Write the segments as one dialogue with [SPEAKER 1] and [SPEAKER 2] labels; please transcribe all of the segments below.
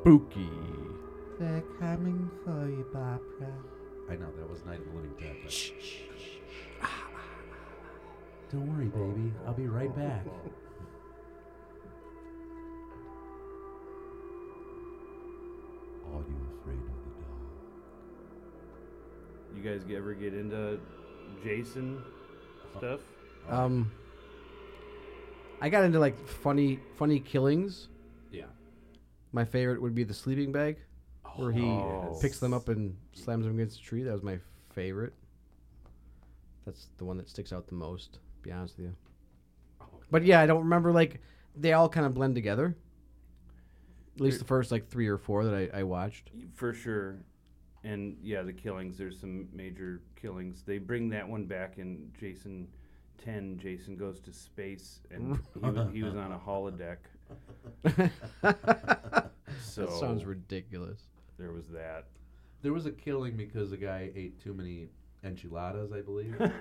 [SPEAKER 1] spooky.
[SPEAKER 2] They're coming for you, Barbara.
[SPEAKER 1] I know that was Night of the Living Dead. but- Don't worry, baby. I'll be right back. Are you afraid of the dark?
[SPEAKER 3] You guys g- ever get into Jason stuff?
[SPEAKER 4] Um, I got into like funny, funny killings.
[SPEAKER 1] Yeah.
[SPEAKER 4] My favorite would be the sleeping bag, where he
[SPEAKER 1] Oh.
[SPEAKER 4] picks them up and slams them against a tree. That was my favorite. That's the one that sticks out the most. To be honest with you.
[SPEAKER 1] Oh,
[SPEAKER 4] But yeah, I don't remember like they all kind of blend together. At least the first like three or four that I, I watched.
[SPEAKER 3] For sure. And yeah, the killings. There's some major killings. They bring that one back in Jason 10. Jason goes to space, and he was, he was on a holodeck. So
[SPEAKER 4] That sounds ridiculous.
[SPEAKER 3] there was that.
[SPEAKER 1] There was a killing because the guy ate too many enchiladas, I believe.
[SPEAKER 4] Wait,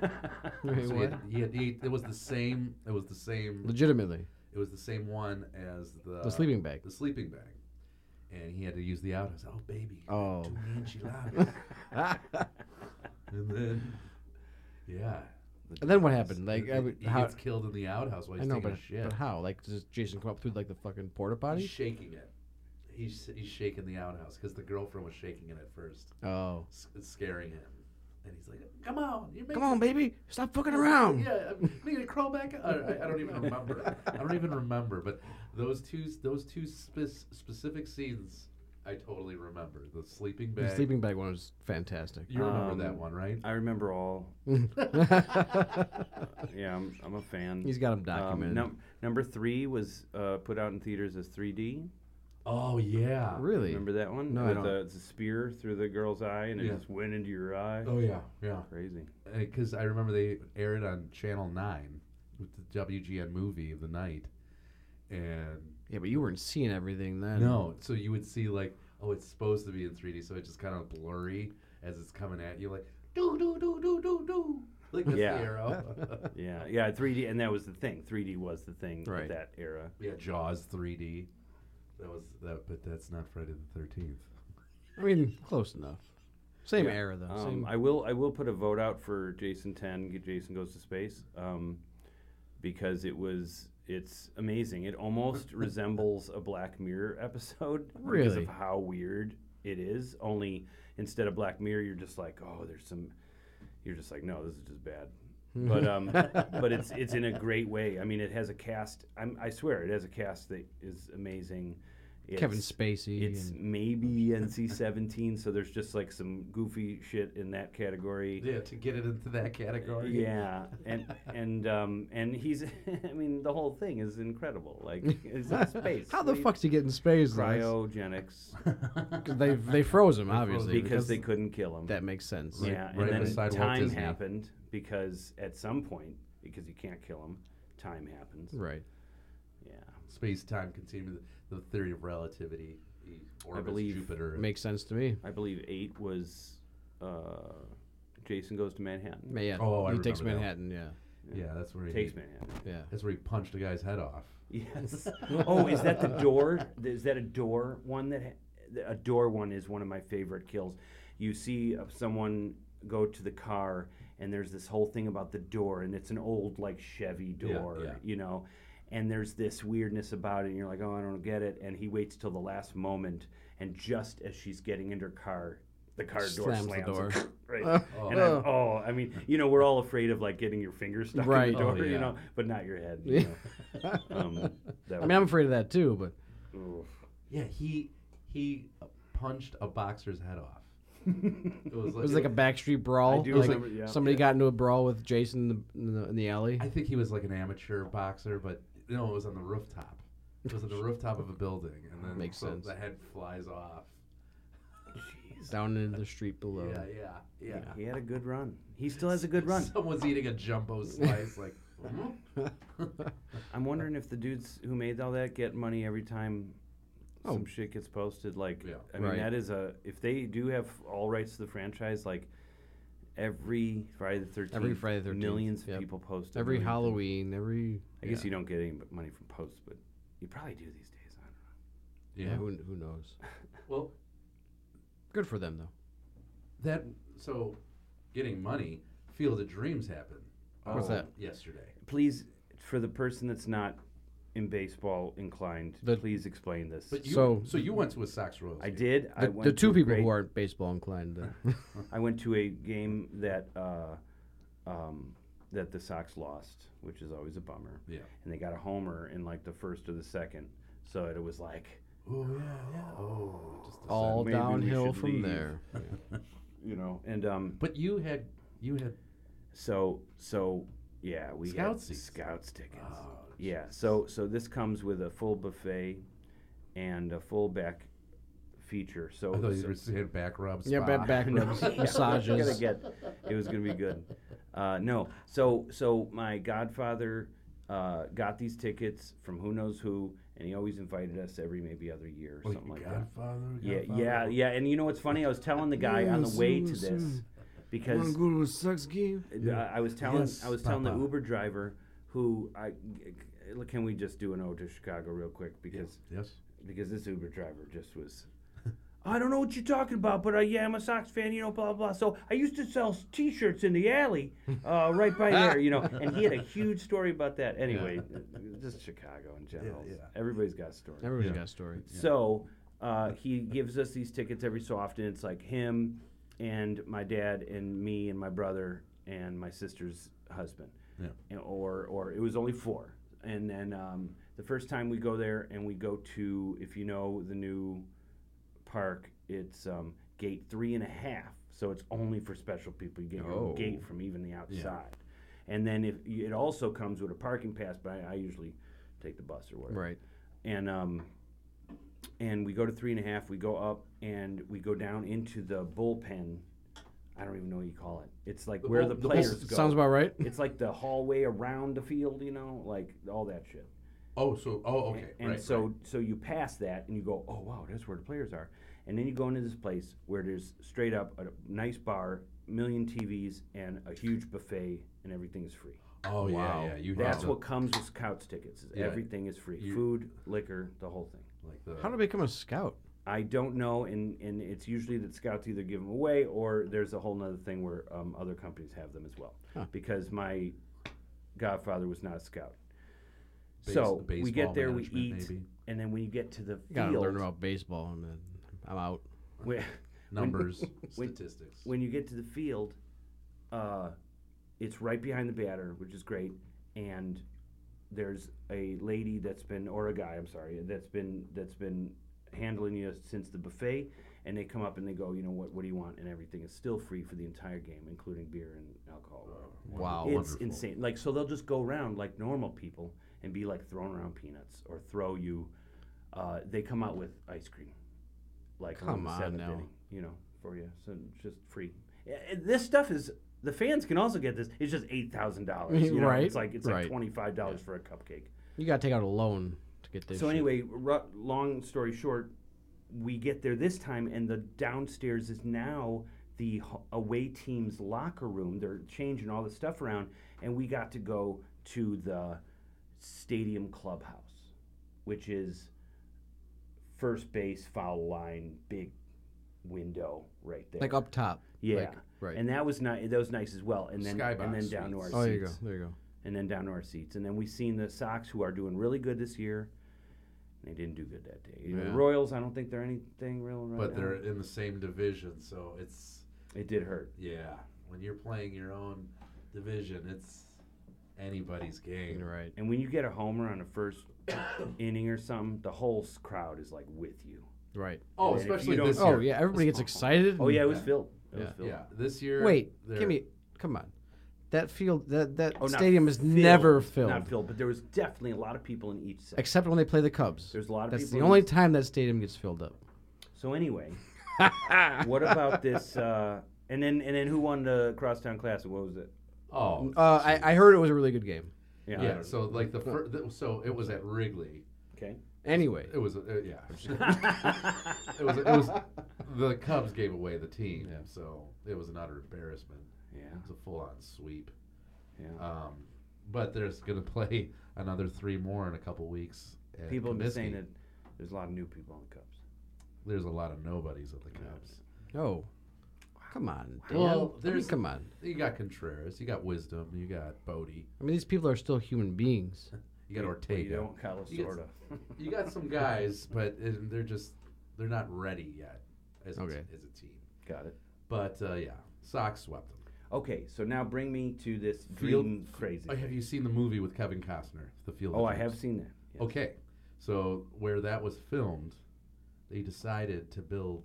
[SPEAKER 1] So he, had,
[SPEAKER 4] what?
[SPEAKER 1] he had ate. It was the same. It was the same.
[SPEAKER 4] Legitimately,
[SPEAKER 1] It was the same one as the
[SPEAKER 4] the sleeping bag.
[SPEAKER 1] The sleeping bag, and he had to use the out. I was oh baby, you had
[SPEAKER 4] Oh.
[SPEAKER 1] too many enchiladas. and then, yeah.
[SPEAKER 4] And then what happened? Like,
[SPEAKER 1] He-
[SPEAKER 4] I would-
[SPEAKER 1] he
[SPEAKER 4] how-
[SPEAKER 1] gets killed in the outhouse while
[SPEAKER 4] I
[SPEAKER 1] he's
[SPEAKER 4] know,
[SPEAKER 1] taking
[SPEAKER 4] but,
[SPEAKER 1] a shit.
[SPEAKER 4] but how? Like, does Jason come up through like the fucking porta
[SPEAKER 1] He's
[SPEAKER 4] potty?
[SPEAKER 1] shaking it. He's he's shaking the outhouse because the girlfriend was shaking it at first,
[SPEAKER 4] Oh,
[SPEAKER 1] s- scaring him. And he's like, "Come on, you're making
[SPEAKER 4] come on, baby, stop fucking
[SPEAKER 1] Yeah,
[SPEAKER 4] around.
[SPEAKER 1] Yeah, I'm making it crawl back. I, I, I don't even remember. I don't even remember. But those two, those two spec- specific scenes, I totally remember. The sleeping bag.
[SPEAKER 4] The sleeping bag one was fantastic.
[SPEAKER 1] You remember that
[SPEAKER 3] Um,
[SPEAKER 1] one, right?
[SPEAKER 3] I remember all. yeah, I'm, I'm a fan.
[SPEAKER 4] He's got them
[SPEAKER 3] Um,
[SPEAKER 4] documented.
[SPEAKER 3] num- number three was uh, put out in theaters as 3D.
[SPEAKER 1] Oh yeah.
[SPEAKER 4] really?
[SPEAKER 3] Remember that one?
[SPEAKER 4] No, I
[SPEAKER 3] With
[SPEAKER 4] don't.
[SPEAKER 3] The, the spear through the girl's eye, and it
[SPEAKER 1] Yeah.
[SPEAKER 3] just went into your eye.
[SPEAKER 1] Oh yeah, yeah.
[SPEAKER 3] Crazy.
[SPEAKER 1] Because I remember they aired on Channel Nine with the WGN movie of the night, and
[SPEAKER 4] Yeah, but you weren't seeing everything then.
[SPEAKER 1] No, so you would see like, oh, it's supposed to be in 3D, so it's just kind of blurry as it's coming at you, like do do do do do do, like that's
[SPEAKER 3] Yeah.
[SPEAKER 1] the arrow.
[SPEAKER 3] Yeah, yeah, 3D, and that was the thing. 3D was the thing
[SPEAKER 4] Right.
[SPEAKER 3] at that era.
[SPEAKER 1] yeah, Jaws 3D. That was that, but that's not Friday the 13th.
[SPEAKER 4] I mean close enough. Same
[SPEAKER 3] Yeah,
[SPEAKER 4] era though.
[SPEAKER 3] Um,
[SPEAKER 4] same.
[SPEAKER 3] I will, I will put a vote out for Jason 10. G- Jason goes to space, um, because it was, it's amazing. It almost resembles a Black Mirror episode because
[SPEAKER 4] Really?
[SPEAKER 3] of how weird it is. Only instead of Black Mirror, you're just like, oh, there's some. You're just like, no, this is just bad. But um, but it's it's in a great way. I mean, it has a cast. I'm, I swear, it has a cast that is amazing. It's,
[SPEAKER 4] Kevin Spacey.
[SPEAKER 3] It's
[SPEAKER 4] and-
[SPEAKER 3] maybe NC-17, so there's just like some goofy shit in that category.
[SPEAKER 1] Yeah, to get it into that category.
[SPEAKER 3] Yeah, and and um and he's, I mean, the whole thing is incredible. Like, it's in space.
[SPEAKER 4] how the
[SPEAKER 3] They-
[SPEAKER 4] fuck's he getting space? though?
[SPEAKER 3] cryogenics?
[SPEAKER 4] 'Cause They they froze him obviously
[SPEAKER 3] because, they couldn't kill him.
[SPEAKER 4] that makes sense.
[SPEAKER 3] yeah,
[SPEAKER 1] right
[SPEAKER 3] and then
[SPEAKER 1] beside Walt
[SPEAKER 3] time
[SPEAKER 1] Disney.
[SPEAKER 3] happened because at some point, because you can't kill him, time happens.
[SPEAKER 4] Right.
[SPEAKER 3] Yeah,
[SPEAKER 1] Space time continuum, the theory of relativity. He orbits
[SPEAKER 3] believe
[SPEAKER 1] Jupiter.
[SPEAKER 4] Makes sense to me.
[SPEAKER 3] I believe eight was, uh, Jason goes to Manhattan.
[SPEAKER 4] Yeah.
[SPEAKER 1] Oh, I
[SPEAKER 4] he takes
[SPEAKER 1] remember now.
[SPEAKER 4] Manhattan.
[SPEAKER 1] yeah, that's where he
[SPEAKER 3] Takes Manhattan.
[SPEAKER 4] Yeah. Yeah.
[SPEAKER 1] That's where he punched a guy's head off.
[SPEAKER 3] Yes. oh, is that the door? Is that a door one that ha- a door one is one of my favorite kills. You see uh, someone go to the car and there's this whole thing about the door and it's an old like Chevy
[SPEAKER 1] Yeah,
[SPEAKER 3] door,
[SPEAKER 1] yeah.
[SPEAKER 3] you know. And there's this weirdness about it and you're like, "Oh, I don't get it." And he waits till the last moment and just as she's getting into her car, the car door
[SPEAKER 4] Slams the
[SPEAKER 3] slams
[SPEAKER 4] door.
[SPEAKER 3] right. And I'm, oh, I mean, you know, we're all afraid of like getting your finger stuck in
[SPEAKER 4] Right.
[SPEAKER 3] the
[SPEAKER 4] Oh,
[SPEAKER 3] door,
[SPEAKER 1] yeah.
[SPEAKER 3] you know, but not your head. You know? um, that
[SPEAKER 4] I mean, I'm afraid of that too, but
[SPEAKER 3] Oof.
[SPEAKER 1] Yeah, he he punched a boxer's head off. it was like,
[SPEAKER 4] It was like a backstreet brawl.
[SPEAKER 3] I do
[SPEAKER 4] It was like
[SPEAKER 3] remember- yeah.
[SPEAKER 4] somebody got into a brawl with Jason in the, in the, in the alley.
[SPEAKER 1] I think he was like an amateur boxer, but no, it was on the rooftop. It was on the rooftop of a building, and then
[SPEAKER 4] Makes
[SPEAKER 1] so
[SPEAKER 4] sense.
[SPEAKER 1] the head flies off.
[SPEAKER 4] down into the street below.
[SPEAKER 1] Yeah, yeah, yeah.
[SPEAKER 3] He had a good run. He still has a good run.
[SPEAKER 1] Someone's eating a jumbo slice, like. "Hmm?"
[SPEAKER 3] I'm wondering if the dudes who made all that get money every time some shit gets posted. Like,
[SPEAKER 1] Yeah.
[SPEAKER 3] I mean,
[SPEAKER 4] Oh. Right.
[SPEAKER 3] that is a. If they do have all rights to the franchise, like every Friday the 13th,
[SPEAKER 4] Every Friday the 13th,
[SPEAKER 3] millions of
[SPEAKER 4] yep.
[SPEAKER 3] people post a
[SPEAKER 4] Every
[SPEAKER 3] million things.
[SPEAKER 4] Halloween, every
[SPEAKER 3] I guess you don't get any money from posts, but you probably do these days. I don't know.
[SPEAKER 1] Yeah.
[SPEAKER 4] Who, who knows?
[SPEAKER 1] Well,
[SPEAKER 4] Good for them though.
[SPEAKER 1] that so getting money, Field of Dreams happened.
[SPEAKER 4] What's
[SPEAKER 3] Oh.
[SPEAKER 4] that?
[SPEAKER 1] Yesterday.
[SPEAKER 3] Please, for the person that's not in baseball inclined,
[SPEAKER 4] The-
[SPEAKER 3] please explain this.
[SPEAKER 1] But you, so
[SPEAKER 4] So-
[SPEAKER 1] you went to a Sox Royals.
[SPEAKER 3] I
[SPEAKER 1] game.
[SPEAKER 3] did. I
[SPEAKER 4] The,
[SPEAKER 3] went
[SPEAKER 4] the
[SPEAKER 3] to
[SPEAKER 4] two
[SPEAKER 3] a
[SPEAKER 4] people
[SPEAKER 3] great-
[SPEAKER 4] who aren't baseball inclined. uh,
[SPEAKER 3] I went to a game that uh, um, that the Sox lost, which is always a bummer.
[SPEAKER 1] Yeah.
[SPEAKER 3] And they got a homer in like the first or the second, so it was like,
[SPEAKER 1] Oh yeah, yeah. Oh, just a
[SPEAKER 4] all
[SPEAKER 1] second.
[SPEAKER 3] Maybe we
[SPEAKER 4] downhill
[SPEAKER 3] should
[SPEAKER 4] from
[SPEAKER 3] leave.
[SPEAKER 4] there.
[SPEAKER 3] you know, and um,
[SPEAKER 1] But you had you had
[SPEAKER 3] so so yeah, we had
[SPEAKER 1] Scout seats.
[SPEAKER 3] scouts tickets.
[SPEAKER 1] Oh,
[SPEAKER 3] Uh, yeah. So so this comes with a full buffet and a full back feature. So
[SPEAKER 1] I thought you
[SPEAKER 3] so-
[SPEAKER 1] were saying back rubs.
[SPEAKER 4] Yeah, ba- back
[SPEAKER 3] No,
[SPEAKER 4] rubs,
[SPEAKER 3] yeah, it was
[SPEAKER 4] massages.
[SPEAKER 3] gonna get- it was gonna be good. Uh, no, so so my godfather uh, got these tickets from who knows who, and he always invited us every maybe other year or
[SPEAKER 1] Like
[SPEAKER 3] something like
[SPEAKER 1] Godfather, Oh, Godfather.
[SPEAKER 3] that. Yeah, yeah, yeah. And you know what's funny? I was telling the guy on the way to this because
[SPEAKER 4] go to a sex game?
[SPEAKER 3] uh, I was telling
[SPEAKER 1] Yes,
[SPEAKER 3] I was telling the
[SPEAKER 1] Papa.
[SPEAKER 3] Uber driver who I can we just do an ode to Chicago real quick because
[SPEAKER 1] Yes.
[SPEAKER 3] because this Uber driver just was. I don't know what you're talking about, but uh, yeah, I'm a Sox fan, you know, blah, blah, blah. So I used to sell s- T-shirts in the alley, uh, right by there, you know. And he had a huge story about that. Anyway, just Chicago in general.
[SPEAKER 1] yeah.
[SPEAKER 3] Everybody's got a story.
[SPEAKER 4] Everybody's
[SPEAKER 1] Yeah.
[SPEAKER 4] got a story.
[SPEAKER 3] So uh, he gives us these tickets every so often. It's like him and my dad and me and my brother and my sister's husband.
[SPEAKER 1] Yeah.
[SPEAKER 3] And- or or it was only four. And then um, the first time we go there and we go to if you know the new park, it's um, gate three and a half. So it's only for special people. You get your own
[SPEAKER 4] Oh.
[SPEAKER 3] gate from even the outside. And then if you, it also comes with a parking pass, but I, I usually take the bus or whatever
[SPEAKER 4] Right.
[SPEAKER 3] and um, and we go to three and a half. We go up and we go down into the bullpen. I don't even know what you call it. It's like
[SPEAKER 1] The
[SPEAKER 3] where
[SPEAKER 1] bull-
[SPEAKER 3] the
[SPEAKER 1] the bull-
[SPEAKER 3] players go.
[SPEAKER 4] Sounds about right.
[SPEAKER 3] it's like the hallway around the field, you know, like all that shit.
[SPEAKER 1] Oh, so oh, okay,
[SPEAKER 3] And
[SPEAKER 1] right.
[SPEAKER 3] so
[SPEAKER 1] right.
[SPEAKER 3] so you pass that and you go, oh wow, that's where the players are. And then you go into this place where there's straight up a nice bar, million TVs, and a huge buffet, and everything is free.
[SPEAKER 1] oh
[SPEAKER 4] Wow.
[SPEAKER 1] yeah, yeah. You
[SPEAKER 3] That's
[SPEAKER 1] have
[SPEAKER 3] what comes with couch tickets. Is
[SPEAKER 1] Yeah.
[SPEAKER 3] Everything is free.
[SPEAKER 1] You-
[SPEAKER 3] Food, liquor, the whole thing.
[SPEAKER 1] the, like the
[SPEAKER 4] How to become a scout?
[SPEAKER 3] I don't know, and, and it's usually that scouts either give them away or there's a whole nother thing where um, other companies have them as well.
[SPEAKER 4] Huh.
[SPEAKER 3] Because my godfather was not a scout.
[SPEAKER 1] base-
[SPEAKER 3] so
[SPEAKER 1] the
[SPEAKER 3] we get
[SPEAKER 1] baseball
[SPEAKER 3] there, we eat,
[SPEAKER 1] management, maybe?
[SPEAKER 3] and then when you get to the
[SPEAKER 4] You gotta
[SPEAKER 3] field,
[SPEAKER 4] learn about baseball, and then I'm out.
[SPEAKER 3] when,
[SPEAKER 1] numbers,
[SPEAKER 3] when-
[SPEAKER 1] statistics.
[SPEAKER 3] when you get to the field, uh, it's right behind the batter, which is great, and there's a lady that's been or a guy, I'm sorry, that's been that's been handling you since the buffet, and they come up and they go, you know what, what do you want, and everything is still free for the entire game, including beer and alcohol.
[SPEAKER 4] Wow.
[SPEAKER 3] it's
[SPEAKER 1] wonderful.
[SPEAKER 3] insane. Like so, they'll just go around like normal people and be like throwing around peanuts or throw you. Uh, they come out with ice cream, like on
[SPEAKER 4] Come
[SPEAKER 3] the
[SPEAKER 4] on
[SPEAKER 3] seventh
[SPEAKER 4] now.
[SPEAKER 3] inning, you know, for you. So just free. Yeah, and this stuff is the fans can also get this. It's just eight thousand dollars. You know?
[SPEAKER 4] Right,
[SPEAKER 3] It's like it's like
[SPEAKER 4] right.
[SPEAKER 3] twenty five dollars for a cupcake.
[SPEAKER 4] You gotta take out a loan to get this.
[SPEAKER 3] So
[SPEAKER 4] shit.
[SPEAKER 3] anyway, ru- long story short, we get there this time, and the downstairs is now the h- away team's locker room. They're changing all the stuff around, and we got to go to the stadium clubhouse, which is first base, foul line, big window right there.
[SPEAKER 4] like up top.
[SPEAKER 3] yeah.
[SPEAKER 4] like, right.
[SPEAKER 3] And that was nice. That was nice as well. And then
[SPEAKER 1] Skybox
[SPEAKER 3] and then down to our
[SPEAKER 1] suites.
[SPEAKER 4] oh, there you
[SPEAKER 3] seats
[SPEAKER 4] go. There you go.
[SPEAKER 3] and then down to our seats. And then we seen the Sox, who are doing really good this year. They didn't do good that day. You know, the
[SPEAKER 4] Yeah.
[SPEAKER 3] Royals, I don't think they're anything real right
[SPEAKER 1] but
[SPEAKER 3] now.
[SPEAKER 1] they're in the same division, so it's
[SPEAKER 3] it did hurt.
[SPEAKER 1] yeah. When you're playing your own division, it's anybody's game.
[SPEAKER 4] You're right.
[SPEAKER 3] And when you get a homer on the first inning or something, the whole s- crowd is like with you.
[SPEAKER 4] Right.
[SPEAKER 1] Oh,
[SPEAKER 3] And if you
[SPEAKER 1] especially
[SPEAKER 3] don't-
[SPEAKER 1] this
[SPEAKER 4] Oh
[SPEAKER 1] year.
[SPEAKER 4] yeah, everybody gets excited.
[SPEAKER 3] Oh yeah, it was
[SPEAKER 1] Yeah.
[SPEAKER 3] filled. It was
[SPEAKER 4] Yeah.
[SPEAKER 3] filled.
[SPEAKER 1] yeah. This year.
[SPEAKER 4] Wait,
[SPEAKER 1] they're-
[SPEAKER 4] give me. Come on. That field, that that
[SPEAKER 3] Oh, not
[SPEAKER 4] stadium is
[SPEAKER 3] filled,
[SPEAKER 4] never filled,
[SPEAKER 3] Not filled, but there was definitely a lot of people in each section.
[SPEAKER 4] except when they play the Cubs.
[SPEAKER 3] There's a lot of
[SPEAKER 4] That's
[SPEAKER 3] people.
[SPEAKER 4] the
[SPEAKER 3] in
[SPEAKER 4] only
[SPEAKER 3] each-
[SPEAKER 4] time that stadium gets filled up.
[SPEAKER 3] so anyway, what about this? Uh, and then and then who won the crosstown classic? What was it?
[SPEAKER 1] Oh,
[SPEAKER 4] Uh, I, I heard it was a really good game.
[SPEAKER 3] Yeah.
[SPEAKER 1] yeah. So like the first, so it was at Wrigley.
[SPEAKER 3] Okay.
[SPEAKER 4] Anyway,
[SPEAKER 1] It was, uh, yeah. it was, it was. The Cubs gave away the team, so it was an utter embarrassment.
[SPEAKER 3] Yeah.
[SPEAKER 1] It's a full-on sweep.
[SPEAKER 3] Yeah.
[SPEAKER 1] Um, but there's gonna play another three more in a couple weeks. at
[SPEAKER 3] People have been saying
[SPEAKER 1] Comiskey.
[SPEAKER 3] that There's a lot of new people on the Cubs.
[SPEAKER 1] There's a lot of nobodies at the Cubs.
[SPEAKER 4] Oh, come on, Dan.
[SPEAKER 1] Well,
[SPEAKER 4] I mean,
[SPEAKER 1] there's-
[SPEAKER 4] come on.
[SPEAKER 1] You got Contreras. You got Wisdom. You got Bodie.
[SPEAKER 4] I mean, these people are still human beings.
[SPEAKER 1] You got
[SPEAKER 3] Well,
[SPEAKER 1] Ortega.
[SPEAKER 3] You don't, kind of,
[SPEAKER 1] You get-
[SPEAKER 3] sort of.
[SPEAKER 1] You got some guys, but uh, they're just they're not ready yet as a,
[SPEAKER 4] Okay.
[SPEAKER 1] as a team.
[SPEAKER 3] Got it.
[SPEAKER 1] But uh, yeah, Sox swept them.
[SPEAKER 3] Okay, so now bring me to this
[SPEAKER 1] Field-
[SPEAKER 3] dream crazy.
[SPEAKER 1] Oh, have you seen the movie with Kevin Costner, The Field? of
[SPEAKER 3] Oh, I
[SPEAKER 1] Dreams?
[SPEAKER 3] have seen that. yes.
[SPEAKER 1] Okay, so where that was filmed, they decided to build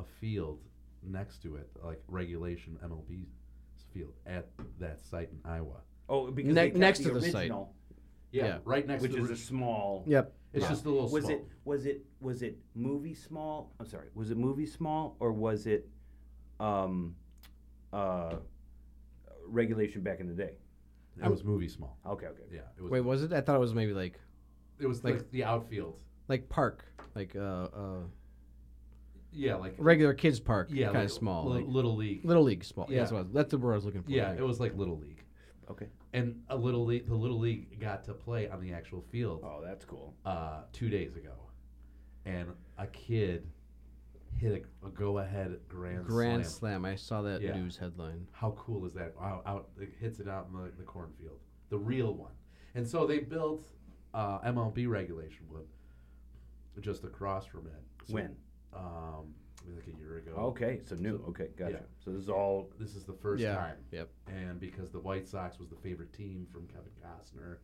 [SPEAKER 1] a field next to it, like regulation MLB field at that site in Iowa.
[SPEAKER 3] Oh, because
[SPEAKER 4] Ne-
[SPEAKER 3] they kept
[SPEAKER 4] next
[SPEAKER 3] the
[SPEAKER 4] to the site.
[SPEAKER 3] original,
[SPEAKER 1] Yeah,
[SPEAKER 4] Yeah.
[SPEAKER 1] right next
[SPEAKER 3] which
[SPEAKER 1] to
[SPEAKER 3] is
[SPEAKER 1] the.
[SPEAKER 3] a small.
[SPEAKER 4] Yep.
[SPEAKER 1] it's
[SPEAKER 3] Yeah.
[SPEAKER 1] just a little.
[SPEAKER 3] Was
[SPEAKER 1] small.
[SPEAKER 3] it was it was it movie small? I'm sorry. Was it movie small or was it um, uh, regulation back in the day?
[SPEAKER 1] It was movie small.
[SPEAKER 3] Okay, okay.
[SPEAKER 1] Yeah, it was.
[SPEAKER 4] Wait, was it? I thought it was maybe like
[SPEAKER 1] it was
[SPEAKER 4] like-
[SPEAKER 1] like the outfield.
[SPEAKER 4] like park, like uh, uh
[SPEAKER 1] Yeah, like
[SPEAKER 4] regular kids park,
[SPEAKER 1] yeah,
[SPEAKER 4] kind
[SPEAKER 1] like
[SPEAKER 4] of small,
[SPEAKER 1] li-
[SPEAKER 4] like
[SPEAKER 1] little league.
[SPEAKER 4] little league small. Yeah,
[SPEAKER 1] Yeah.
[SPEAKER 4] that's what I was, that's the word I was looking for.
[SPEAKER 1] Yeah,
[SPEAKER 4] Like,
[SPEAKER 1] it was like little league,
[SPEAKER 3] Okay.
[SPEAKER 1] and a little league. The little league got to play on the actual field.
[SPEAKER 3] Oh, that's cool.
[SPEAKER 1] uh, two days ago, and a kid hit a, a go-ahead grand,
[SPEAKER 4] grand
[SPEAKER 1] slam.
[SPEAKER 4] slam. I saw that
[SPEAKER 1] Yeah.
[SPEAKER 4] news headline.
[SPEAKER 1] How cool is that? Wow, out it hits it out in the, the cornfield, the real one. And so they built uh, MLB regulation one just across from it. So,
[SPEAKER 3] when?
[SPEAKER 1] Um, maybe like a year ago.
[SPEAKER 3] Okay, so new. Okay, gotcha.
[SPEAKER 1] yeah.
[SPEAKER 3] So this is all
[SPEAKER 1] This is the first
[SPEAKER 4] Oh. yeah.
[SPEAKER 1] time,
[SPEAKER 4] Yep.
[SPEAKER 1] and because the White Sox was the favorite team from Kevin Costner.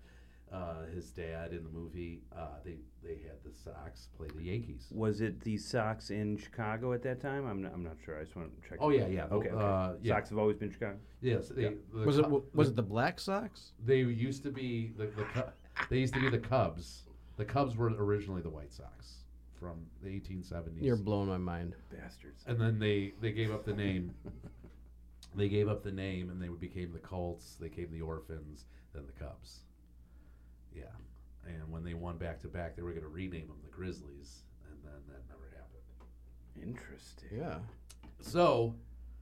[SPEAKER 1] Uh, his dad in the movie, uh, they they had the Sox play the Yankees.
[SPEAKER 3] Was it the Sox in Chicago at that time? I'm not, I'm not sure. I just want to check.
[SPEAKER 1] Oh yeah, yeah. the-
[SPEAKER 3] Okay. okay.
[SPEAKER 1] Uh, yeah.
[SPEAKER 3] Sox have always been Chicago.
[SPEAKER 1] Yes. They,
[SPEAKER 3] Yeah.
[SPEAKER 1] the
[SPEAKER 4] was it
[SPEAKER 1] Cu-
[SPEAKER 4] w- was it the Black Sox?
[SPEAKER 1] They used to be the, the Cu- they used to be the Cubs. The Cubs were originally the White Sox from the 1870s.
[SPEAKER 4] You're blowing my mind.
[SPEAKER 3] Bastards.
[SPEAKER 1] and then they they gave up the name. they gave up the name, and they became the Colts. They became the Orphans, then the Cubs. Yeah. And when they won back to back, they were going to rename them the Grizzlies, and then that never happened.
[SPEAKER 3] Interesting.
[SPEAKER 4] Yeah.
[SPEAKER 1] So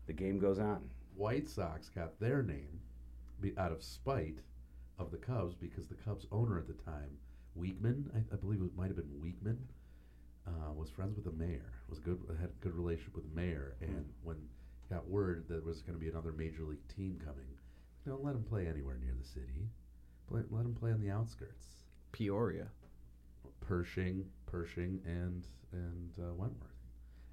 [SPEAKER 3] The game goes on.
[SPEAKER 1] White Sox got their name be, out of spite of the Cubs because the Cubs owner at the time, Weekman, I, I believe it might have been Weekman, uh, was friends with the mayor. Was good had a good relationship with the mayor, and when got word that there was going to be another major league team coming, don't let him play anywhere near the city. Play, let him play on the outskirts.
[SPEAKER 4] Peoria.
[SPEAKER 1] Pershing, Pershing, and and uh, Wentworth,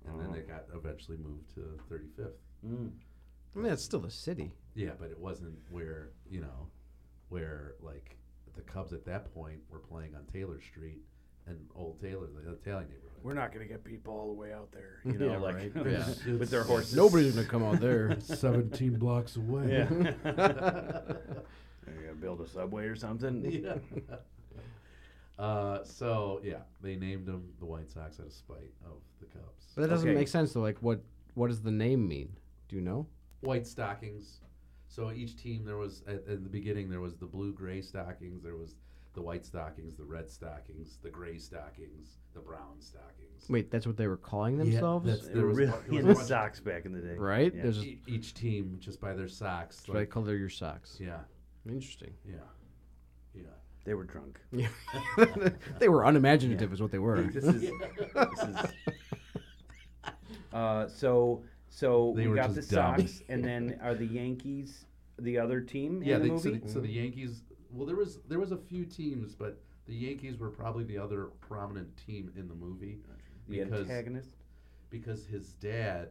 [SPEAKER 1] and then
[SPEAKER 3] Oh.
[SPEAKER 1] they got eventually moved to 35th.
[SPEAKER 3] Mm.
[SPEAKER 4] I mean, that's still a city.
[SPEAKER 1] Yeah, but it wasn't where you know, where like the Cubs at that point were playing on Taylor Street and Old Taylor, the Italian neighborhood.
[SPEAKER 3] We're not going to get people all the way out there, you know,
[SPEAKER 4] Yeah,
[SPEAKER 3] like
[SPEAKER 4] right.
[SPEAKER 3] with-
[SPEAKER 4] Yeah.
[SPEAKER 3] with their horses.
[SPEAKER 4] Nobody's gonna come out there.
[SPEAKER 1] Seventeen blocks away.
[SPEAKER 3] Yeah. They're going to build a subway or something.
[SPEAKER 1] yeah. Uh, so yeah, they named them the White Sox out of spite of the
[SPEAKER 4] But
[SPEAKER 1] Cubs.
[SPEAKER 4] that doesn't
[SPEAKER 3] Okay.
[SPEAKER 4] make sense though. Like, what what does the name mean? Do you know?
[SPEAKER 1] White stockings. So each team there was at, at the beginning there was the blue gray stockings, there was the white stockings, the red stockings, the gray stockings, the brown stockings.
[SPEAKER 4] Wait, that's what they were calling themselves,
[SPEAKER 1] that's-
[SPEAKER 3] They
[SPEAKER 1] There
[SPEAKER 3] were
[SPEAKER 1] was-
[SPEAKER 3] really
[SPEAKER 1] there was
[SPEAKER 3] into
[SPEAKER 1] one-
[SPEAKER 3] socks back in the day.
[SPEAKER 4] right?
[SPEAKER 3] Yeah.
[SPEAKER 4] There's a,
[SPEAKER 1] E- each team just by their socks.
[SPEAKER 4] that's why they
[SPEAKER 1] Like,
[SPEAKER 4] color your socks.
[SPEAKER 1] yeah,
[SPEAKER 4] Interesting.
[SPEAKER 1] yeah, yeah.
[SPEAKER 3] They were drunk.
[SPEAKER 4] they were unimaginative, is what they were.
[SPEAKER 3] This is. this is uh, so so
[SPEAKER 1] They
[SPEAKER 3] we
[SPEAKER 1] were
[SPEAKER 3] got the
[SPEAKER 1] just dumb.
[SPEAKER 3] Sox, and then are the Yankees the other team
[SPEAKER 1] Yeah,
[SPEAKER 3] in the
[SPEAKER 1] they, so,
[SPEAKER 3] movie?
[SPEAKER 1] the, so the Yankees. Well, there was there was a few teams, but the Yankees were probably the other prominent team in the movie
[SPEAKER 3] the
[SPEAKER 1] because
[SPEAKER 3] antagonist.
[SPEAKER 1] because his dad,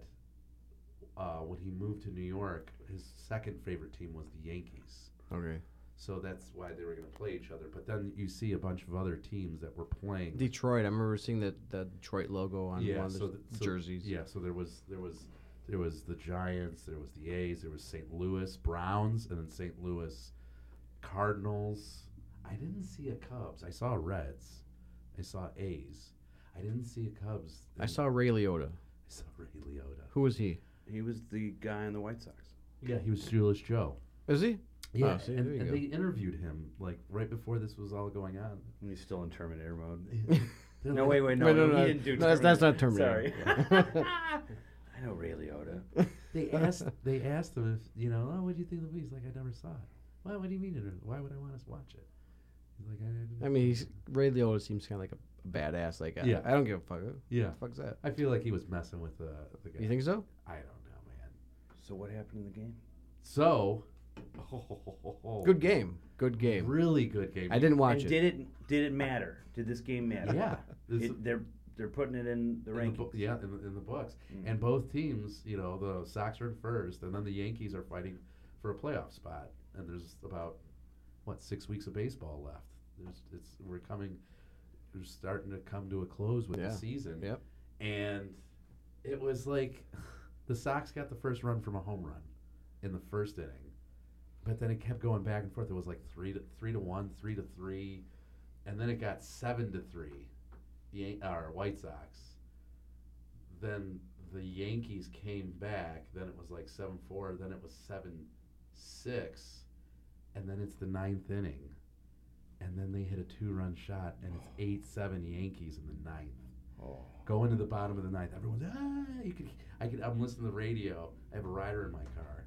[SPEAKER 1] uh, when he moved to New York, his second favorite team was the Yankees.
[SPEAKER 4] Okay.
[SPEAKER 1] So that's why they were going to play each other. But then you see a bunch of other teams that were playing.
[SPEAKER 4] Detroit. I remember seeing that the Detroit logo on one of the
[SPEAKER 1] th- so-
[SPEAKER 4] jerseys.
[SPEAKER 1] Yeah, so there was there was there was the Giants, there was the A's, there was St. Louis Browns, and then St. Louis Cardinals. I didn't see a Cubs. I saw Reds. I saw A's. I didn't see a Cubs.
[SPEAKER 4] I
[SPEAKER 1] and
[SPEAKER 4] saw Ray Liotta.
[SPEAKER 1] I saw Ray Liotta.
[SPEAKER 4] Who was he?
[SPEAKER 3] He was the guy on the White Sox.
[SPEAKER 1] Yeah, he was Shoeless Joe.
[SPEAKER 4] Is he?
[SPEAKER 1] Yeah,
[SPEAKER 4] see,
[SPEAKER 1] and,
[SPEAKER 4] there you
[SPEAKER 1] and
[SPEAKER 4] go.
[SPEAKER 1] they interviewed him like right before this was all going on.
[SPEAKER 3] And he's still in Terminator mode.
[SPEAKER 1] They're
[SPEAKER 3] No,
[SPEAKER 1] like,
[SPEAKER 3] wait, wait, no,
[SPEAKER 4] Wait, no,
[SPEAKER 3] he
[SPEAKER 4] no,
[SPEAKER 3] didn't do
[SPEAKER 4] no, that's- that's not
[SPEAKER 3] Sorry. I know Ray Liotta.
[SPEAKER 1] They asked they asked him if you know, oh, what do you think of the movie? He's like, I never saw it. Why? What do you mean? you never- Why would I want to watch it? He's like, I didn't.
[SPEAKER 4] I mean, he's, Ray Liotta seems kind of like a, a badass. Like, I,
[SPEAKER 1] Yeah.
[SPEAKER 4] I don't give a fuck. Who
[SPEAKER 1] yeah.
[SPEAKER 4] the fuck's that?
[SPEAKER 1] I feel like he was messing with the, the guy.
[SPEAKER 4] You think so?
[SPEAKER 1] I don't know, man.
[SPEAKER 3] So what happened in the game?
[SPEAKER 1] So,
[SPEAKER 4] Good game. Good game.
[SPEAKER 1] Really good game.
[SPEAKER 4] I didn't watch
[SPEAKER 3] and
[SPEAKER 4] it.
[SPEAKER 3] did it did it matter? Did this game matter?
[SPEAKER 1] Yeah. This is-
[SPEAKER 3] It- they're they're putting it in the
[SPEAKER 1] in the bo-
[SPEAKER 3] rankings.
[SPEAKER 1] yeah, in, the- in the books.
[SPEAKER 3] Mm.
[SPEAKER 1] And both teams, you know, the Sox are in first, and then the Yankees are fighting for a playoff spot. And there's about what six weeks of baseball left. There's, it's we're coming, we're starting to come to a close with
[SPEAKER 4] Yeah.
[SPEAKER 1] the season.
[SPEAKER 4] Yep.
[SPEAKER 1] And it was like the Sox got the first run from a home run in the first inning, but then it kept going back and forth. It was like three to three to one, three to three, and then it got seven to three. Yan- or White Sox. Then the Yankees came back. Then it was like seven four. Then it was seven six, and then it's the ninth inning, and then they hit a two run shot, and it's eight seven Yankees in the ninth.
[SPEAKER 3] Oh.
[SPEAKER 1] Going to the bottom of the ninth, everyone's ah. You could, I could. I'm listening to the radio. I have a rider in my car,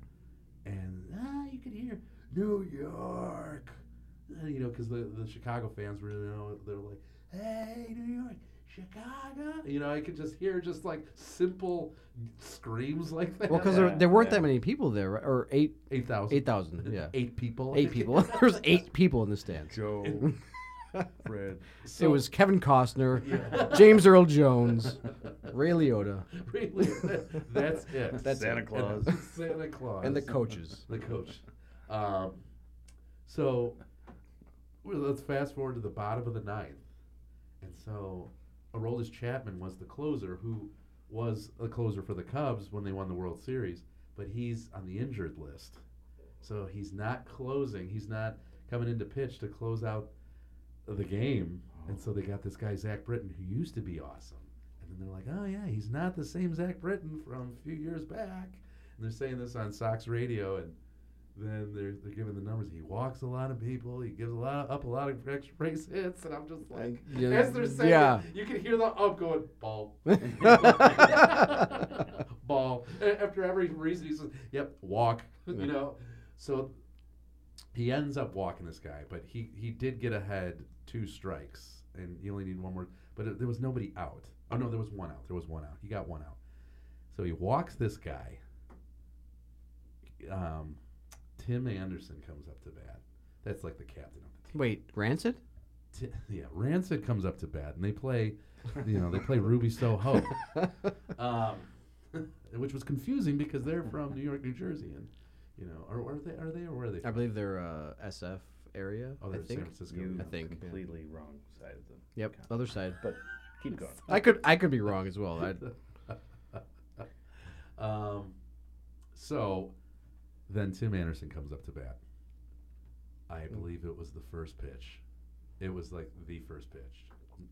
[SPEAKER 1] and ah, you could hear New York. Uh, You know, because the, the Chicago fans were, you know, they're like, hey, New York, Chicago. You know, I could just hear just like simple screams like that.
[SPEAKER 4] Well, because
[SPEAKER 3] Yeah,
[SPEAKER 4] there, there weren't
[SPEAKER 3] yeah.
[SPEAKER 4] that many people there, right? or eight
[SPEAKER 1] eight thousand,
[SPEAKER 4] eight thousand, yeah,
[SPEAKER 1] eight people,
[SPEAKER 4] eight people. There's eight people in the stands.
[SPEAKER 3] Joe, Fred.
[SPEAKER 1] So-
[SPEAKER 4] it was Kevin Costner,
[SPEAKER 1] Yeah.
[SPEAKER 4] James Earl Jones, Ray Liotta,
[SPEAKER 1] really, that's it.
[SPEAKER 4] That's
[SPEAKER 3] Santa
[SPEAKER 4] it.
[SPEAKER 3] Claus.
[SPEAKER 1] And- Santa Claus,
[SPEAKER 4] and the coaches.
[SPEAKER 1] the coach. Um, so well, let's fast forward to the bottom of the ninth. And so Aroldis Chapman was the closer who was a closer for the Cubs when they won the World Series, but he's on the injured list. So he's not closing. He's not coming into pitch to close out the game. And so they got this guy, Zach Britton, who used to be awesome. And then they're like, oh, yeah, he's not the same Zach Britton from a few years back. And they're saying this on Sox radio, and then they're, they're giving the numbers. He walks a lot of people. He gives a lot of, up a lot of extra base hits, and I'm just like,
[SPEAKER 4] yeah,
[SPEAKER 1] as they're saying,
[SPEAKER 4] yeah.
[SPEAKER 1] it, you can hear the up going ball, ball. A- After every reason, he says, "Yep, walk."
[SPEAKER 4] Yeah.
[SPEAKER 1] You know, so he ends up walking this guy, but he he did get ahead two strikes, and you only need one more. But it, there was nobody out. Oh no, there was one out. There was one out. He got one out. So he walks this guy. Um, Tim Anderson comes up to bat. That's like the captain of the team.
[SPEAKER 4] Wait, Rancid?
[SPEAKER 1] Ti- yeah, Rancid comes up to bat, and they play, you know, they play Ruby Soho, um, which was confusing because they're from New York, New Jersey, and you know, or, or are they? Are they? Or where are they?
[SPEAKER 4] I believe they're uh, SF area.
[SPEAKER 1] Oh,
[SPEAKER 4] I
[SPEAKER 1] they're San
[SPEAKER 4] think.
[SPEAKER 1] Francisco.
[SPEAKER 3] You
[SPEAKER 1] yeah.
[SPEAKER 4] I think, yeah.
[SPEAKER 3] completely wrong side of them.
[SPEAKER 4] Yep, other side.
[SPEAKER 3] But keep going.
[SPEAKER 4] I could I could be wrong as well. I,
[SPEAKER 1] Um, so then Tim Anderson comes up to bat. I
[SPEAKER 4] Hmm.
[SPEAKER 1] believe it was the first pitch. It was like the first pitch.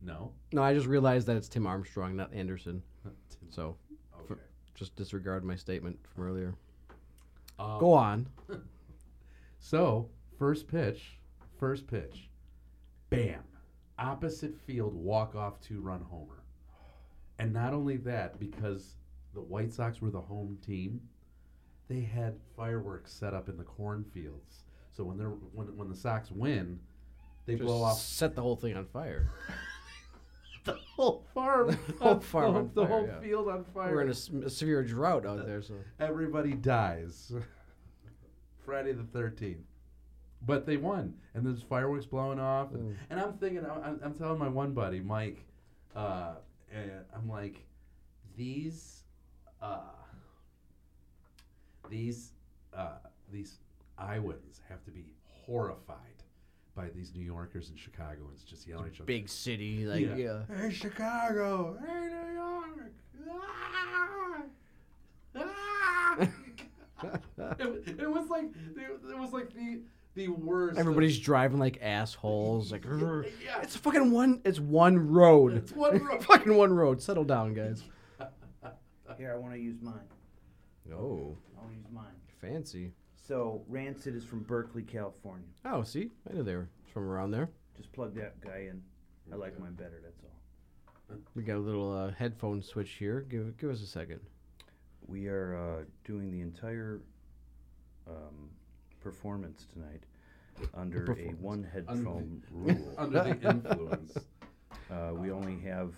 [SPEAKER 1] No,
[SPEAKER 4] no, I just realized that it's Tim Armstrong, not Anderson.
[SPEAKER 1] Tim-
[SPEAKER 4] So
[SPEAKER 1] okay.
[SPEAKER 4] just disregard my statement from earlier.
[SPEAKER 1] Um,
[SPEAKER 4] Go on.
[SPEAKER 1] So, first pitch, first pitch, bam, opposite field walk off two run homer. And not only that, because the White Sox were the home team, they had fireworks set up in the cornfields. So when they're when, when the Sox win, they
[SPEAKER 4] Just
[SPEAKER 1] blow off
[SPEAKER 4] set the whole thing on fire.
[SPEAKER 1] the whole farm,
[SPEAKER 4] whole farm
[SPEAKER 1] the,
[SPEAKER 4] on
[SPEAKER 1] the
[SPEAKER 4] fire,
[SPEAKER 1] whole
[SPEAKER 4] yeah.
[SPEAKER 1] field on fire.
[SPEAKER 4] We're in a, s- a severe drought out there, so
[SPEAKER 1] everybody dies. Friday the thirteenth. But they won, and there's fireworks blowing off, and, and I'm thinking, I- I'm, I'm telling my one buddy Mike, uh, and I'm like, these, uh, these, uh, these Iowans have to be horrified by these New Yorkers and Chicagoans just yelling at each other.
[SPEAKER 4] big city, like yeah.
[SPEAKER 1] Hey, Chicago. Hey, New York. Ah! Ah! it, it was like it, it was like the the worst.
[SPEAKER 4] Everybody's driving like assholes. Like
[SPEAKER 1] Yeah.
[SPEAKER 4] it's fucking one. It's one road.
[SPEAKER 1] It's one road.
[SPEAKER 4] fucking one road. Settle down, guys.
[SPEAKER 3] Here, I want to use mine.
[SPEAKER 4] Oh,
[SPEAKER 3] I want to use mine.
[SPEAKER 4] fancy.
[SPEAKER 3] So Rancid is from Berkeley, California.
[SPEAKER 4] Oh, see, I knew they were from around there.
[SPEAKER 3] Just plug that guy in. I like mine better. That's all.
[SPEAKER 4] We got a little uh, headphone switch here. Give give us a second.
[SPEAKER 3] We are uh, doing the entire um, performance tonight under a
[SPEAKER 4] Performance.
[SPEAKER 3] one head
[SPEAKER 1] Under the-
[SPEAKER 3] foam rule.
[SPEAKER 1] Under the influence.
[SPEAKER 3] Uh, we only have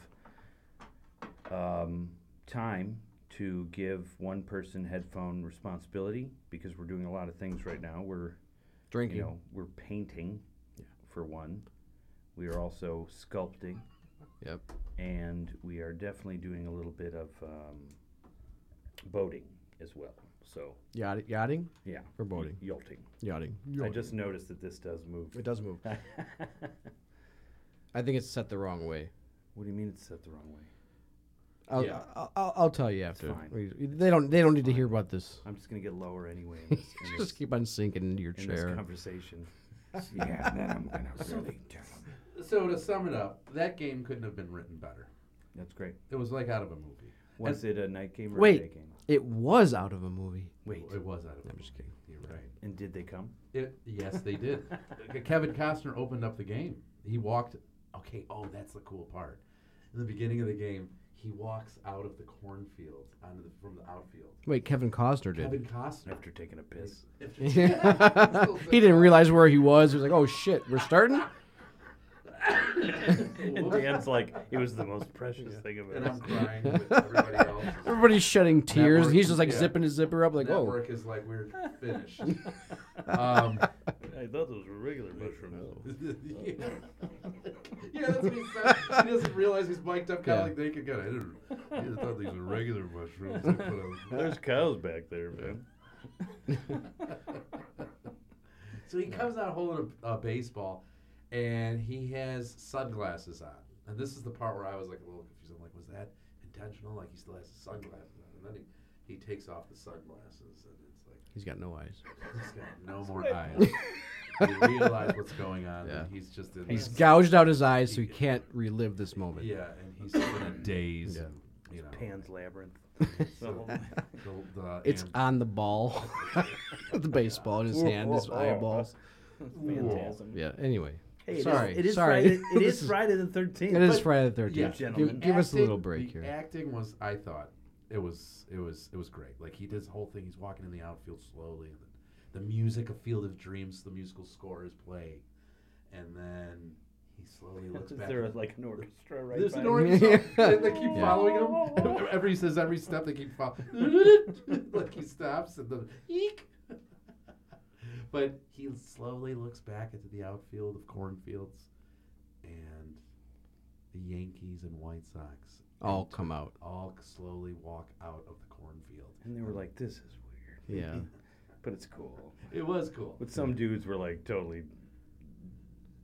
[SPEAKER 3] um, time to give one person headphone responsibility because we're doing a lot of things right now. We're
[SPEAKER 4] Drinking.
[SPEAKER 3] you know we're painting for one. We are also sculpting,
[SPEAKER 4] Yep.
[SPEAKER 3] and we are definitely doing a little bit of um, boating as well. So
[SPEAKER 4] Yacht, yachting
[SPEAKER 3] yeah,
[SPEAKER 4] or boating?
[SPEAKER 3] yachting.
[SPEAKER 4] Yachting.
[SPEAKER 3] I just noticed that this does move.
[SPEAKER 4] It does move.
[SPEAKER 3] what
[SPEAKER 4] I think it's set the wrong way.
[SPEAKER 3] do you mean it's set the wrong way?
[SPEAKER 4] I'll,
[SPEAKER 1] Yeah.
[SPEAKER 4] I'll, I'll, I'll tell you after.
[SPEAKER 3] fine.
[SPEAKER 4] We- They don't. They don't need to hear about this.
[SPEAKER 3] I'm just gonna get lower anyway. In this, in this,
[SPEAKER 4] Just keep on sinking into your
[SPEAKER 3] in this
[SPEAKER 4] chair.
[SPEAKER 3] conversation. yeah, then I'm gonna really tell 'em.
[SPEAKER 1] So to sum it up, that game couldn't have been written better.
[SPEAKER 3] That's great.
[SPEAKER 1] It was like out of a movie.
[SPEAKER 3] Was it a night game or a day
[SPEAKER 4] Wait,
[SPEAKER 3] game?
[SPEAKER 4] it was out of a movie.
[SPEAKER 3] Wait,
[SPEAKER 1] It was out of a
[SPEAKER 4] I'm
[SPEAKER 1] movie.
[SPEAKER 4] just kidding.
[SPEAKER 1] You're right.
[SPEAKER 3] and did they come?
[SPEAKER 1] It, yes, they did. Kevin Costner opened up the game. He walked. Okay, oh, that's the cool part. In the beginning of the game, he walks out of the cornfield onto the, from the outfield.
[SPEAKER 4] Wait, Kevin Costner did.
[SPEAKER 1] Kevin Costner.
[SPEAKER 3] After taking a piss.
[SPEAKER 4] he didn't realize where he was. He was like, "Oh shit, we're starting."
[SPEAKER 3] and Dan's like, it was the most precious thing of
[SPEAKER 1] And I'm
[SPEAKER 3] ever.
[SPEAKER 1] crying with everybody else.
[SPEAKER 4] Everybody's shedding tears, and
[SPEAKER 1] Network,
[SPEAKER 4] he's just like
[SPEAKER 1] yeah.
[SPEAKER 4] zipping his zipper up, like, "Oh,
[SPEAKER 1] Network is like, we're finished. um,
[SPEAKER 3] I thought those were regular mushrooms.
[SPEAKER 1] yeah. that's what he said. He doesn't realize he's mic'd up kind
[SPEAKER 4] Yeah.
[SPEAKER 1] of like naked gun. I didn't. I didn't thought these were regular mushrooms. I put on-
[SPEAKER 3] There's cows back there, man.
[SPEAKER 1] so he comes out holding a, a baseball, and he has sunglasses on. And this is the part where I was like a little confused. I'm like, was that intentional? Like he still has his sunglasses on, and then he, he takes off the sunglasses, and it's like.
[SPEAKER 4] he's got no eyes.
[SPEAKER 1] He's got no more eyes. you realize what's going on.
[SPEAKER 4] Yeah.
[SPEAKER 1] And he's just in
[SPEAKER 4] He's
[SPEAKER 1] this-
[SPEAKER 4] gouged out his eyes, so he can't relive this moment."
[SPEAKER 1] Yeah, and he's in a daze.
[SPEAKER 4] Yeah.
[SPEAKER 1] And, you know,
[SPEAKER 3] Pan's labyrinth.
[SPEAKER 1] so the, the
[SPEAKER 4] It's
[SPEAKER 1] amp-
[SPEAKER 4] on the ball, the baseball in his hand, his eyeballs.
[SPEAKER 3] Phantasm.
[SPEAKER 4] Yeah. Anyway,
[SPEAKER 3] Hey, it is-
[SPEAKER 4] sorry.
[SPEAKER 3] it is
[SPEAKER 4] sorry.
[SPEAKER 3] Friday. It
[SPEAKER 4] This
[SPEAKER 3] is Friday the thirteenth.
[SPEAKER 4] It is Friday the Thirteenth.
[SPEAKER 1] yeah.
[SPEAKER 4] give,
[SPEAKER 3] Gentlemen.
[SPEAKER 4] give us a little
[SPEAKER 1] acting-
[SPEAKER 4] break
[SPEAKER 1] the
[SPEAKER 4] here.
[SPEAKER 1] Acting was, I thought, it was, it was, it was great. Like he did his whole thing. He's walking in the outfield slowly, and the, the music of Field of Dreams, the musical score is playing, and then he slowly looks
[SPEAKER 3] Is
[SPEAKER 1] back.
[SPEAKER 3] there like an orchestra right
[SPEAKER 1] There's
[SPEAKER 3] by
[SPEAKER 1] an
[SPEAKER 3] him?
[SPEAKER 1] orchestra.
[SPEAKER 4] Yeah.
[SPEAKER 1] and they keep
[SPEAKER 4] Yeah.
[SPEAKER 1] following him. Every he says every step they keep following. like he stops and the eek. but he slowly looks back into the outfield of cornfields, and the Yankees and White Sox
[SPEAKER 4] All come out.
[SPEAKER 1] all slowly walk out of the cornfield.
[SPEAKER 3] And they were like, "This is weird."
[SPEAKER 4] Yeah.
[SPEAKER 3] But it's cool.
[SPEAKER 1] It was cool.
[SPEAKER 3] But some dudes were like totally.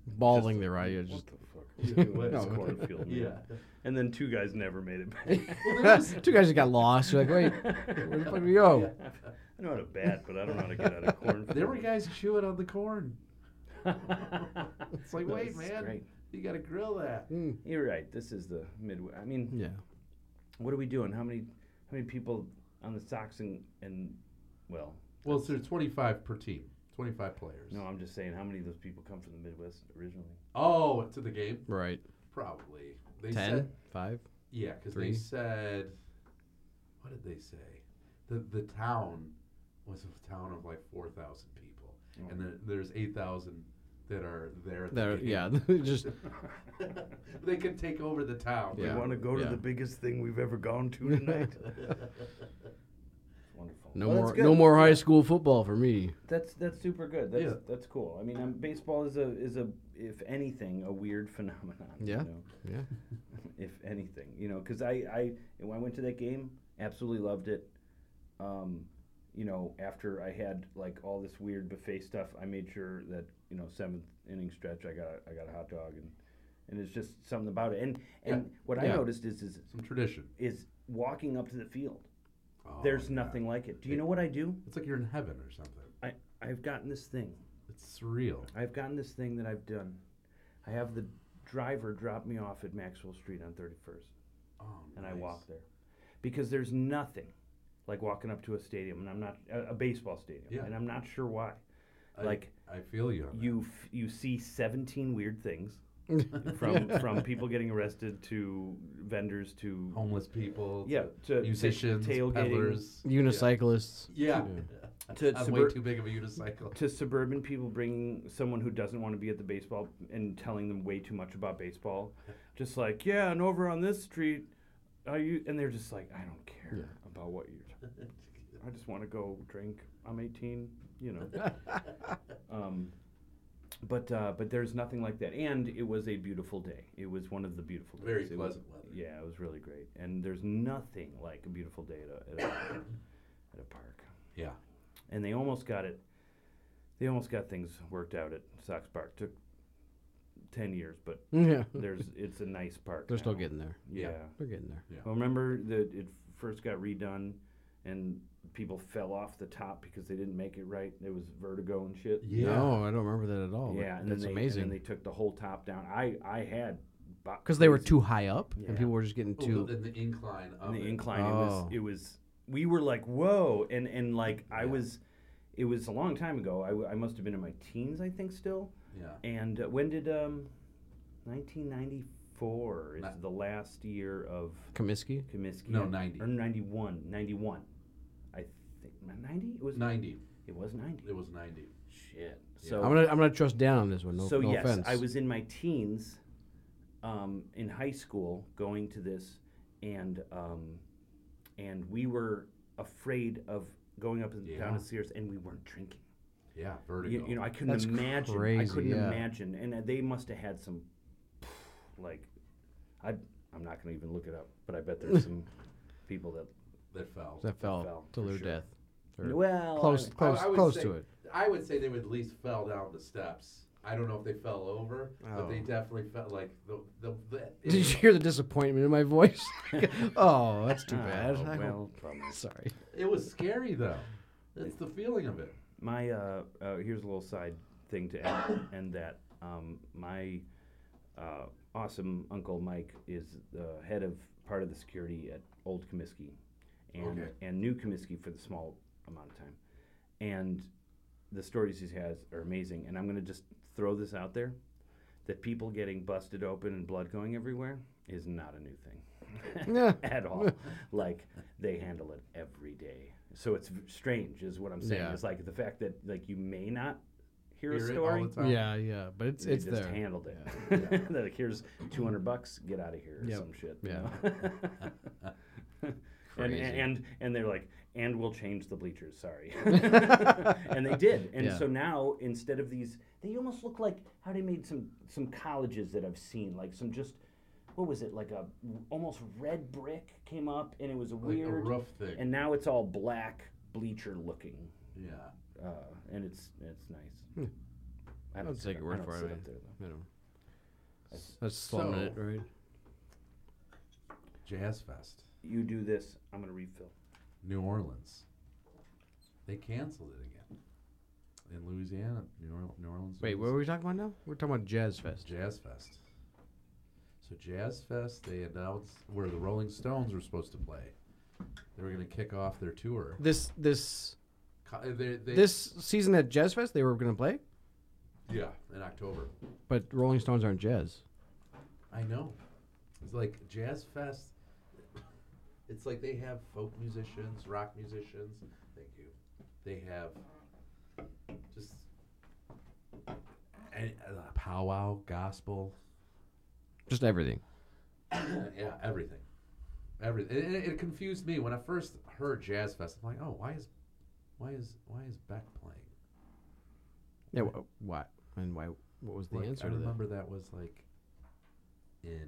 [SPEAKER 4] Balling their eyes.
[SPEAKER 3] What
[SPEAKER 4] Just
[SPEAKER 3] the
[SPEAKER 1] Yeah,
[SPEAKER 3] fuck? are you doing in this
[SPEAKER 4] no.
[SPEAKER 3] cornfield, man?"
[SPEAKER 1] Yeah.
[SPEAKER 3] And then two guys never made it back.
[SPEAKER 4] two guys just got lost. You're like, wait, where the fuck do we go?
[SPEAKER 3] I know how to bat, but I don't know how to get out of cornfield.
[SPEAKER 1] There were guys chewing on the corn. It's like,
[SPEAKER 3] No,
[SPEAKER 1] wait,
[SPEAKER 3] this is
[SPEAKER 1] man,
[SPEAKER 3] great.
[SPEAKER 1] you gotta grill that.
[SPEAKER 4] Mm.
[SPEAKER 3] You're right. This is the midway. I mean,
[SPEAKER 4] Yeah.
[SPEAKER 3] what are we doing? How many, how many people on the Sox and and, well,
[SPEAKER 1] Well, so there's 25 per team, 25 players.
[SPEAKER 3] no, I'm just saying, how many of those people come from the Midwest originally?
[SPEAKER 1] Oh, to the game?
[SPEAKER 4] Right.
[SPEAKER 1] Probably. They
[SPEAKER 4] Ten?
[SPEAKER 1] said
[SPEAKER 4] Five?
[SPEAKER 1] yeah, because
[SPEAKER 4] Three?
[SPEAKER 1] they said what did they say? The the town was a town of like 4,000 people, and there, there's 8,000 that are there. At the
[SPEAKER 4] Oh. There.
[SPEAKER 1] game.
[SPEAKER 4] Yeah. just
[SPEAKER 1] they could take over the town.
[SPEAKER 4] Yeah.
[SPEAKER 3] We want to go to
[SPEAKER 4] yeah.
[SPEAKER 3] the biggest thing we've ever gone to tonight. Wonderful.
[SPEAKER 4] no
[SPEAKER 3] Well,
[SPEAKER 4] more.
[SPEAKER 3] that's
[SPEAKER 4] No
[SPEAKER 3] good.
[SPEAKER 4] more high school football for me.
[SPEAKER 3] That's that's super good. That's
[SPEAKER 1] Yeah.
[SPEAKER 3] that's cool. I mean, um, baseball is a is a if anything a weird phenomenon.
[SPEAKER 4] Yeah.
[SPEAKER 3] You know?
[SPEAKER 4] Yeah.
[SPEAKER 3] if anything, you know, because I I when I went to that game, absolutely loved it. Um, you know, after I had like all this weird buffet stuff, I made sure that you know seventh inning stretch, I got a, I got a hot dog and and it's just something about it. And and what I
[SPEAKER 4] Yeah.
[SPEAKER 3] noticed is is
[SPEAKER 1] Some tradition.
[SPEAKER 3] is walking up to the field.
[SPEAKER 1] Oh,
[SPEAKER 3] There's
[SPEAKER 1] yeah.
[SPEAKER 3] nothing like it. Do you know what I do?
[SPEAKER 1] It's like you're in heaven or something.
[SPEAKER 3] I I've gotten this thing.
[SPEAKER 1] It's surreal.
[SPEAKER 3] I've gotten this thing that I've done. I have the driver drop me off at Maxwell Street on 31st,
[SPEAKER 1] Oh,
[SPEAKER 3] and I
[SPEAKER 1] nice.
[SPEAKER 3] walk there because there's nothing like walking up to a stadium, and I'm not a, a baseball stadium,
[SPEAKER 1] Yeah.
[SPEAKER 3] and I'm not sure why.
[SPEAKER 1] I-
[SPEAKER 3] like
[SPEAKER 1] I feel you. on that.
[SPEAKER 3] you, f- you see 17 weird things. from from people getting arrested to vendors to
[SPEAKER 1] homeless people,
[SPEAKER 3] yeah
[SPEAKER 1] to
[SPEAKER 3] to
[SPEAKER 1] musicians,
[SPEAKER 3] tailgating
[SPEAKER 1] peddlers,
[SPEAKER 4] Unicyclists.
[SPEAKER 1] Yeah.
[SPEAKER 3] to
[SPEAKER 1] I'm way
[SPEAKER 3] subvert-
[SPEAKER 1] too big of a unicycle.
[SPEAKER 3] to suburban people bringing someone who doesn't want to be at the baseball and telling them way too much about baseball just like yeah and over on this street are you and they're just like i don't care about what you're i just want to go drink i'm 18 you know um, but uh, but there's nothing like that and it was a beautiful day it was one of the beautiful days
[SPEAKER 1] Very
[SPEAKER 3] It was-
[SPEAKER 1] pleasant weather.
[SPEAKER 3] yeah it was really great and there's nothing like a beautiful day at a, at a, at a park
[SPEAKER 1] Yeah.
[SPEAKER 3] and they almost got it. They almost got things worked out at Sox Park. Took ten years, but
[SPEAKER 4] Yeah.
[SPEAKER 3] there's it's a nice park.
[SPEAKER 4] They're still
[SPEAKER 3] now.
[SPEAKER 4] getting there.
[SPEAKER 3] Yeah.
[SPEAKER 4] They're getting there.
[SPEAKER 3] Well, remember that it first got redone, and people fell off the top because they didn't make it right. There was vertigo and shit.
[SPEAKER 1] Yeah.
[SPEAKER 4] No, I don't remember that at all.
[SPEAKER 3] yeah,
[SPEAKER 4] Yeah,
[SPEAKER 3] and
[SPEAKER 4] that's
[SPEAKER 3] then they,
[SPEAKER 4] amazing.
[SPEAKER 3] And then they took the whole top down. I I had
[SPEAKER 4] Because they were too high up,
[SPEAKER 3] Yeah.
[SPEAKER 4] and people were just getting
[SPEAKER 1] Oh,
[SPEAKER 4] too.
[SPEAKER 1] the- and the incline of
[SPEAKER 3] on the
[SPEAKER 1] it.
[SPEAKER 3] incline.
[SPEAKER 4] Oh.
[SPEAKER 3] It was it was we were like whoa, and and like I
[SPEAKER 1] Yeah.
[SPEAKER 3] was, it was a long time ago. I, w- I must have been in my teens, I think, still.
[SPEAKER 1] Yeah.
[SPEAKER 3] And uh, when did um, 1994 is
[SPEAKER 1] Ni-
[SPEAKER 3] the last year of
[SPEAKER 4] Comiskey.
[SPEAKER 3] Comiskey?
[SPEAKER 1] No,
[SPEAKER 3] I-
[SPEAKER 1] 90.
[SPEAKER 3] Or 91. 91. I think. 90? It was,
[SPEAKER 1] Ninety.
[SPEAKER 3] it was 90.
[SPEAKER 1] It was ninety.
[SPEAKER 3] Shit.
[SPEAKER 1] Yeah.
[SPEAKER 3] So,
[SPEAKER 4] I'm gonna I'm gonna trust Dan on this one. No,
[SPEAKER 3] so
[SPEAKER 4] no
[SPEAKER 3] yes,
[SPEAKER 4] offense.
[SPEAKER 3] I was in my teens um, in high school going to this, and um, and we were afraid of going up and down
[SPEAKER 1] Yeah.
[SPEAKER 3] the stairs, and we weren't drinking.
[SPEAKER 1] Yeah. Vertigo.
[SPEAKER 3] You, you know, I couldn't
[SPEAKER 4] That's
[SPEAKER 3] imagine. I
[SPEAKER 4] crazy,
[SPEAKER 3] couldn't
[SPEAKER 4] yeah.
[SPEAKER 3] imagine, and uh, they must have had some, like, I I'm not gonna even look it up, but I bet there's some people that
[SPEAKER 1] that fell.
[SPEAKER 4] that fell,
[SPEAKER 3] fell,
[SPEAKER 4] to
[SPEAKER 3] for
[SPEAKER 4] their
[SPEAKER 3] sure.
[SPEAKER 4] death. Or
[SPEAKER 3] well
[SPEAKER 4] close,
[SPEAKER 3] I-
[SPEAKER 4] close,
[SPEAKER 1] I would
[SPEAKER 4] close
[SPEAKER 1] say-
[SPEAKER 4] to it.
[SPEAKER 1] I would say they would at least fell down the steps. I don't know if they fell over, but they
[SPEAKER 4] Oh.
[SPEAKER 1] definitely felt like the the. the
[SPEAKER 4] Did you hear the disappointment in my voice? oh, that's too
[SPEAKER 3] oh,
[SPEAKER 4] bad. I hope-
[SPEAKER 3] well, promise.
[SPEAKER 4] sorry.
[SPEAKER 1] It was scary though. That's the feeling of it.
[SPEAKER 3] my uh, uh, here's a little side thing to end, end that. Um, my uh, awesome uncle Mike is the head of part of the security at Old Comiskey, and
[SPEAKER 1] Okay.
[SPEAKER 3] and New Comiskey for the small amount of time, and the stories he has are amazing. And I'm gonna just throw this out there, that people getting busted open and blood going everywhere is not a new thing.
[SPEAKER 4] Yeah.
[SPEAKER 3] at all. like they handle it every day. So it's v- strange, is what I'm saying.
[SPEAKER 4] Yeah.
[SPEAKER 3] It's like the fact that like you may not hear,
[SPEAKER 1] Hear
[SPEAKER 3] a
[SPEAKER 1] it all
[SPEAKER 3] story.
[SPEAKER 1] the time.
[SPEAKER 4] Yeah, yeah, but it's
[SPEAKER 3] you
[SPEAKER 4] it's
[SPEAKER 3] just
[SPEAKER 4] there.
[SPEAKER 3] handled it. They're like here's 200 bucks, get out of here, or
[SPEAKER 4] Yep.
[SPEAKER 3] some shit. you
[SPEAKER 4] Yeah.
[SPEAKER 3] know? and, and
[SPEAKER 4] Crazy.
[SPEAKER 3] and and they're like, and we'll change the bleachers. Sorry. and they did. And
[SPEAKER 4] Yeah.
[SPEAKER 3] so now instead of these, they almost look like how they made some some colleges that I've seen, like some just. What was it like? A almost red brick came up, and it was a
[SPEAKER 1] Like
[SPEAKER 3] weird
[SPEAKER 1] a rough thing.
[SPEAKER 3] and now it's all black bleacher looking,
[SPEAKER 1] yeah.
[SPEAKER 3] uh, and it's it's nice. I
[SPEAKER 4] Hmm. I'll
[SPEAKER 3] sit
[SPEAKER 4] take
[SPEAKER 3] up-
[SPEAKER 4] your word
[SPEAKER 3] I don't
[SPEAKER 4] for it,
[SPEAKER 3] sit
[SPEAKER 4] man.
[SPEAKER 3] up there, though.
[SPEAKER 4] You know. That's slumming it, right?
[SPEAKER 1] Jazz Fest,
[SPEAKER 3] You do this, I'm gonna refill.
[SPEAKER 1] New Orleans. They canceled it again. In Louisiana, New, Orleans. New Orleans.
[SPEAKER 4] Wait, what
[SPEAKER 1] was-
[SPEAKER 4] were we talking about now? We're talking about Jazz Fest.
[SPEAKER 1] Jazz Fest. So Jazz Fest, they announced where the Rolling Stones were supposed to play. They were going to kick off their tour.
[SPEAKER 4] This this
[SPEAKER 1] Co- They, they,
[SPEAKER 4] this season at Jazz Fest they were gonna play,
[SPEAKER 1] yeah, in October.
[SPEAKER 4] but Rolling Stones aren't jazz.
[SPEAKER 1] I know. It's like Jazz Fest. It's like they have folk musicians, rock musicians. Thank you. They have just and, uh, powwow, gospel,
[SPEAKER 4] Just everything.
[SPEAKER 1] yeah, everything. Everything. It, it, it confused me when I first heard Jazz Fest. I'm like, oh, why is, why is, why is Beck playing?
[SPEAKER 4] Yeah. Wh- why and why? What was the
[SPEAKER 1] Like,
[SPEAKER 4] answer
[SPEAKER 1] I
[SPEAKER 4] to that?
[SPEAKER 1] remember that was like in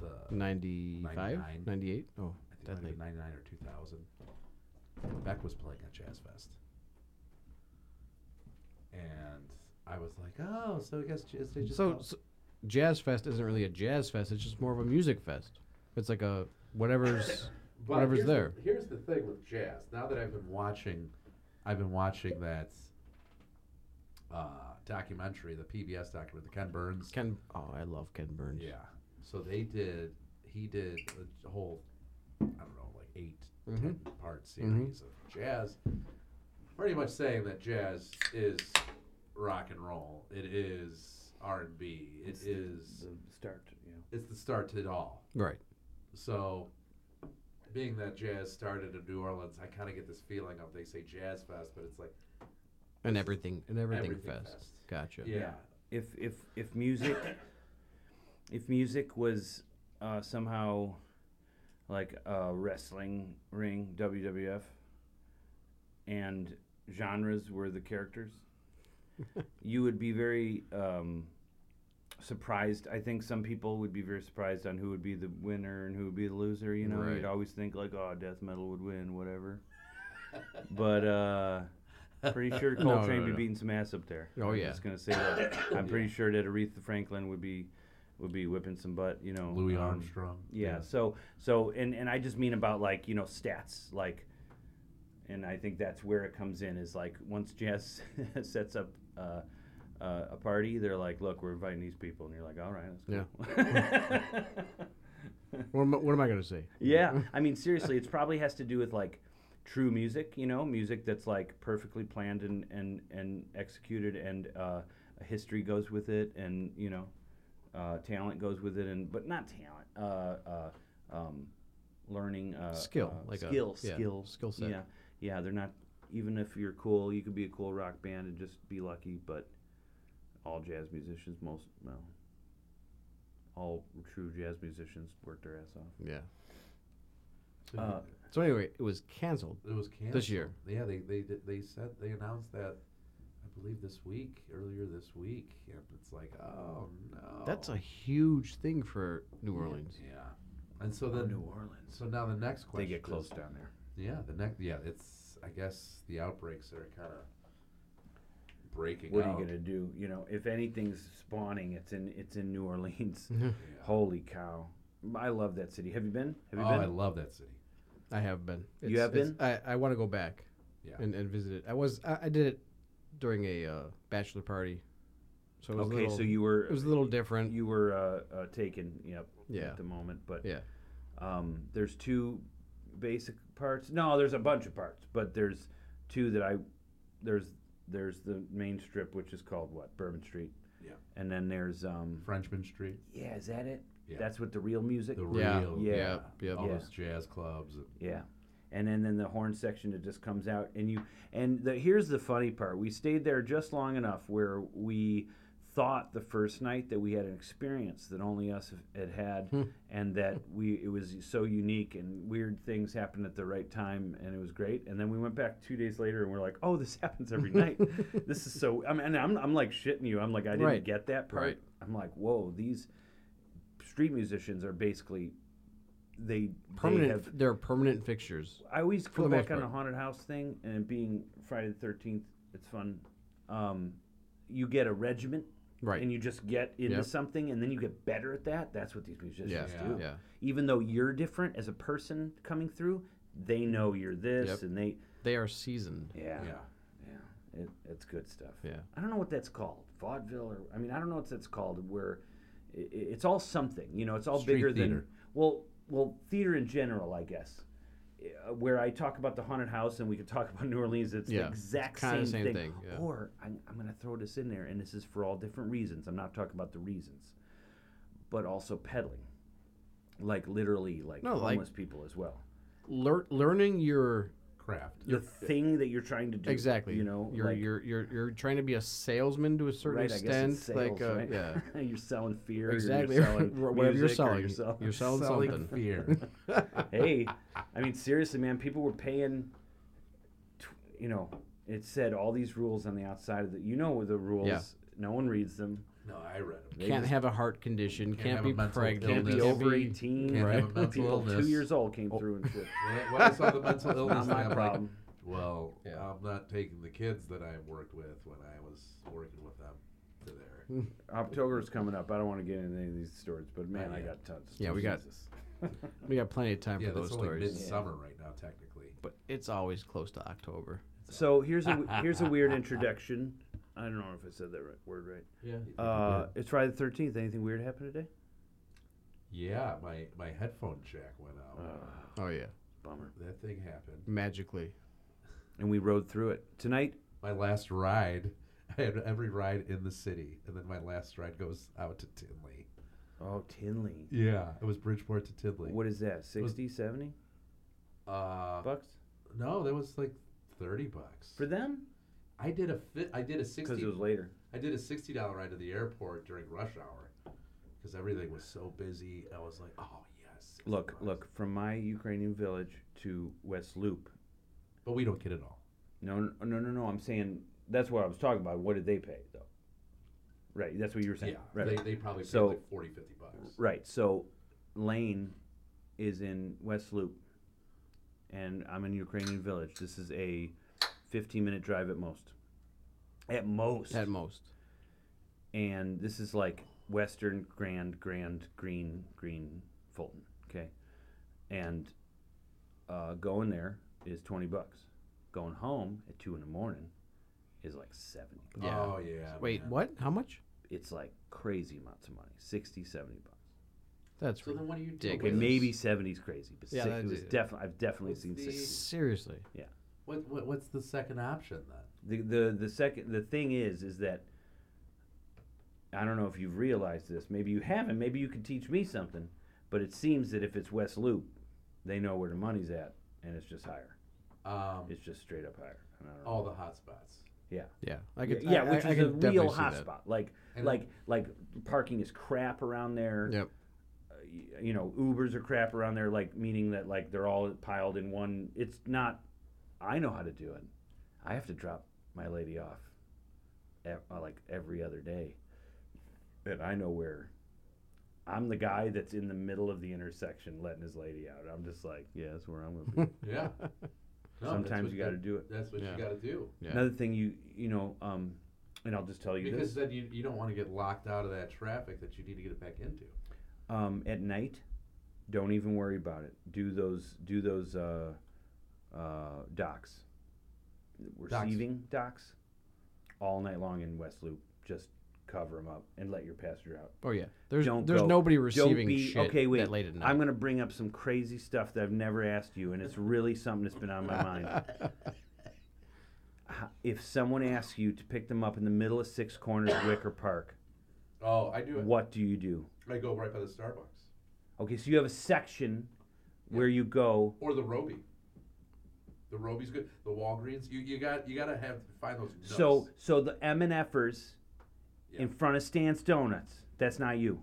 [SPEAKER 1] the
[SPEAKER 4] 95?
[SPEAKER 1] 99.
[SPEAKER 4] 98? Oh,
[SPEAKER 1] I think it might
[SPEAKER 4] that
[SPEAKER 1] have
[SPEAKER 4] late.
[SPEAKER 1] been 99 or 2000. Beck was playing at Jazz Fest. And I was like, oh, so I guess j- they just.
[SPEAKER 4] So,
[SPEAKER 1] call-
[SPEAKER 4] so Jazz Fest isn't really a jazz fest, it's just more of a music fest. It's like a whatever's
[SPEAKER 1] But
[SPEAKER 4] whatever's
[SPEAKER 1] here's
[SPEAKER 4] there.
[SPEAKER 1] The, here's the thing with jazz. Now that I've been watching, I've been watching that uh, documentary, the PBS documentary, the Ken Burns.
[SPEAKER 4] Ken Oh, I love Ken Burns.
[SPEAKER 1] Yeah. So they did. He did a whole, I don't know, like eight, ten
[SPEAKER 4] Mhm.
[SPEAKER 1] part series of jazz, pretty much saying that jazz is rock and roll. It is R and B. It
[SPEAKER 3] It's
[SPEAKER 1] is.
[SPEAKER 3] the start. Yeah.
[SPEAKER 1] It's the start to it all.
[SPEAKER 4] Right.
[SPEAKER 1] So being that jazz started in New Orleans, I kind of get this feeling of they say jazz fest, but it's like
[SPEAKER 4] and everything and everything,
[SPEAKER 1] Everything
[SPEAKER 4] fest.
[SPEAKER 1] fest.
[SPEAKER 4] Gotcha.
[SPEAKER 1] yeah,
[SPEAKER 3] If if if music, if music was uh, somehow like a wrestling ring, WWF, and genres were the characters, you would be very um, surprised. I think some people would be very surprised on who would be the winner and who would be the loser. You know,
[SPEAKER 4] Right.
[SPEAKER 3] you'd always think like, oh, death metal would win, whatever. but uh, pretty sure
[SPEAKER 4] No, no,
[SPEAKER 3] Coltrane
[SPEAKER 4] no,
[SPEAKER 3] be
[SPEAKER 4] no.
[SPEAKER 3] beating some ass up there.
[SPEAKER 4] Oh,
[SPEAKER 3] I'm
[SPEAKER 4] yeah.
[SPEAKER 3] just gonna say that. I'm pretty sure that Aretha Franklin would be would be whipping some butt. You know,
[SPEAKER 1] Louis
[SPEAKER 3] um,
[SPEAKER 1] Armstrong.
[SPEAKER 3] Yeah, So so and and I just mean about like you know stats like, and I think that's where it comes in is like once jazz sets up. Uh, uh, a party, they're like, "Look, we're inviting these people," and you're like, "All right, that's cool." Yeah.
[SPEAKER 4] What am, I- what am I gonna say?
[SPEAKER 3] Yeah, I mean seriously, it's probably has to do with like true music, you know, music that's like perfectly planned and and and executed, and uh, a history goes with it, and you know, uh, talent goes with it, and but not talent, uh, uh, um, learning, uh,
[SPEAKER 4] Skill,
[SPEAKER 3] uh,
[SPEAKER 4] like a-
[SPEAKER 3] skill,
[SPEAKER 4] yeah,
[SPEAKER 3] skill,
[SPEAKER 4] skill set.
[SPEAKER 3] Yeah, yeah, they're not. Even if you're cool, you could be a cool rock band and just be lucky, but all jazz musicians, most well, all true jazz musicians work their ass off.
[SPEAKER 4] Yeah.
[SPEAKER 1] So
[SPEAKER 3] Uh,
[SPEAKER 4] So anyway, it was canceled.
[SPEAKER 1] it was canceled
[SPEAKER 4] year.
[SPEAKER 1] Yeah, they they did- they said they announced that I believe this week, earlier this week, and it's like, oh no,
[SPEAKER 4] That's a huge thing for New Orleans.
[SPEAKER 1] yeah. And so then
[SPEAKER 3] New Orleans.
[SPEAKER 1] So now the next question.
[SPEAKER 3] They get close
[SPEAKER 1] Is,
[SPEAKER 3] down there.
[SPEAKER 1] yeah, the next. Yeah, it's. I guess the outbreaks are kind of breaking
[SPEAKER 3] What
[SPEAKER 1] out.
[SPEAKER 3] are you gonna do? You know, if anything's spawning, it's in it's in New Orleans.
[SPEAKER 1] Yeah.
[SPEAKER 3] Holy cow! I love that city. Have you been? Have you
[SPEAKER 1] oh, I
[SPEAKER 3] been?
[SPEAKER 1] love that city.
[SPEAKER 4] I have been.
[SPEAKER 3] You
[SPEAKER 4] It's,
[SPEAKER 3] have
[SPEAKER 4] it's- I, I want to go back.
[SPEAKER 1] Yeah.
[SPEAKER 4] And, and visit it. I was I, I did it during a uh, bachelor party, so it was a
[SPEAKER 3] okay,
[SPEAKER 4] little,
[SPEAKER 3] so you were
[SPEAKER 4] it was a little different.
[SPEAKER 3] you were uh, uh, taken, yep,
[SPEAKER 4] Yeah.
[SPEAKER 3] at the moment. But
[SPEAKER 4] Yeah.
[SPEAKER 3] um, there's two basic parts. No, there's a bunch of parts, but there's two that I there's there's the main strip which is called what Bourbon Street.
[SPEAKER 1] Yeah.
[SPEAKER 3] And then there's um
[SPEAKER 1] Frenchman Street,
[SPEAKER 3] yeah is that it?
[SPEAKER 1] Yeah.
[SPEAKER 3] That's with the real music.
[SPEAKER 1] the
[SPEAKER 4] Yeah,
[SPEAKER 1] real.
[SPEAKER 3] yeah,
[SPEAKER 4] yep.
[SPEAKER 1] All
[SPEAKER 3] Yeah.
[SPEAKER 1] those jazz clubs. and-
[SPEAKER 3] Yeah. And then, then the horn section it just comes out and you and the, here's the funny part. We stayed there just long enough where we thought the first night that we had an experience that only us had
[SPEAKER 4] Hmm.
[SPEAKER 3] had and that we it was so unique and weird things happened at the right time and it was great and then we went back 2 days later and we're like oh this happens every night this is so I mean and I'm I'm like shitting you I'm like I didn't
[SPEAKER 4] Right.
[SPEAKER 3] get that part
[SPEAKER 4] Right.
[SPEAKER 3] I'm like whoa these street musicians are basically they they
[SPEAKER 4] permanent.
[SPEAKER 3] have
[SPEAKER 4] they're permanent fixtures.
[SPEAKER 3] I always
[SPEAKER 4] For
[SPEAKER 3] go
[SPEAKER 4] the
[SPEAKER 3] back
[SPEAKER 4] most
[SPEAKER 3] on the
[SPEAKER 4] part.
[SPEAKER 3] haunted house thing, and it being Friday the Thirteenth, it's fun. Um, you get a regiment,
[SPEAKER 4] Right.
[SPEAKER 3] And you just get into
[SPEAKER 4] Yep.
[SPEAKER 3] something, and then you get better at that. That's what these musicians
[SPEAKER 4] Yeah.
[SPEAKER 1] Yeah.
[SPEAKER 3] do.
[SPEAKER 4] Yeah.
[SPEAKER 3] Even though you're different as a person coming through, they know you're this,
[SPEAKER 4] Yep.
[SPEAKER 3] and they,
[SPEAKER 4] They are seasoned.
[SPEAKER 3] yeah, yeah,
[SPEAKER 1] Yeah.
[SPEAKER 3] It, it's good stuff.
[SPEAKER 4] Yeah.
[SPEAKER 3] I don't know what that's called, vaudeville, or I mean, I don't know what that's called. Where i- i it's all something, you know, it's all
[SPEAKER 1] Street
[SPEAKER 3] bigger than
[SPEAKER 1] theater.
[SPEAKER 3] well, well, theater in general, I guess. Uh, Where I talk about the haunted house and we could talk about New Orleans, it's
[SPEAKER 4] Yeah,
[SPEAKER 3] the
[SPEAKER 4] it's
[SPEAKER 3] exact
[SPEAKER 4] kinda
[SPEAKER 3] same,
[SPEAKER 4] same
[SPEAKER 3] thing.
[SPEAKER 4] thing, yeah.
[SPEAKER 3] Or I'm, I'm going to throw this in there, and this is for all different reasons. I'm not talking about the reasons, but also peddling, like literally, like
[SPEAKER 4] No, like-
[SPEAKER 3] homeless people as well.
[SPEAKER 4] Lear- learning your
[SPEAKER 1] Craft.
[SPEAKER 3] The thing that you're trying to do,
[SPEAKER 4] exactly.
[SPEAKER 3] You know,
[SPEAKER 4] you're
[SPEAKER 3] like,
[SPEAKER 4] you're you're you're trying to be a salesman to a certain
[SPEAKER 3] right,
[SPEAKER 4] extent.
[SPEAKER 3] I guess it's sales,
[SPEAKER 4] like uh,
[SPEAKER 3] right?
[SPEAKER 4] yeah.
[SPEAKER 3] you're selling fear. or
[SPEAKER 4] Exactly.
[SPEAKER 3] You're selling
[SPEAKER 4] Whatever you're
[SPEAKER 3] music, or
[SPEAKER 4] selling,
[SPEAKER 3] You're selling
[SPEAKER 4] you're selling,
[SPEAKER 1] Selling
[SPEAKER 4] something.
[SPEAKER 1] fear.
[SPEAKER 3] hey, I mean, seriously, man, people were paying, tw- you know, it said all these rules on the outside of the, you know, the rules.
[SPEAKER 4] Yeah.
[SPEAKER 3] No one reads them.
[SPEAKER 1] no, I read them.
[SPEAKER 4] Can't have a heart condition.
[SPEAKER 1] Can't
[SPEAKER 4] Can't,
[SPEAKER 1] have a
[SPEAKER 4] be
[SPEAKER 1] mental
[SPEAKER 4] pregnant.
[SPEAKER 3] Can't be
[SPEAKER 1] Illness.
[SPEAKER 3] over
[SPEAKER 4] be-
[SPEAKER 3] 18.
[SPEAKER 1] Can't
[SPEAKER 4] Right.
[SPEAKER 1] have a mental
[SPEAKER 3] People
[SPEAKER 1] illness.
[SPEAKER 3] two years old
[SPEAKER 4] Oh.
[SPEAKER 3] came through and shit.
[SPEAKER 1] When I- when I saw the mental illness
[SPEAKER 3] Not
[SPEAKER 1] thing,
[SPEAKER 3] my
[SPEAKER 1] I'm like,
[SPEAKER 3] problem.
[SPEAKER 1] well,
[SPEAKER 4] Yeah.
[SPEAKER 1] I'm not taking the kids that I worked with when I was working with them to their
[SPEAKER 3] October's coming up. I don't want to get into any of these stories, but man,
[SPEAKER 1] Not
[SPEAKER 3] I
[SPEAKER 1] yet.
[SPEAKER 3] got tons.
[SPEAKER 4] Yeah, we got
[SPEAKER 1] Jesus.
[SPEAKER 4] we got plenty of time
[SPEAKER 1] Yeah,
[SPEAKER 4] for
[SPEAKER 1] that's
[SPEAKER 4] those
[SPEAKER 1] only
[SPEAKER 4] stories.
[SPEAKER 1] midsummer right now, technically.
[SPEAKER 4] But it's always close to October.
[SPEAKER 3] So here's a here's a weird introduction. I don't know if I said that right, word right.
[SPEAKER 4] Yeah.
[SPEAKER 3] Uh, it's Friday the thirteenth. Anything weird happened today?
[SPEAKER 1] Yeah, my my headphone jack went out.
[SPEAKER 4] Oh yeah.
[SPEAKER 3] Uh, Bummer.
[SPEAKER 1] that thing happened.
[SPEAKER 4] Magically.
[SPEAKER 3] And we rode through it tonight.
[SPEAKER 1] My last ride, I had every ride in the city, and then my last ride goes out to Tinley.
[SPEAKER 3] Oh, Tinley.
[SPEAKER 1] Yeah, it was Bridgeport to Tinley.
[SPEAKER 3] What is that?
[SPEAKER 1] was-
[SPEAKER 3] 60, 70?
[SPEAKER 1] Uh,
[SPEAKER 3] bucks
[SPEAKER 1] no, that was like thirty bucks.
[SPEAKER 3] for them
[SPEAKER 1] I did a fit. I did a
[SPEAKER 3] because
[SPEAKER 1] sixty.
[SPEAKER 3] it was later.
[SPEAKER 1] I did a sixty dollar ride to the airport during rush hour because everything was so busy. I was like, oh yes. 60
[SPEAKER 3] Look,
[SPEAKER 1] bucks."
[SPEAKER 3] look from my Ukrainian village to West Loop.
[SPEAKER 1] But we don't get it all.
[SPEAKER 3] No, no, no, no, no. I'm saying that's what I was talking about. What did they pay though? Right, that's what you were saying.
[SPEAKER 1] Yeah,
[SPEAKER 3] right.
[SPEAKER 1] they, they probably paid
[SPEAKER 3] So-
[SPEAKER 1] like 40, 50 bucks.
[SPEAKER 3] Right. So Lane is in West Loop, and I'm in Ukrainian Village. This is a 15 minute drive at most. At most.
[SPEAKER 4] at most.
[SPEAKER 3] and this is like Western Grand, Grand, Green, Green, Fulton. Okay. And uh, going there is 20 bucks. Going home at 2 in the morning is like 70.
[SPEAKER 4] Yeah.
[SPEAKER 1] Oh yeah.
[SPEAKER 4] Wait,
[SPEAKER 1] man.
[SPEAKER 4] what? How much?
[SPEAKER 3] It's like crazy amounts of money 60, 70 bucks.
[SPEAKER 4] That's
[SPEAKER 1] So then what do you do?
[SPEAKER 4] Dick.
[SPEAKER 3] Okay,
[SPEAKER 4] Ridiculous.
[SPEAKER 3] maybe 70 is crazy, but
[SPEAKER 4] Yeah,
[SPEAKER 3] 60
[SPEAKER 4] that
[SPEAKER 3] was
[SPEAKER 4] is-
[SPEAKER 3] definitely, I've definitely seen
[SPEAKER 1] Let's
[SPEAKER 3] 60.
[SPEAKER 1] see.
[SPEAKER 4] seriously.
[SPEAKER 1] What, what what's the second option then?
[SPEAKER 3] the the the second the thing is is that I don't know if you've realized this. Maybe you haven't. Maybe you could teach me something. But it seems that if it's West Loop, they know where the money's at, and it's just higher.
[SPEAKER 1] Um,
[SPEAKER 3] It's just straight up higher. And I don't know.
[SPEAKER 1] all the hot spots.
[SPEAKER 3] Yeah.
[SPEAKER 4] Yeah, Oh, I could.
[SPEAKER 3] yeah,
[SPEAKER 4] I-
[SPEAKER 3] which
[SPEAKER 4] I- I
[SPEAKER 3] is
[SPEAKER 4] could
[SPEAKER 3] a
[SPEAKER 4] definitely
[SPEAKER 3] real
[SPEAKER 4] see
[SPEAKER 3] hot
[SPEAKER 4] that.
[SPEAKER 3] spot. Like,
[SPEAKER 1] And-
[SPEAKER 3] like, like parking is crap around there.
[SPEAKER 4] Yep.
[SPEAKER 3] Uh, y- you know, Ubers are crap around there. Like, meaning that like they're all piled in one. It's not. I know how to do it. I have to drop my lady off, ev- uh, like every other day, and I know where. I'm the guy that's in the middle of the intersection letting his lady out. I'm just like, yeah, that's where I'm gonna be.
[SPEAKER 1] Yeah. No, that's
[SPEAKER 3] Sometimes
[SPEAKER 1] what
[SPEAKER 3] you got to
[SPEAKER 1] that-
[SPEAKER 3] do it.
[SPEAKER 1] That's what
[SPEAKER 4] Yeah.
[SPEAKER 1] you got to do.
[SPEAKER 4] Yeah.
[SPEAKER 3] Another thing, you you know, um, and I'll just tell you this.
[SPEAKER 1] Because then you, you don't want to get locked out of that traffic that you need to get it back into.
[SPEAKER 3] um, at night. Don't even worry about it. Do those do those uh, uh, docks, receiving docks. all night long in West Loop. Just cover them up and let your passenger out.
[SPEAKER 4] Oh yeah. There's
[SPEAKER 3] Don't
[SPEAKER 4] there's
[SPEAKER 3] go.
[SPEAKER 4] nobody
[SPEAKER 3] Don't
[SPEAKER 4] receiving
[SPEAKER 3] be
[SPEAKER 4] shit
[SPEAKER 3] okay. Wait,
[SPEAKER 4] that late at night.
[SPEAKER 3] I'm gonna bring up some crazy stuff that I've never asked you, and it's really something that's been on my mind. H- If someone asks you to pick them up in the middle of Six Corners Wicker Park,
[SPEAKER 1] Oh, I do it.
[SPEAKER 3] what do you do?
[SPEAKER 1] I go right by the Starbucks
[SPEAKER 3] Okay, so you have a section where you go
[SPEAKER 1] or the Roby. The Roby's good. The Walgreens. You, you got you got to have find those. nooks.
[SPEAKER 3] So so the M and Fers
[SPEAKER 1] Yeah.
[SPEAKER 3] in front of Stan's Donuts. That's not you.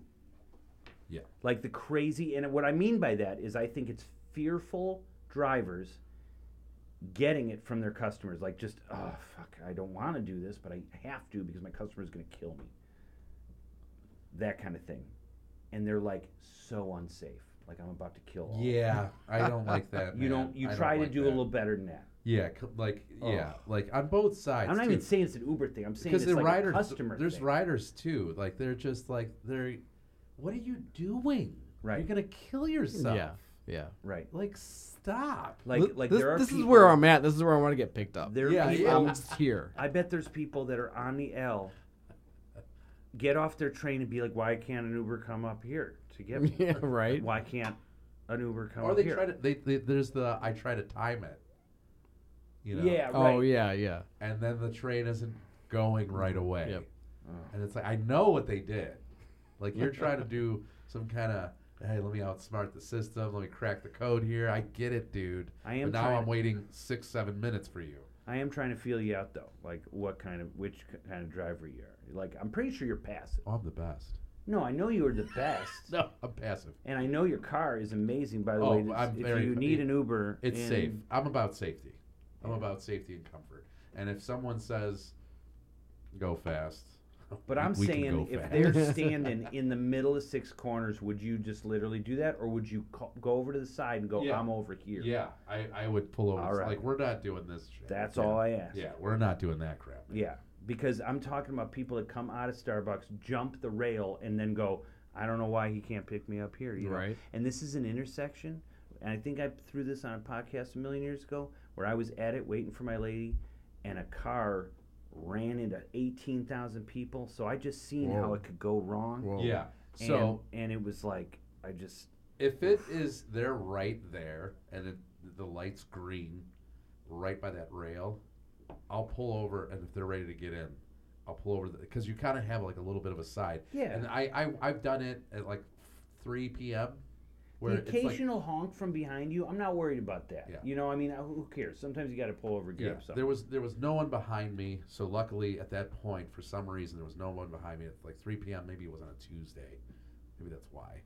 [SPEAKER 1] Yeah.
[SPEAKER 3] Like the crazy and what I mean by that is I think it's fearful drivers getting it from their customers. Like just oh fuck, I don't want to do this, but I have to because my customer's gonna kill me. That kind of thing. And they're like so unsafe. Like I'm about to kill all of them.
[SPEAKER 1] Yeah, I don't like that. man.
[SPEAKER 3] You don't you
[SPEAKER 1] I
[SPEAKER 3] try to
[SPEAKER 1] like
[SPEAKER 3] do
[SPEAKER 1] that.
[SPEAKER 3] a little better than that.
[SPEAKER 1] Yeah, c- like yeah, like on both sides.
[SPEAKER 3] I'm not
[SPEAKER 1] too.
[SPEAKER 3] even saying it's an Uber thing. I'm saying
[SPEAKER 1] because
[SPEAKER 3] it's
[SPEAKER 1] the
[SPEAKER 3] like
[SPEAKER 1] riders,
[SPEAKER 3] a customer
[SPEAKER 1] there's
[SPEAKER 3] thing.
[SPEAKER 1] riders too. Like they're just like they're, what are you doing?
[SPEAKER 3] Right.
[SPEAKER 1] you're gonna kill yourself.
[SPEAKER 4] Yeah. Yeah.
[SPEAKER 3] right.
[SPEAKER 1] like stop.
[SPEAKER 3] Like
[SPEAKER 4] Th-
[SPEAKER 3] like
[SPEAKER 4] this,
[SPEAKER 3] there are
[SPEAKER 4] this
[SPEAKER 3] people,
[SPEAKER 4] is where I'm at. This is where I want to get picked up.
[SPEAKER 3] there are
[SPEAKER 1] Yeah,
[SPEAKER 3] people,
[SPEAKER 1] yeah.
[SPEAKER 4] I'm here.
[SPEAKER 3] I bet there's people that are on the L get off their train and be like, Why can't an Uber come up here to get me?
[SPEAKER 4] yeah. Right.
[SPEAKER 3] Why can't an Uber come
[SPEAKER 1] or
[SPEAKER 3] up
[SPEAKER 1] they
[SPEAKER 3] here?
[SPEAKER 1] try to. They, they there's the I try to time it. You know.
[SPEAKER 3] Yeah, right.
[SPEAKER 4] Oh yeah. Yeah.
[SPEAKER 1] And then the train isn't going right away.
[SPEAKER 4] Yep.
[SPEAKER 3] Oh.
[SPEAKER 1] And it's like I know what they did. Like you're trying to do some kind of hey, let me outsmart the system. Let me crack the code here. I get it, dude.
[SPEAKER 3] I am
[SPEAKER 1] But now
[SPEAKER 3] trying-
[SPEAKER 1] I'm waiting six seven minutes for you.
[SPEAKER 3] I am trying to feel you out though. Like what kind of which kind of driver you are. Like I'm pretty sure you're passive.
[SPEAKER 1] Oh, I'm the best.
[SPEAKER 3] No, I know you are the best.
[SPEAKER 1] No, I'm passive.
[SPEAKER 3] And I know your car is amazing by the
[SPEAKER 1] Oh,
[SPEAKER 3] way. It's-
[SPEAKER 1] I'm
[SPEAKER 3] if
[SPEAKER 1] very-
[SPEAKER 3] you need an Uber
[SPEAKER 1] It's
[SPEAKER 3] in-
[SPEAKER 1] safe. I'm about safety. I'm about safety and comfort. And if someone says, "Go fast,"
[SPEAKER 3] But I'm
[SPEAKER 1] we can
[SPEAKER 3] saying
[SPEAKER 1] go
[SPEAKER 3] if
[SPEAKER 1] fast.
[SPEAKER 3] they're standing in the middle of six corners, would you just literally do that, or would you co- go over to the side and go,
[SPEAKER 1] Yeah.
[SPEAKER 3] "I'm over here"?
[SPEAKER 1] yeah, I, I would pull over.
[SPEAKER 3] All
[SPEAKER 1] It's
[SPEAKER 3] right.
[SPEAKER 1] Like we're not doing this. Shit.
[SPEAKER 3] That's
[SPEAKER 1] Yeah.
[SPEAKER 3] all I ask.
[SPEAKER 1] Yeah, we're not doing that crap.
[SPEAKER 3] Yeah, because I'm talking about people that come out of Starbucks, jump the rail, and then go, "I don't know why he can't pick me up here." You know?
[SPEAKER 4] Right.
[SPEAKER 3] And this is an intersection, and I think I threw this on a podcast a million years ago, where I was at it waiting for my lady, and a car ran into eighteen thousand people. So I just seen how
[SPEAKER 4] Whoa.
[SPEAKER 3] it could go wrong.
[SPEAKER 4] Whoa.
[SPEAKER 1] Yeah.
[SPEAKER 3] And,
[SPEAKER 1] So
[SPEAKER 3] and it was like I just
[SPEAKER 1] if it is they're right there and it, the light's green right by that rail i'll pull over and if they're ready to get in i'll pull over because you kind of have like a little bit of a side
[SPEAKER 3] Yeah.
[SPEAKER 1] and I, I i've done it at like 3 p.m Where
[SPEAKER 3] the
[SPEAKER 1] it's like-
[SPEAKER 3] occasional honk from behind you, I'm not worried about that.
[SPEAKER 1] Yeah.
[SPEAKER 3] You know, I mean, uh, who cares? Sometimes you got to pull over, get
[SPEAKER 1] Yeah,
[SPEAKER 3] up something.
[SPEAKER 1] there was there was no one behind me. So luckily, at that point, for some reason, there was no one behind me. At like 3 p.m., maybe it was on a Tuesday, maybe that's why.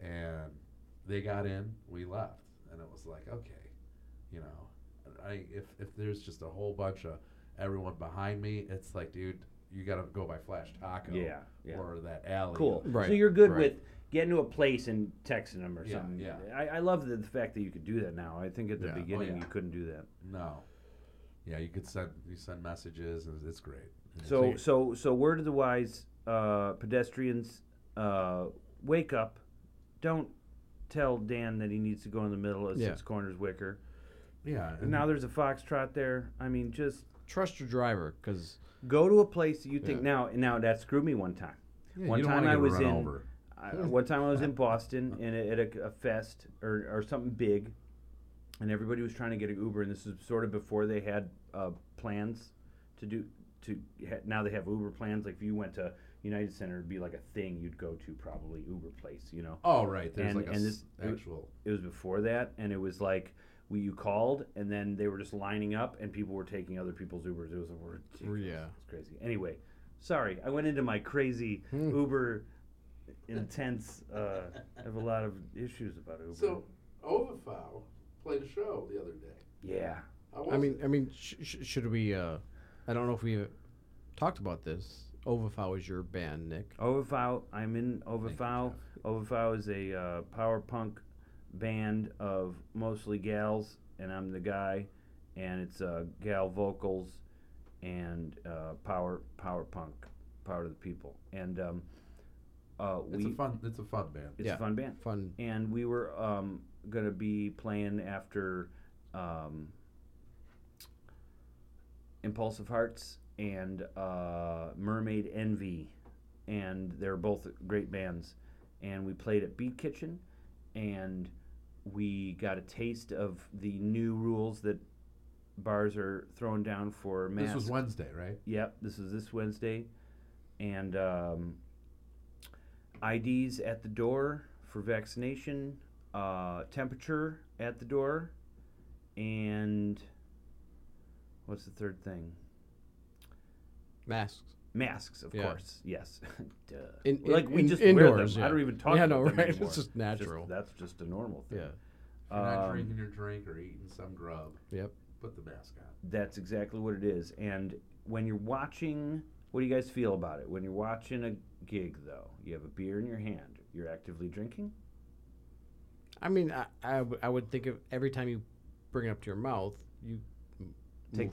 [SPEAKER 1] And they got in, we left, and it was like, okay, you know, I if if there's just a whole bunch of everyone behind me, it's like, dude, you gotta go by Flash Taco,
[SPEAKER 3] Yeah, yeah.
[SPEAKER 1] or that alley,
[SPEAKER 3] Cool.
[SPEAKER 4] Right,
[SPEAKER 3] So you're good
[SPEAKER 4] right.
[SPEAKER 3] with getting to a place and texting them or
[SPEAKER 1] Yeah,
[SPEAKER 3] something.
[SPEAKER 1] yeah.
[SPEAKER 3] I, I love the, the fact that you could do that now. I think at the
[SPEAKER 1] Yeah, oh,
[SPEAKER 3] beginning
[SPEAKER 1] yeah.
[SPEAKER 3] you couldn't do that.
[SPEAKER 1] No, yeah, you could send you send messages, and it's great. And
[SPEAKER 3] So
[SPEAKER 1] you-
[SPEAKER 3] so so word of the wise, uh, pedestrians, uh, wake up! Don't tell Dan that he needs to go in the middle of
[SPEAKER 4] Yeah.
[SPEAKER 3] Six Corners Wicker.
[SPEAKER 1] yeah,
[SPEAKER 3] And now there's a foxtrot there. I mean, just
[SPEAKER 4] Trust your driver, because
[SPEAKER 3] go to a place that you think
[SPEAKER 4] Yeah.
[SPEAKER 3] now. Now that screwed me one time.
[SPEAKER 1] yeah,
[SPEAKER 3] one
[SPEAKER 1] you don't
[SPEAKER 3] time
[SPEAKER 1] wanna
[SPEAKER 3] I
[SPEAKER 1] get
[SPEAKER 3] was
[SPEAKER 1] run
[SPEAKER 3] in-
[SPEAKER 1] Over.
[SPEAKER 3] I, one time I was in Boston and at a, a fest or, or something big, and everybody was trying to get an Uber, and this is sort of before they had uh, plans to do. To ha- now they have Uber plans. Like if you went to United Center, it'd be like a thing you'd go to probably Uber place. You know,
[SPEAKER 1] Oh right, there's
[SPEAKER 3] And-
[SPEAKER 1] like a
[SPEAKER 3] and
[SPEAKER 1] s-
[SPEAKER 3] this-
[SPEAKER 1] actual.
[SPEAKER 3] it was before that, and it was like. We, you called and then they were just lining up and people were taking other people's Ubers. It was ridiculous.
[SPEAKER 4] Yeah.
[SPEAKER 3] It's crazy. Anyway, sorry, I went into my crazy
[SPEAKER 1] Hmm.
[SPEAKER 3] Uber intense. Uh, I have a lot of issues about Uber.
[SPEAKER 1] So Overfow played a show the other day.
[SPEAKER 3] yeah,
[SPEAKER 1] How was
[SPEAKER 4] I mean,
[SPEAKER 1] it?
[SPEAKER 4] I mean, sh- sh- should we? Uh, I don't know if we talked about this. Overfow is your band, Nick.
[SPEAKER 3] Overfow. I'm in Overfow.
[SPEAKER 1] Jeff.
[SPEAKER 3] Overfow is a uh, power punk band of mostly gals, and I'm the guy. And it's uh, gal vocals and uh, power power punk, power to the people. And um, uh,
[SPEAKER 1] it's
[SPEAKER 3] we
[SPEAKER 1] a fun. It's a fun band.
[SPEAKER 3] it's
[SPEAKER 4] yeah.
[SPEAKER 3] a fun band.
[SPEAKER 4] Fun.
[SPEAKER 3] and we were um, gonna be playing after um, Impulsive Hearts and uh, Mermaid Envy, and they're both great bands. And we played at Beat Kitchen, and we got a taste of the new rules that bars are throwing down for masks.
[SPEAKER 1] This was Wednesday, right?
[SPEAKER 3] Yep, this is this Wednesday, and um, IDs at the door for vaccination, uh, temperature at the door, and what's the third thing?
[SPEAKER 4] Masks.
[SPEAKER 3] Masks, of
[SPEAKER 4] Yeah.
[SPEAKER 3] course. Yes. Duh.
[SPEAKER 4] In-
[SPEAKER 3] like
[SPEAKER 4] in-
[SPEAKER 3] we
[SPEAKER 4] in-
[SPEAKER 3] just wear
[SPEAKER 4] indoors,
[SPEAKER 3] them.
[SPEAKER 4] yeah.
[SPEAKER 3] I don't even talk
[SPEAKER 4] Yeah,
[SPEAKER 3] about
[SPEAKER 4] no,
[SPEAKER 3] them
[SPEAKER 4] right,
[SPEAKER 3] anymore.
[SPEAKER 4] it's just
[SPEAKER 3] It's
[SPEAKER 4] natural.
[SPEAKER 3] that's just a normal thing.
[SPEAKER 4] Yeah.
[SPEAKER 1] If you're not
[SPEAKER 3] Um,
[SPEAKER 1] drinking your drink or eating some grub.
[SPEAKER 4] Yep.
[SPEAKER 1] Put the mask on.
[SPEAKER 3] That's exactly what it is. And when you're watching, what do you guys feel about it? When you're watching a gig, though, you have a beer in your hand, you're actively drinking.
[SPEAKER 4] I mean, I, I, w- I would think of every time you bring it up to your mouth, you m-
[SPEAKER 3] Take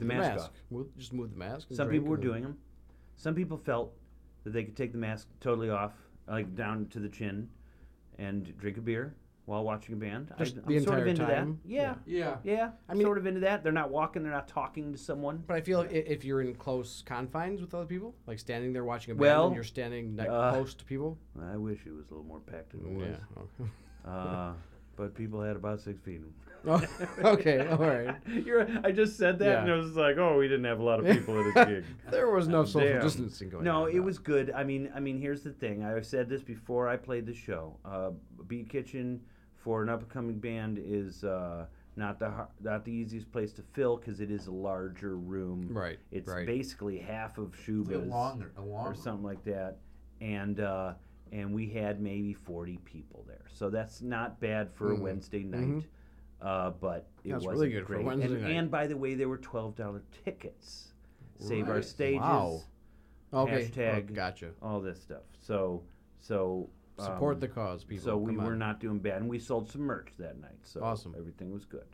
[SPEAKER 4] move
[SPEAKER 3] the mask off.
[SPEAKER 4] Move, just move the mask. and
[SPEAKER 3] Some
[SPEAKER 4] drink
[SPEAKER 3] people were
[SPEAKER 4] and then-
[SPEAKER 3] doing them. Some people felt that they could take the mask totally off, like down to the chin, and drink a beer while watching a band.
[SPEAKER 4] Just
[SPEAKER 3] I,
[SPEAKER 4] the
[SPEAKER 3] I'm sort of
[SPEAKER 4] entire
[SPEAKER 3] into
[SPEAKER 4] time?
[SPEAKER 3] that. Yeah,
[SPEAKER 1] Yeah.
[SPEAKER 3] yeah.
[SPEAKER 4] I
[SPEAKER 3] I
[SPEAKER 4] mean-
[SPEAKER 3] sort of into that. They're not walking. They're not talking to someone.
[SPEAKER 4] But I feel i if you're in close confines with other people, like standing there watching a band,
[SPEAKER 3] Well,
[SPEAKER 4] and you're standing ne-
[SPEAKER 3] uh,
[SPEAKER 4] close to people.
[SPEAKER 3] I wish it was a little more packed than it was.
[SPEAKER 4] Yeah. oh. okay.
[SPEAKER 3] Uh, but people had about six feet.
[SPEAKER 4] Oh, okay. All right.
[SPEAKER 3] You're, I just said that, and
[SPEAKER 4] Yeah.
[SPEAKER 3] I was like, "Oh, we didn't have a lot of people at this gig."
[SPEAKER 4] There was no social
[SPEAKER 3] Damn.
[SPEAKER 4] distancing going on.
[SPEAKER 3] No, it
[SPEAKER 4] no.
[SPEAKER 3] was good. I mean, I mean, here's the thing. I've said this before. I played the show. Uh, Beat Kitchen for an upcoming band is uh, not the har- not the easiest place to fill because it is a larger room.
[SPEAKER 4] Right,
[SPEAKER 3] It's
[SPEAKER 4] right.
[SPEAKER 3] basically half of Shuba's
[SPEAKER 1] A longer. A longer.
[SPEAKER 3] or something like that, and uh, and we had maybe forty people there. So that's not bad for a Wednesday night, uh, but it
[SPEAKER 4] Mm-hmm. That's
[SPEAKER 3] wasn't
[SPEAKER 4] really good for
[SPEAKER 3] great.
[SPEAKER 4] Wednesday
[SPEAKER 3] and,
[SPEAKER 4] night.
[SPEAKER 3] and by the way, there were twelve dollar tickets. Save our
[SPEAKER 1] Right.
[SPEAKER 3] stages.
[SPEAKER 4] Wow. okay. oh,
[SPEAKER 3] hashtag- um,
[SPEAKER 4] gotcha.
[SPEAKER 3] All this stuff. So so um,
[SPEAKER 4] Support the cause, people.
[SPEAKER 3] So we
[SPEAKER 4] Come on.
[SPEAKER 3] were not doing bad, and we sold some merch that night. So
[SPEAKER 4] Awesome.
[SPEAKER 3] everything was good.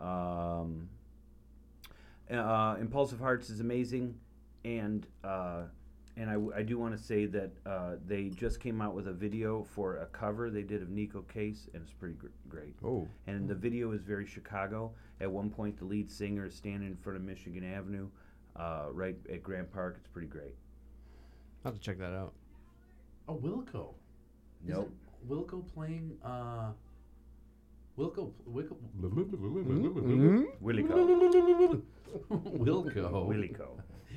[SPEAKER 3] Um, uh, Impulsive Hearts is amazing, and uh, and I, w- I do want to say that uh, they just came out with a video for a cover they did of Nico Case, and it's pretty gr- great.
[SPEAKER 4] Oh.
[SPEAKER 3] And the video is very Chicago. At one point, the lead singer is standing in front of Michigan Avenue, uh, right at Grand Park. It's pretty great.
[SPEAKER 4] I'll have to check that out.
[SPEAKER 1] Oh, Wilco.
[SPEAKER 3] Nope.
[SPEAKER 1] Isn't Wilco playing. Uh, Wilco. Wilco.
[SPEAKER 3] Willico. Mm-hmm.
[SPEAKER 1] Wilco.
[SPEAKER 3] Willico.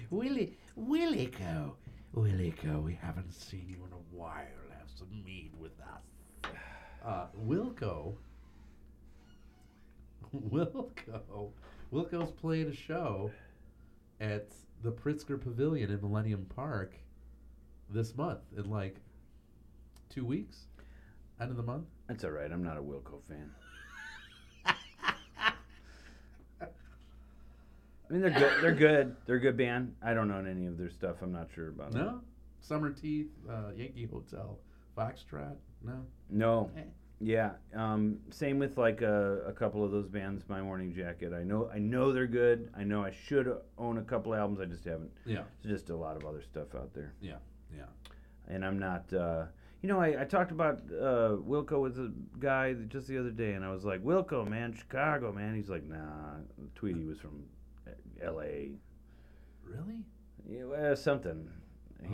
[SPEAKER 1] Willy, Willico, Willico, we haven't seen you in a while. Have some mead with us. Uh, Wilco. Wilco. Wilco's playing a show at the Pritzker Pavilion in Millennium Park this month in like two weeks, end of the month.
[SPEAKER 3] That's all right. I'm not a Wilco fan. I mean, they're good. They're good. They're a good band. I don't own any of their stuff. I'm not sure about them.
[SPEAKER 1] No, Summer Teeth, uh, Yankee Hotel, Foxtrot. No,
[SPEAKER 3] No.
[SPEAKER 1] Eh.
[SPEAKER 3] Yeah. Um, same with like a, a couple of those bands. My Morning Jacket. I know. I know they're good. I know I should own a couple albums. I just haven't.
[SPEAKER 1] yeah,
[SPEAKER 3] There's just a lot of other stuff out there.
[SPEAKER 1] yeah, yeah.
[SPEAKER 3] and I'm not. Uh, you know, I, I talked about uh, Wilco with a guy just the other day, and I was like, Wilco, man, Chicago, man. He's like, nah, Tweety was from uh, L.A.
[SPEAKER 1] Really?
[SPEAKER 3] Yeah, well, something. He,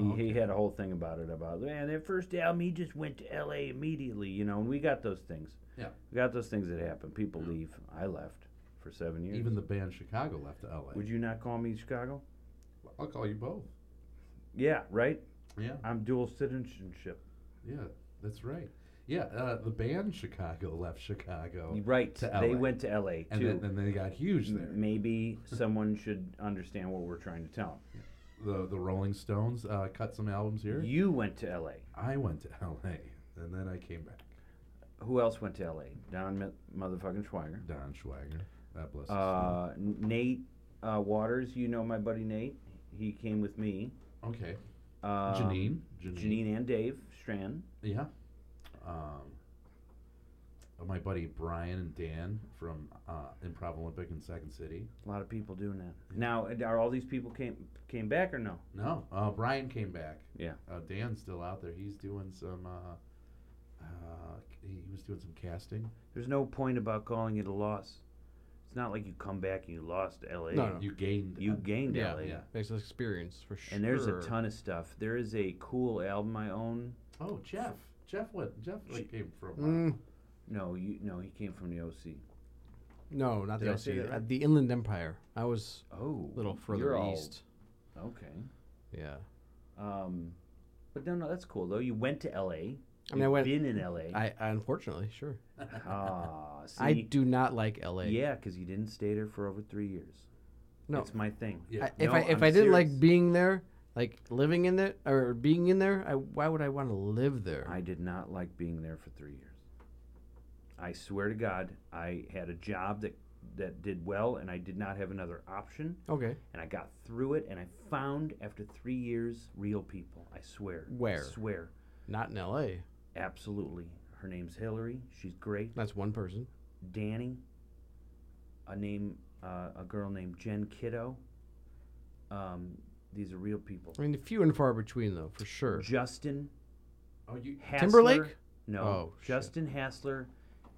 [SPEAKER 1] Oh,
[SPEAKER 3] he
[SPEAKER 1] okay.
[SPEAKER 3] had a whole thing about it about man their first album he just went to L.A. immediately you know and we got those things
[SPEAKER 1] Yeah.
[SPEAKER 3] we got those things that happen people leave I left for seven years
[SPEAKER 1] Even the band Chicago left to LA.
[SPEAKER 3] would you not call me Chicago
[SPEAKER 1] I'll call you both.
[SPEAKER 3] yeah right
[SPEAKER 1] Yeah,
[SPEAKER 3] I'm dual citizenship
[SPEAKER 1] yeah, that's right. Yeah, uh, the band Chicago left Chicago,
[SPEAKER 3] right
[SPEAKER 1] Oh, to
[SPEAKER 3] they
[SPEAKER 1] LA.
[SPEAKER 3] went to L.A.
[SPEAKER 1] and
[SPEAKER 3] too
[SPEAKER 1] then, and they got huge there.
[SPEAKER 3] Maybe someone should understand what we're trying to tell
[SPEAKER 1] The the Rolling Stones uh, cut some albums here.
[SPEAKER 3] them. You went to L.A.
[SPEAKER 1] I went to LA, and then I came back.
[SPEAKER 3] Who else went to L.A.? Don M- motherfucking Schweiger.
[SPEAKER 1] Don Schwager, that bless his soul.
[SPEAKER 3] Uh, Nate uh, Waters. You know my buddy Nate. He came with me.
[SPEAKER 1] Okay,
[SPEAKER 3] Uh,
[SPEAKER 1] Janine, Janine,
[SPEAKER 3] Janine and Dave Strand.
[SPEAKER 1] yeah. Um, uh, my buddy Brian and Dan from uh, Improv Olympic in Second City.
[SPEAKER 3] A lot of people doing that. Now, are all these people came came back or no?
[SPEAKER 1] No, uh, Brian came back.
[SPEAKER 3] Yeah.
[SPEAKER 1] Uh, Dan's still out there. He's doing some. Uh, uh, he was doing some casting.
[SPEAKER 3] There's no point about calling it a loss. It's not like you come back and you lost L.A.
[SPEAKER 4] No, no.
[SPEAKER 1] You gained.
[SPEAKER 3] You gained
[SPEAKER 4] Yeah,
[SPEAKER 3] L.A.
[SPEAKER 1] yeah.
[SPEAKER 4] Makes an experience for sure.
[SPEAKER 3] And there's a ton of stuff. There is a cool album I own
[SPEAKER 1] oh, Jeff. Jeff what? Jeff like, came from. Uh,
[SPEAKER 4] Mm,
[SPEAKER 3] No, you no, he came from the OC.
[SPEAKER 4] no, not
[SPEAKER 1] Did
[SPEAKER 4] the
[SPEAKER 1] I say
[SPEAKER 4] LC.
[SPEAKER 1] that right?
[SPEAKER 4] uh, The Inland Empire. I was
[SPEAKER 3] Oh,
[SPEAKER 4] a little further
[SPEAKER 3] you're all-
[SPEAKER 4] east.
[SPEAKER 3] Okay.
[SPEAKER 4] Yeah.
[SPEAKER 3] Um, but no, no, that's cool though. You went to LA.
[SPEAKER 4] I mean, I went.
[SPEAKER 3] Been in LA.
[SPEAKER 4] I, I unfortunately sure.
[SPEAKER 3] ah, see,
[SPEAKER 4] I do not like LA.
[SPEAKER 3] yeah, because you didn't stay there for over three years.
[SPEAKER 4] No.
[SPEAKER 3] it's my thing.
[SPEAKER 1] Yeah.
[SPEAKER 4] I, if
[SPEAKER 3] No,
[SPEAKER 4] I if
[SPEAKER 3] I'm
[SPEAKER 4] I didn't like
[SPEAKER 3] serious.
[SPEAKER 4] being there, like living in there or being in there, I, why would I want to live there?
[SPEAKER 3] I did not like being there for three years. I swear to God, I had a job that that did well, and I did not have another option.
[SPEAKER 4] okay.
[SPEAKER 3] And I got through it, and I found after three years real people. I swear.
[SPEAKER 4] Where?
[SPEAKER 3] I swear.
[SPEAKER 4] Not in LA.
[SPEAKER 3] Absolutely. Her name's Hillary. She's great.
[SPEAKER 4] That's one person.
[SPEAKER 3] Danny, a name, uh, a girl named Jen Kiddo. Um, these are real people.
[SPEAKER 4] I mean, few and far between though, for sure.
[SPEAKER 3] Justin
[SPEAKER 1] Oh, you.
[SPEAKER 3] Hassler.
[SPEAKER 4] Timberlake?
[SPEAKER 3] No.
[SPEAKER 4] Oh, shit.
[SPEAKER 3] Justin Hassler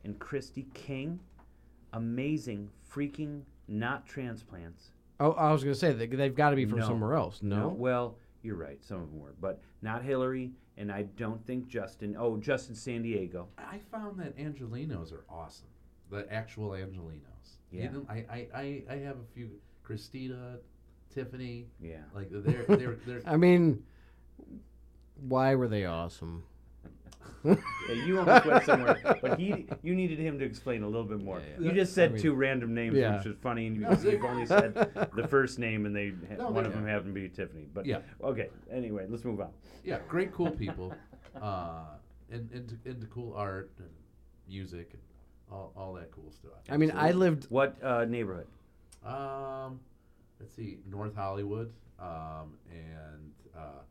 [SPEAKER 3] and Christy King. Amazing, freaking, not transplants.
[SPEAKER 4] Oh, I was gonna say they, they've got to be from
[SPEAKER 3] No.
[SPEAKER 4] somewhere else. No.
[SPEAKER 3] Well, you're right. Some of them were, but not Hillary, and I don't think Justin. Oh, Justin San Diego.
[SPEAKER 1] I found that Angelinos are awesome. The actual Angelinos. You
[SPEAKER 3] Yeah.
[SPEAKER 1] know, I, I, I, I have a few. Christina, Tiffany.
[SPEAKER 3] Yeah.
[SPEAKER 1] Like they're they're they're.
[SPEAKER 4] I mean, why were they awesome?
[SPEAKER 3] Yeah, you almost went somewhere, but he, you needed him to explain a little bit more.
[SPEAKER 4] Yeah,
[SPEAKER 1] yeah.
[SPEAKER 3] You just said
[SPEAKER 4] I mean-
[SPEAKER 3] two random names,
[SPEAKER 4] Yeah.
[SPEAKER 3] which is funny, and you, you've only said the first name, and they ha-
[SPEAKER 1] No,
[SPEAKER 3] one
[SPEAKER 1] they-
[SPEAKER 3] of them happened to be Tiffany. But
[SPEAKER 1] Yeah.
[SPEAKER 3] okay. Anyway, let's move on.
[SPEAKER 1] yeah, great, cool people, uh, and into, into cool art and music and all, all that cool stuff.
[SPEAKER 4] I mean, I lived.
[SPEAKER 3] What uh, neighborhood?
[SPEAKER 1] Um, let's see, North Hollywood, um, and uh,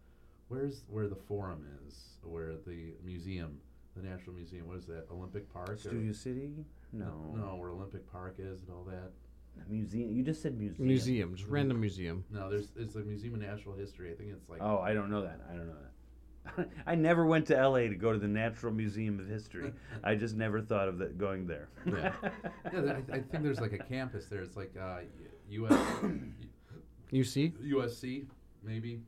[SPEAKER 1] where's where the forum is, where the museum, the National Museum, what is that? Olympic Park? or-
[SPEAKER 3] Studio City? No.
[SPEAKER 1] No, where Olympic Park is and all that.
[SPEAKER 3] Museum. You just said museum.
[SPEAKER 4] Museum, just random museum.
[SPEAKER 1] No, there's it's the Museum of Natural History. I think it's like
[SPEAKER 3] Oh, I don't know that. I don't know that. I never went to LA to go to the Natural Museum of History. I just never thought of that going there.
[SPEAKER 1] Yeah. yeah. th- I, I think there's like a campus there. It's like uh, U- US,
[SPEAKER 4] You see,
[SPEAKER 1] USC maybe.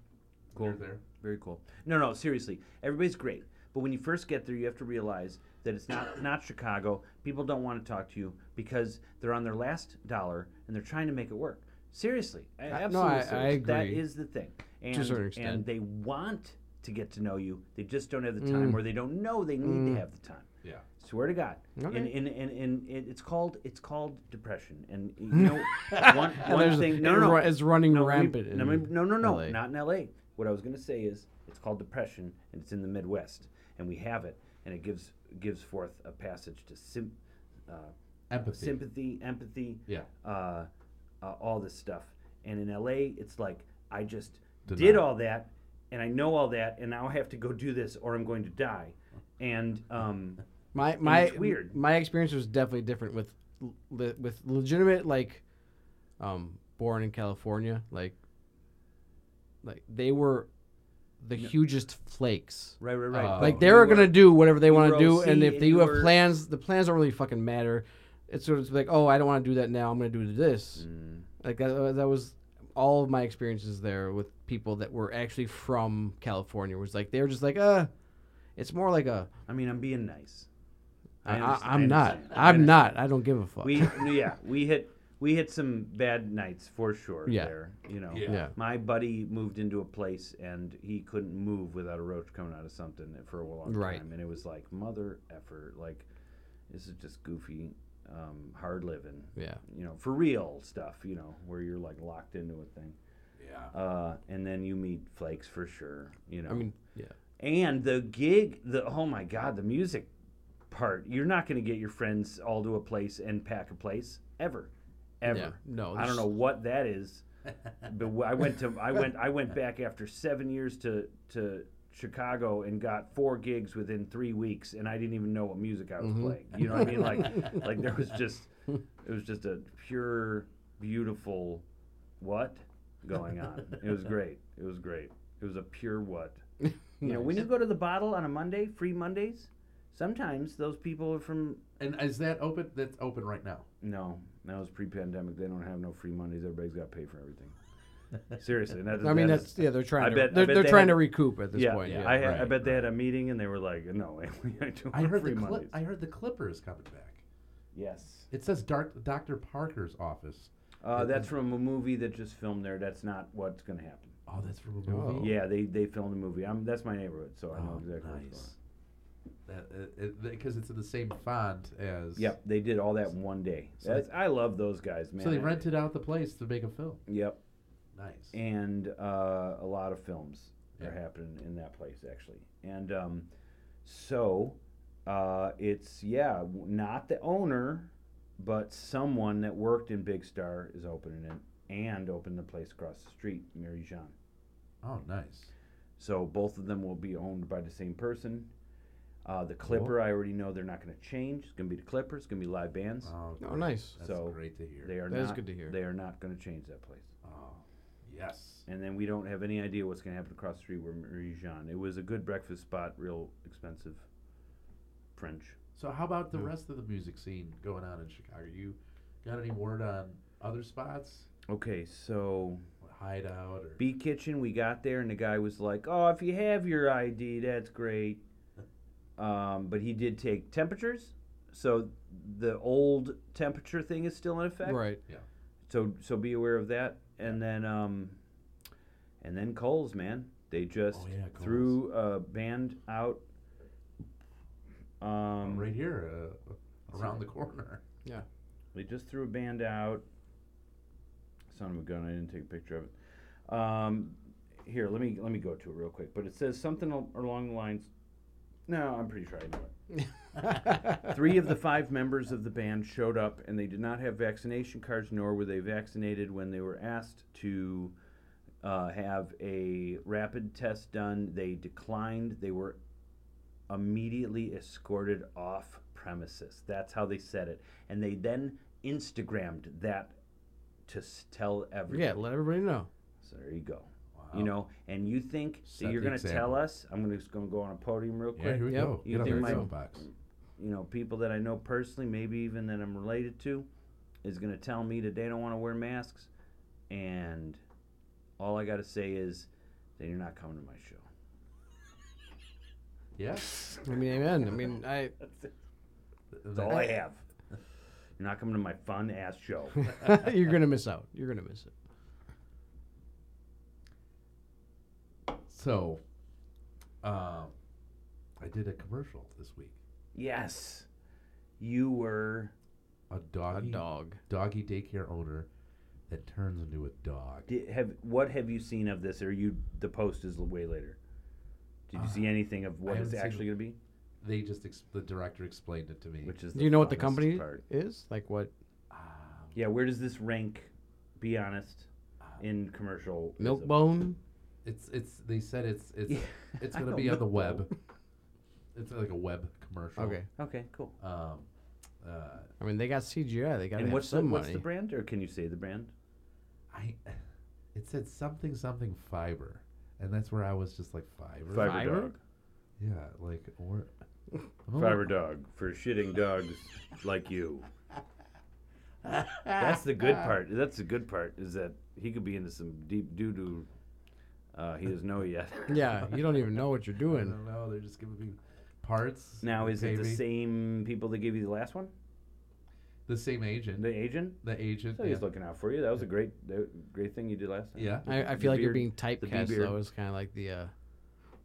[SPEAKER 3] Cool.
[SPEAKER 1] Near there.
[SPEAKER 3] Very cool. No, no, seriously. Everybody's great. But when you first get there, you have to realize that it's not, not Chicago. People don't want to talk to you because they're on their last dollar and they're trying to make it work. Seriously. I-
[SPEAKER 4] I- no,
[SPEAKER 3] Absolutely.
[SPEAKER 4] I- I
[SPEAKER 3] serious. That
[SPEAKER 4] agree.
[SPEAKER 3] is the thing. And,
[SPEAKER 4] a certain extent. Mm.
[SPEAKER 3] And they want to get to know you. They just don't have the time or they don't know they need to have the time.
[SPEAKER 1] Yeah.
[SPEAKER 3] Swear to God.
[SPEAKER 4] Okay.
[SPEAKER 3] And, and, and, and it, it's called it's called depression. And you know one,
[SPEAKER 4] And
[SPEAKER 3] one
[SPEAKER 4] there's-
[SPEAKER 3] thing no
[SPEAKER 4] it
[SPEAKER 3] no no
[SPEAKER 4] ru- it's running
[SPEAKER 3] no, let me-
[SPEAKER 4] rampant
[SPEAKER 3] no, let me-
[SPEAKER 4] in
[SPEAKER 3] no no no
[SPEAKER 4] LA.
[SPEAKER 3] not in L.A. What I was gonna say is it's called depression and it's in the Midwest and we have it and it gives gives forth a passage to sim, uh,
[SPEAKER 1] Empathy.
[SPEAKER 3] sympathy empathy
[SPEAKER 1] Yeah.
[SPEAKER 3] uh, uh, all this stuff. And in LA, it's like I just did
[SPEAKER 1] Denied.
[SPEAKER 3] all that, and I know all that, and now I have to go do this, or I'm going to die. And um,
[SPEAKER 4] My my
[SPEAKER 3] it's weird.
[SPEAKER 4] My experience was definitely different with le- with legitimate like um born in California like like they were the hugest flakes.
[SPEAKER 3] right, right, right.
[SPEAKER 1] Uh,
[SPEAKER 4] Like
[SPEAKER 1] Oh,
[SPEAKER 4] they
[SPEAKER 3] You
[SPEAKER 4] were gonna
[SPEAKER 3] were-
[SPEAKER 4] do whatever they
[SPEAKER 3] you
[SPEAKER 4] want
[SPEAKER 3] were
[SPEAKER 4] to do,
[SPEAKER 3] OC
[SPEAKER 4] and if
[SPEAKER 3] and
[SPEAKER 4] they
[SPEAKER 3] you
[SPEAKER 4] you have
[SPEAKER 3] were-
[SPEAKER 4] plans, the plans don't really fucking matter. It's sort of like, oh, I don't want to do that now. I'm gonna do this.
[SPEAKER 3] Mm.
[SPEAKER 4] Like that, that was all of my experiences there with people that were actually from California. Was like they were just like, uh, it's more like a
[SPEAKER 3] I mean, I'm being nice.
[SPEAKER 4] I, I,
[SPEAKER 3] understand-
[SPEAKER 4] I'm not.
[SPEAKER 3] understand. I
[SPEAKER 4] I'm
[SPEAKER 3] understand.
[SPEAKER 4] not. I don't give a fuck.
[SPEAKER 3] We no, yeah, we hit we hit some bad nights for sure.
[SPEAKER 4] Yeah.
[SPEAKER 3] there, you know.
[SPEAKER 1] Yeah.
[SPEAKER 4] yeah.
[SPEAKER 3] My buddy moved into a place and he couldn't move without a roach coming out of something for a long
[SPEAKER 4] Right.
[SPEAKER 3] time. And it was like, mother effort. Like, this is just goofy, um, hard living.
[SPEAKER 4] Yeah.
[SPEAKER 3] You know, for real stuff, you know, where you're like locked into a thing.
[SPEAKER 1] Yeah.
[SPEAKER 3] Uh, and then you meet flakes for sure, you know.
[SPEAKER 4] I mean, yeah.
[SPEAKER 3] and the gig, the oh my God, the music part. You're not going to get your friends all to a place and pack a place ever. Ever.
[SPEAKER 4] Yeah. No.
[SPEAKER 3] I
[SPEAKER 4] there's-
[SPEAKER 3] don't know what that is, but wh- I went to I went I went back after seven years to to Chicago and got four gigs within three weeks, and I didn't even know what music I was playing. You know what I mean? Like like there was just it was just a pure beautiful what going on. It was great. It was great. It was a pure what. You know, when you go to the bottle on a Monday, free Mondays, sometimes those people are from
[SPEAKER 1] And is that open? That's open right now.
[SPEAKER 3] no, that was pre-pandemic. They don't have no free Mondays. Everybody's got to pay for everything. Seriously, and that,
[SPEAKER 4] I mean,
[SPEAKER 3] that
[SPEAKER 4] that's
[SPEAKER 3] is-
[SPEAKER 4] yeah. They're trying.
[SPEAKER 3] I
[SPEAKER 4] to,
[SPEAKER 3] bet- I
[SPEAKER 4] they're
[SPEAKER 3] bet
[SPEAKER 4] they're
[SPEAKER 3] they
[SPEAKER 4] trying
[SPEAKER 3] had-
[SPEAKER 4] to recoup at this
[SPEAKER 3] yeah,
[SPEAKER 4] point.
[SPEAKER 3] yeah.
[SPEAKER 4] Yeah.
[SPEAKER 3] I, ha- I
[SPEAKER 1] right,
[SPEAKER 3] bet they had a meeting and they were like, "No, we don't
[SPEAKER 1] I
[SPEAKER 3] want
[SPEAKER 1] heard
[SPEAKER 3] free
[SPEAKER 1] the Cli-
[SPEAKER 3] Mondays."
[SPEAKER 1] I heard the Clipper is coming back.
[SPEAKER 3] yes,
[SPEAKER 1] It says dark, Dr. Parker's office.
[SPEAKER 3] uh, that's from a movie that just filmed there. That's not what's going to happen.
[SPEAKER 1] Oh, that's from a movie.
[SPEAKER 4] Oh.
[SPEAKER 3] Yeah, they they filmed a movie. I'm that's my neighborhood, so I know
[SPEAKER 1] Oh,
[SPEAKER 3] exactly. what's going
[SPEAKER 1] nice. Because it's in the same font as.
[SPEAKER 3] on. Yep, they did all that in one day.
[SPEAKER 1] So they-
[SPEAKER 3] That's, I love those guys, man.
[SPEAKER 1] So they
[SPEAKER 3] I-
[SPEAKER 1] rented out the place to make a film.
[SPEAKER 3] Yep,
[SPEAKER 1] Nice.
[SPEAKER 3] and uh, a lot of films are
[SPEAKER 1] Yeah.
[SPEAKER 3] happening in that place actually. And um, so uh, it's yeah, w- not the owner, but someone that worked in Big Star is opening it and opened the place across the street, Mary Jean.
[SPEAKER 1] oh, nice.
[SPEAKER 3] So both of them will be owned by the same person. Uh, the Clipper, I already know they're not going to change. It's going to be the Clipper. It's going to be live bands.
[SPEAKER 1] Oh,
[SPEAKER 4] Oh,
[SPEAKER 1] great.
[SPEAKER 4] nice.
[SPEAKER 1] That's
[SPEAKER 3] So,
[SPEAKER 1] great to hear.
[SPEAKER 3] They are
[SPEAKER 4] That
[SPEAKER 3] not.
[SPEAKER 4] is good to hear.
[SPEAKER 3] They are not going to change that place.
[SPEAKER 1] Oh, yes.
[SPEAKER 3] And then we don't have any idea what's going to happen across the street where Marie Jean. It was a good breakfast spot, real expensive French.
[SPEAKER 1] So how about the
[SPEAKER 3] Mm.
[SPEAKER 4] Yeah.
[SPEAKER 1] rest of the music scene going on in Chicago? You got any word on other spots?
[SPEAKER 3] Okay, so
[SPEAKER 1] Hideout or
[SPEAKER 3] Bee Kitchen, we got there, and the guy was like, "Oh, if you have your ID, that's great." Um, but he did take temperatures, so the old temperature thing is still in effect.
[SPEAKER 4] Right.
[SPEAKER 3] So so be aware of that. And then um, and then Coles, man, they just
[SPEAKER 1] Oh, yeah, Kohl's.
[SPEAKER 3] threw a band out. Um,
[SPEAKER 1] right here uh, around the corner?
[SPEAKER 3] They just threw a band out. Son of a gun! I didn't take a picture of it. Um, here, let me let me go to it real quick. But it says something al- along the lines. No, I'm pretty sure I know it. Three of the five members of the band showed up, and they did not have vaccination cards, nor were they vaccinated when they were asked to uh, have a rapid test done. They declined. They were immediately escorted off premises. That's how they said it. And they then Instagrammed that to s- tell everyone.
[SPEAKER 4] Yeah. Let everybody know.
[SPEAKER 3] So there you go.
[SPEAKER 1] Wow.
[SPEAKER 3] You know, and you think
[SPEAKER 1] Set
[SPEAKER 3] that you're
[SPEAKER 1] the
[SPEAKER 3] going to
[SPEAKER 1] example.
[SPEAKER 3] tell us, I'm going to just going to go on a podium real
[SPEAKER 1] Yeah,
[SPEAKER 3] quick.
[SPEAKER 1] here we
[SPEAKER 4] Yep.
[SPEAKER 1] go.
[SPEAKER 3] You
[SPEAKER 1] Get on
[SPEAKER 3] think
[SPEAKER 1] that
[SPEAKER 3] my-
[SPEAKER 1] soapbox.
[SPEAKER 3] You know, people that I know personally, maybe even that I'm related to, is going to tell me that they don't want to wear masks. And all I got to say is, then you're not coming to my show.
[SPEAKER 1] Yeah.
[SPEAKER 4] I mean, amen. I mean, I.
[SPEAKER 3] That's all I have. You're not coming to my fun ass show.
[SPEAKER 4] you're gonna miss out. You're gonna miss it.
[SPEAKER 1] uh, So, um, I did a commercial this week.
[SPEAKER 3] Yes, you were.
[SPEAKER 1] A doggy,
[SPEAKER 3] Mm.
[SPEAKER 4] dog.
[SPEAKER 1] doggy daycare owner that turns into a dog.
[SPEAKER 3] Did, have what have you seen of this? Or you the post is way later. Did you
[SPEAKER 4] Uh,
[SPEAKER 3] see anything of what
[SPEAKER 1] I
[SPEAKER 3] it's
[SPEAKER 1] haven't seen
[SPEAKER 3] actually going to be?
[SPEAKER 1] They just ex- the director explained it to me.
[SPEAKER 3] Which is
[SPEAKER 4] Do you know what the
[SPEAKER 3] funnest
[SPEAKER 4] company
[SPEAKER 3] part.
[SPEAKER 4] is? Like what?
[SPEAKER 1] Ah,
[SPEAKER 3] Yeah, where does this rank? Be honest,
[SPEAKER 4] Uh,
[SPEAKER 3] in commercial
[SPEAKER 4] Milkbone?
[SPEAKER 1] It's it's they said it's it's
[SPEAKER 3] Yeah,
[SPEAKER 1] it's
[SPEAKER 3] I
[SPEAKER 1] gonna
[SPEAKER 3] don't
[SPEAKER 1] be on the
[SPEAKER 3] know.
[SPEAKER 1] web. It's like a web
[SPEAKER 3] Oh.
[SPEAKER 1] commercial.
[SPEAKER 4] Okay.
[SPEAKER 3] Okay, cool.
[SPEAKER 1] Um, uh,
[SPEAKER 4] I mean, they got CGI. They got to
[SPEAKER 3] and
[SPEAKER 4] have
[SPEAKER 3] what's the,
[SPEAKER 4] some
[SPEAKER 3] what's
[SPEAKER 4] money.
[SPEAKER 3] the brand, or can you say the brand?
[SPEAKER 1] I it said something something fiber, and that's where I was just like fiber.
[SPEAKER 4] Fiber Fiber? dog. Oh.
[SPEAKER 1] Yeah, like or I'm a
[SPEAKER 3] Fiber
[SPEAKER 1] little-
[SPEAKER 3] dog for shitting dogs like you. That's the good part. That's the good part is that he could be into some deep doo doo. Uh, he doesn't know yet.
[SPEAKER 4] yeah, you don't even know what you're
[SPEAKER 1] I
[SPEAKER 4] doing.
[SPEAKER 1] don't know. They're just giving me parts.
[SPEAKER 3] Now, is it the
[SPEAKER 1] maybe.
[SPEAKER 3] same people that gave you the last one?
[SPEAKER 1] The same agent.
[SPEAKER 3] The agent?
[SPEAKER 1] The agent.
[SPEAKER 3] So
[SPEAKER 1] yeah.
[SPEAKER 3] he's looking out for you. That was a great, that- great thing you did last time.
[SPEAKER 1] yeah.
[SPEAKER 4] I, I
[SPEAKER 3] The
[SPEAKER 4] feel like you're
[SPEAKER 3] beard-
[SPEAKER 4] being
[SPEAKER 3] the
[SPEAKER 4] typecast
[SPEAKER 3] beard.
[SPEAKER 4] though. It's kind of like the uh,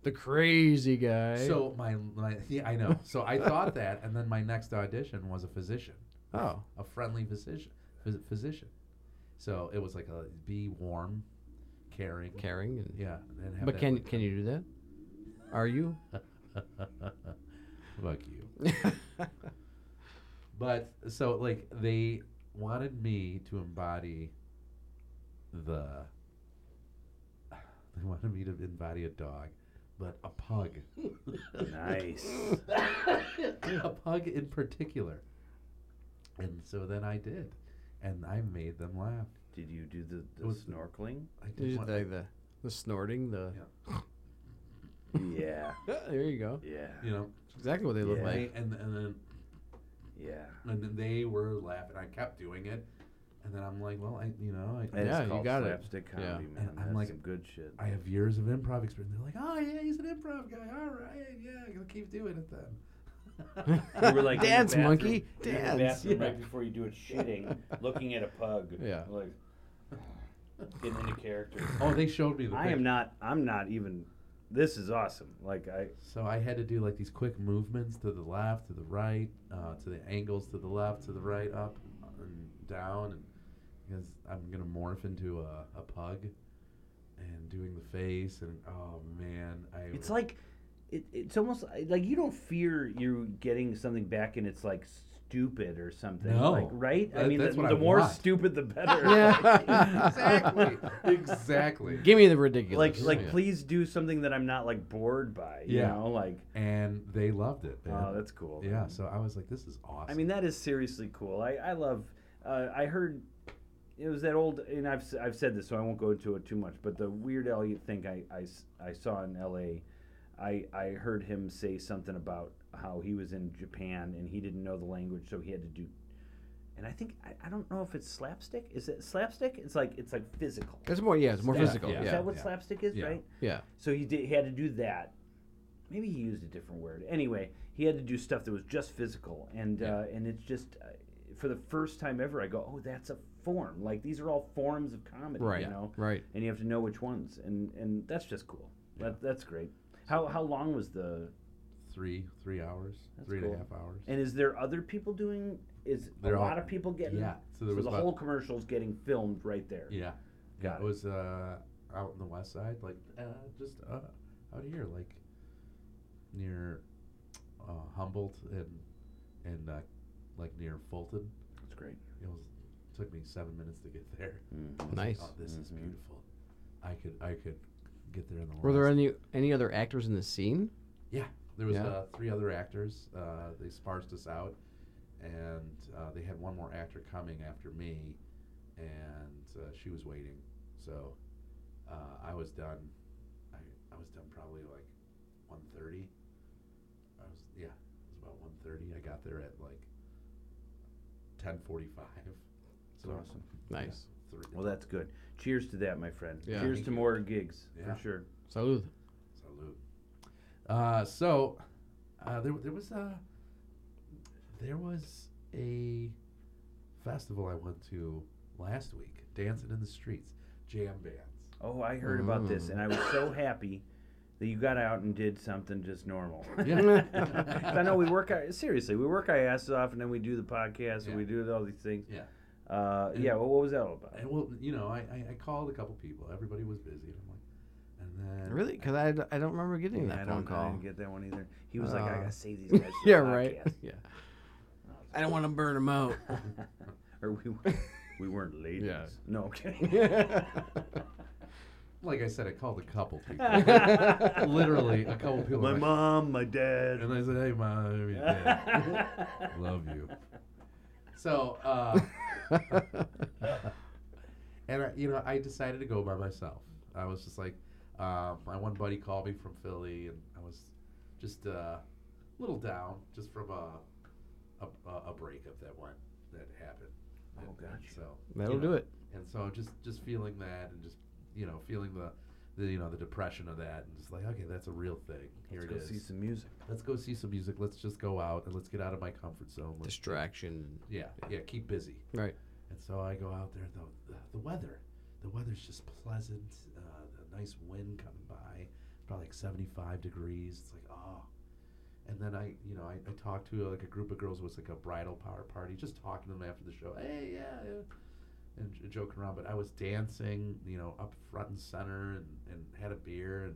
[SPEAKER 4] the crazy guy.
[SPEAKER 1] So my, my yeah I know. So I thought that, and then my next audition was a physician,
[SPEAKER 4] oh,
[SPEAKER 1] a friendly physician, phys- physician. So it was like a be warm, caring.
[SPEAKER 4] caring and
[SPEAKER 1] Yeah, and have
[SPEAKER 4] but
[SPEAKER 1] that,
[SPEAKER 4] can
[SPEAKER 1] like-
[SPEAKER 4] can you do that? Are you?
[SPEAKER 1] Fuck you. but so like they wanted me to embody the they wanted me to embody a dog, but a pug.
[SPEAKER 3] Nice.
[SPEAKER 1] a pug in particular. And so then I did. And I made them laugh.
[SPEAKER 3] Did you do the, the
[SPEAKER 1] It was-
[SPEAKER 3] snorkeling?
[SPEAKER 1] I
[SPEAKER 4] You
[SPEAKER 1] did
[SPEAKER 4] just
[SPEAKER 1] one-
[SPEAKER 4] like the the snorting the.
[SPEAKER 3] Yeah.
[SPEAKER 4] there you go.
[SPEAKER 3] Yeah.
[SPEAKER 1] you know,
[SPEAKER 4] That's exactly what they look
[SPEAKER 3] Yeah.
[SPEAKER 4] like.
[SPEAKER 1] they- and and then
[SPEAKER 3] Yeah.
[SPEAKER 1] and then they were laughing. I kept doing it. And then I'm like, well, I you know, I,
[SPEAKER 3] That is
[SPEAKER 4] Yeah, you
[SPEAKER 3] called
[SPEAKER 4] got it.
[SPEAKER 3] slapstick
[SPEAKER 4] Yeah.
[SPEAKER 3] comedy, man.
[SPEAKER 1] And I'm
[SPEAKER 3] That's
[SPEAKER 1] like-
[SPEAKER 3] some good shit.
[SPEAKER 1] I have years of improv experience. They're like, oh yeah, he's an improv guy. All right, yeah, I'm gonna keep doing it then.
[SPEAKER 3] We were like in the
[SPEAKER 4] dance,
[SPEAKER 3] bathroom-
[SPEAKER 4] monkey,
[SPEAKER 3] we were in the
[SPEAKER 4] dance.
[SPEAKER 3] bathroom Right before you do it, shitting, looking at a pug.
[SPEAKER 4] Yeah.
[SPEAKER 3] Like getting into character.
[SPEAKER 1] oh, they showed me the.
[SPEAKER 3] I am
[SPEAKER 1] pic-
[SPEAKER 3] not. I'm not even. This is awesome. Like I.
[SPEAKER 1] So I had to do like these quick movements to the left, to the right, uh, to the angles, to the left, to the right, up and down, and because I'm gonna morph into a, a pug, and doing the face, and oh man, I.
[SPEAKER 3] It's like. It, it's almost like you don't fear you getting something back and it's like stupid or something.
[SPEAKER 1] No.
[SPEAKER 3] Like, right? I
[SPEAKER 1] That-
[SPEAKER 3] mean,
[SPEAKER 1] that's
[SPEAKER 3] the,
[SPEAKER 1] what
[SPEAKER 3] the
[SPEAKER 1] I
[SPEAKER 3] more
[SPEAKER 1] want.
[SPEAKER 3] stupid, the better.
[SPEAKER 4] Yeah.
[SPEAKER 1] exactly, exactly.
[SPEAKER 4] Give me the ridiculous.
[SPEAKER 3] like, like,
[SPEAKER 4] Yeah.
[SPEAKER 3] please do something that I'm not like bored by. You
[SPEAKER 1] Yeah.
[SPEAKER 3] know, like,
[SPEAKER 1] And they loved it. Man.
[SPEAKER 3] oh, that's cool.
[SPEAKER 1] yeah. So I was like, this is awesome.
[SPEAKER 3] I mean, that is seriously cool. I, I love. Uh, I heard it was that old, and I've, s- I've said this, so I won't go into it too much. But the Weird Al thing I, I s- I saw in L.A. I, I heard him say something about how he was in Japan and he didn't know the language, so he had to do. And I think I, I don't know if it's slapstick. Is it slapstick? It's like it's like physical.
[SPEAKER 4] it's more yeah, it's more
[SPEAKER 3] Is that-
[SPEAKER 4] physical.
[SPEAKER 1] yeah.
[SPEAKER 4] Yeah,
[SPEAKER 3] Is
[SPEAKER 4] yeah.
[SPEAKER 3] that what
[SPEAKER 1] yeah.
[SPEAKER 3] slapstick is,
[SPEAKER 1] Yeah.
[SPEAKER 3] right?
[SPEAKER 4] yeah.
[SPEAKER 3] So he did. He had to do that. Maybe he used a different word. Anyway, he had to do stuff that was just physical, and uh, and it's just uh, for the first time ever, I go, oh, that's a form. Like these are all forms of comedy,
[SPEAKER 4] Right.
[SPEAKER 3] you know.
[SPEAKER 4] Right.
[SPEAKER 3] And you have to know which ones, and and that's just cool. That, that's great. How how long was the?
[SPEAKER 1] three, three hours,
[SPEAKER 3] That's
[SPEAKER 1] three and a
[SPEAKER 3] cool.
[SPEAKER 1] half hours.
[SPEAKER 3] And is there other people doing? Is
[SPEAKER 1] They're
[SPEAKER 3] a
[SPEAKER 1] all-
[SPEAKER 3] lot of people getting?
[SPEAKER 1] yeah, so there was
[SPEAKER 3] the
[SPEAKER 1] about-
[SPEAKER 3] whole commercial's getting filmed right there.
[SPEAKER 1] Yeah.
[SPEAKER 3] Got
[SPEAKER 1] yeah,
[SPEAKER 3] it.
[SPEAKER 1] it was uh, out in the west side, like uh, just uh, out here, like near uh, Humboldt and and uh, like near Fulton.
[SPEAKER 3] That's great.
[SPEAKER 1] It was took me seven minutes to get there.
[SPEAKER 3] Mhm.
[SPEAKER 1] I was like,
[SPEAKER 4] Nice.
[SPEAKER 1] oh, this is
[SPEAKER 3] Mhm.
[SPEAKER 1] beautiful. I could I could get there in the.
[SPEAKER 4] Were there
[SPEAKER 1] last-
[SPEAKER 4] any any other actors in the scene?
[SPEAKER 1] There was
[SPEAKER 4] yeah.
[SPEAKER 1] uh, three other actors. Uh, they sparsed us out, and uh, they had one more actor coming after me, and uh, she was waiting. So uh, I was done. I, I was done probably like 1.30. I was yeah, it was about 1.30. I got there at like 10:45. So
[SPEAKER 3] That's awesome.
[SPEAKER 1] yeah,
[SPEAKER 4] Nice.
[SPEAKER 1] three,
[SPEAKER 3] Well, that's good. Cheers to that, my friend.
[SPEAKER 4] Yeah.
[SPEAKER 3] Cheers to more gigs
[SPEAKER 1] Yeah.
[SPEAKER 3] for sure.
[SPEAKER 4] Salud.
[SPEAKER 1] Salute. Uh, so uh, there, there was a there was a festival I went to last week, dancing in the streets, jam bands. Mm.
[SPEAKER 3] Oh, I heard about this, and I was so happy that you got out and did something just normal.
[SPEAKER 1] Yeah.
[SPEAKER 3] 'Cause I know we work our, seriously, we work our asses off, and then we do the podcast, and we do all these things.
[SPEAKER 1] Yeah.
[SPEAKER 3] Uh, yeah. Well, what was that all about?
[SPEAKER 1] I- well, you know, I, I, I called a couple people. Everybody was busy, and I'm like, and then
[SPEAKER 4] Really? Because I, d- I don't remember getting
[SPEAKER 3] Yeah, I
[SPEAKER 4] that phone
[SPEAKER 3] don't- I
[SPEAKER 4] call.
[SPEAKER 3] didn't get that one either. He was like, I
[SPEAKER 4] Uh,
[SPEAKER 3] gotta save these guys. For
[SPEAKER 4] yeah,
[SPEAKER 3] the
[SPEAKER 4] right.
[SPEAKER 3] podcast."
[SPEAKER 4] yeah. I don't want to burn them out.
[SPEAKER 3] or we were, we weren't ladies.
[SPEAKER 4] Yeah.
[SPEAKER 3] No, I'm kidding.
[SPEAKER 1] Like I said, I called a couple people. Literally, a couple people.
[SPEAKER 3] my
[SPEAKER 1] and I-
[SPEAKER 3] mom, my dad.
[SPEAKER 1] And I said, hey, mom, your dad. love you. So, uh, and I, you know, I decided to go by myself. I was just like, um, my one buddy called me from Philly, and I was just uh, a little down, just from a a, a- a breakup that went that happened.
[SPEAKER 3] Oh,
[SPEAKER 1] And- and
[SPEAKER 3] gotcha.
[SPEAKER 1] So
[SPEAKER 4] That'll
[SPEAKER 1] you know,
[SPEAKER 4] do it.
[SPEAKER 1] and so just just feeling that, and just you know, feeling the. The, you know the depression of that, and just like okay, that's a real thing. Here
[SPEAKER 3] Let's
[SPEAKER 1] it
[SPEAKER 3] go
[SPEAKER 1] is
[SPEAKER 3] see some music.
[SPEAKER 1] let's go see some music. Let's just go out and let's get out of my comfort zone. Let's-
[SPEAKER 4] Distraction.
[SPEAKER 1] yeah, yeah, keep busy.
[SPEAKER 4] Right.
[SPEAKER 1] And so I go out there. The the, the weather, the weather's just pleasant. Uh, the nice wind coming by, probably like seventy five degrees. It's like oh. And then I, you know, I, I talked to like a group of girls. It was like a bridal power party. Just talking to them after the show. Hey, yeah, yeah. And j- joking around, but I was dancing, you know, up front and center, and, and had a beer, and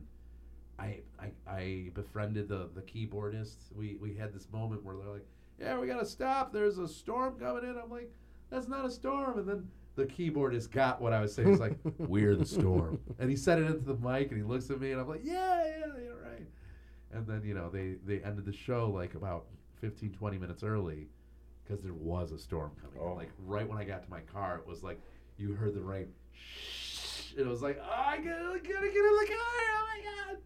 [SPEAKER 1] I, I I befriended the the keyboardist. We we had this moment where they're like, "Yeah, we gotta stop. There's a storm coming in." I'm like, "That's not a storm." And then the keyboardist got what I was saying. He's like, "We're the storm," and he said it into the mic, and he looks at me, and I'm like, "Yeah, yeah, you're right." And then you know they they ended the show like about 15, 20 minutes early because there was a storm coming. in.
[SPEAKER 3] Oh.
[SPEAKER 1] Like right when I got to my car, it was like you heard the rain. Shh. It was like, oh, I gotta, gotta get in the car. Oh my god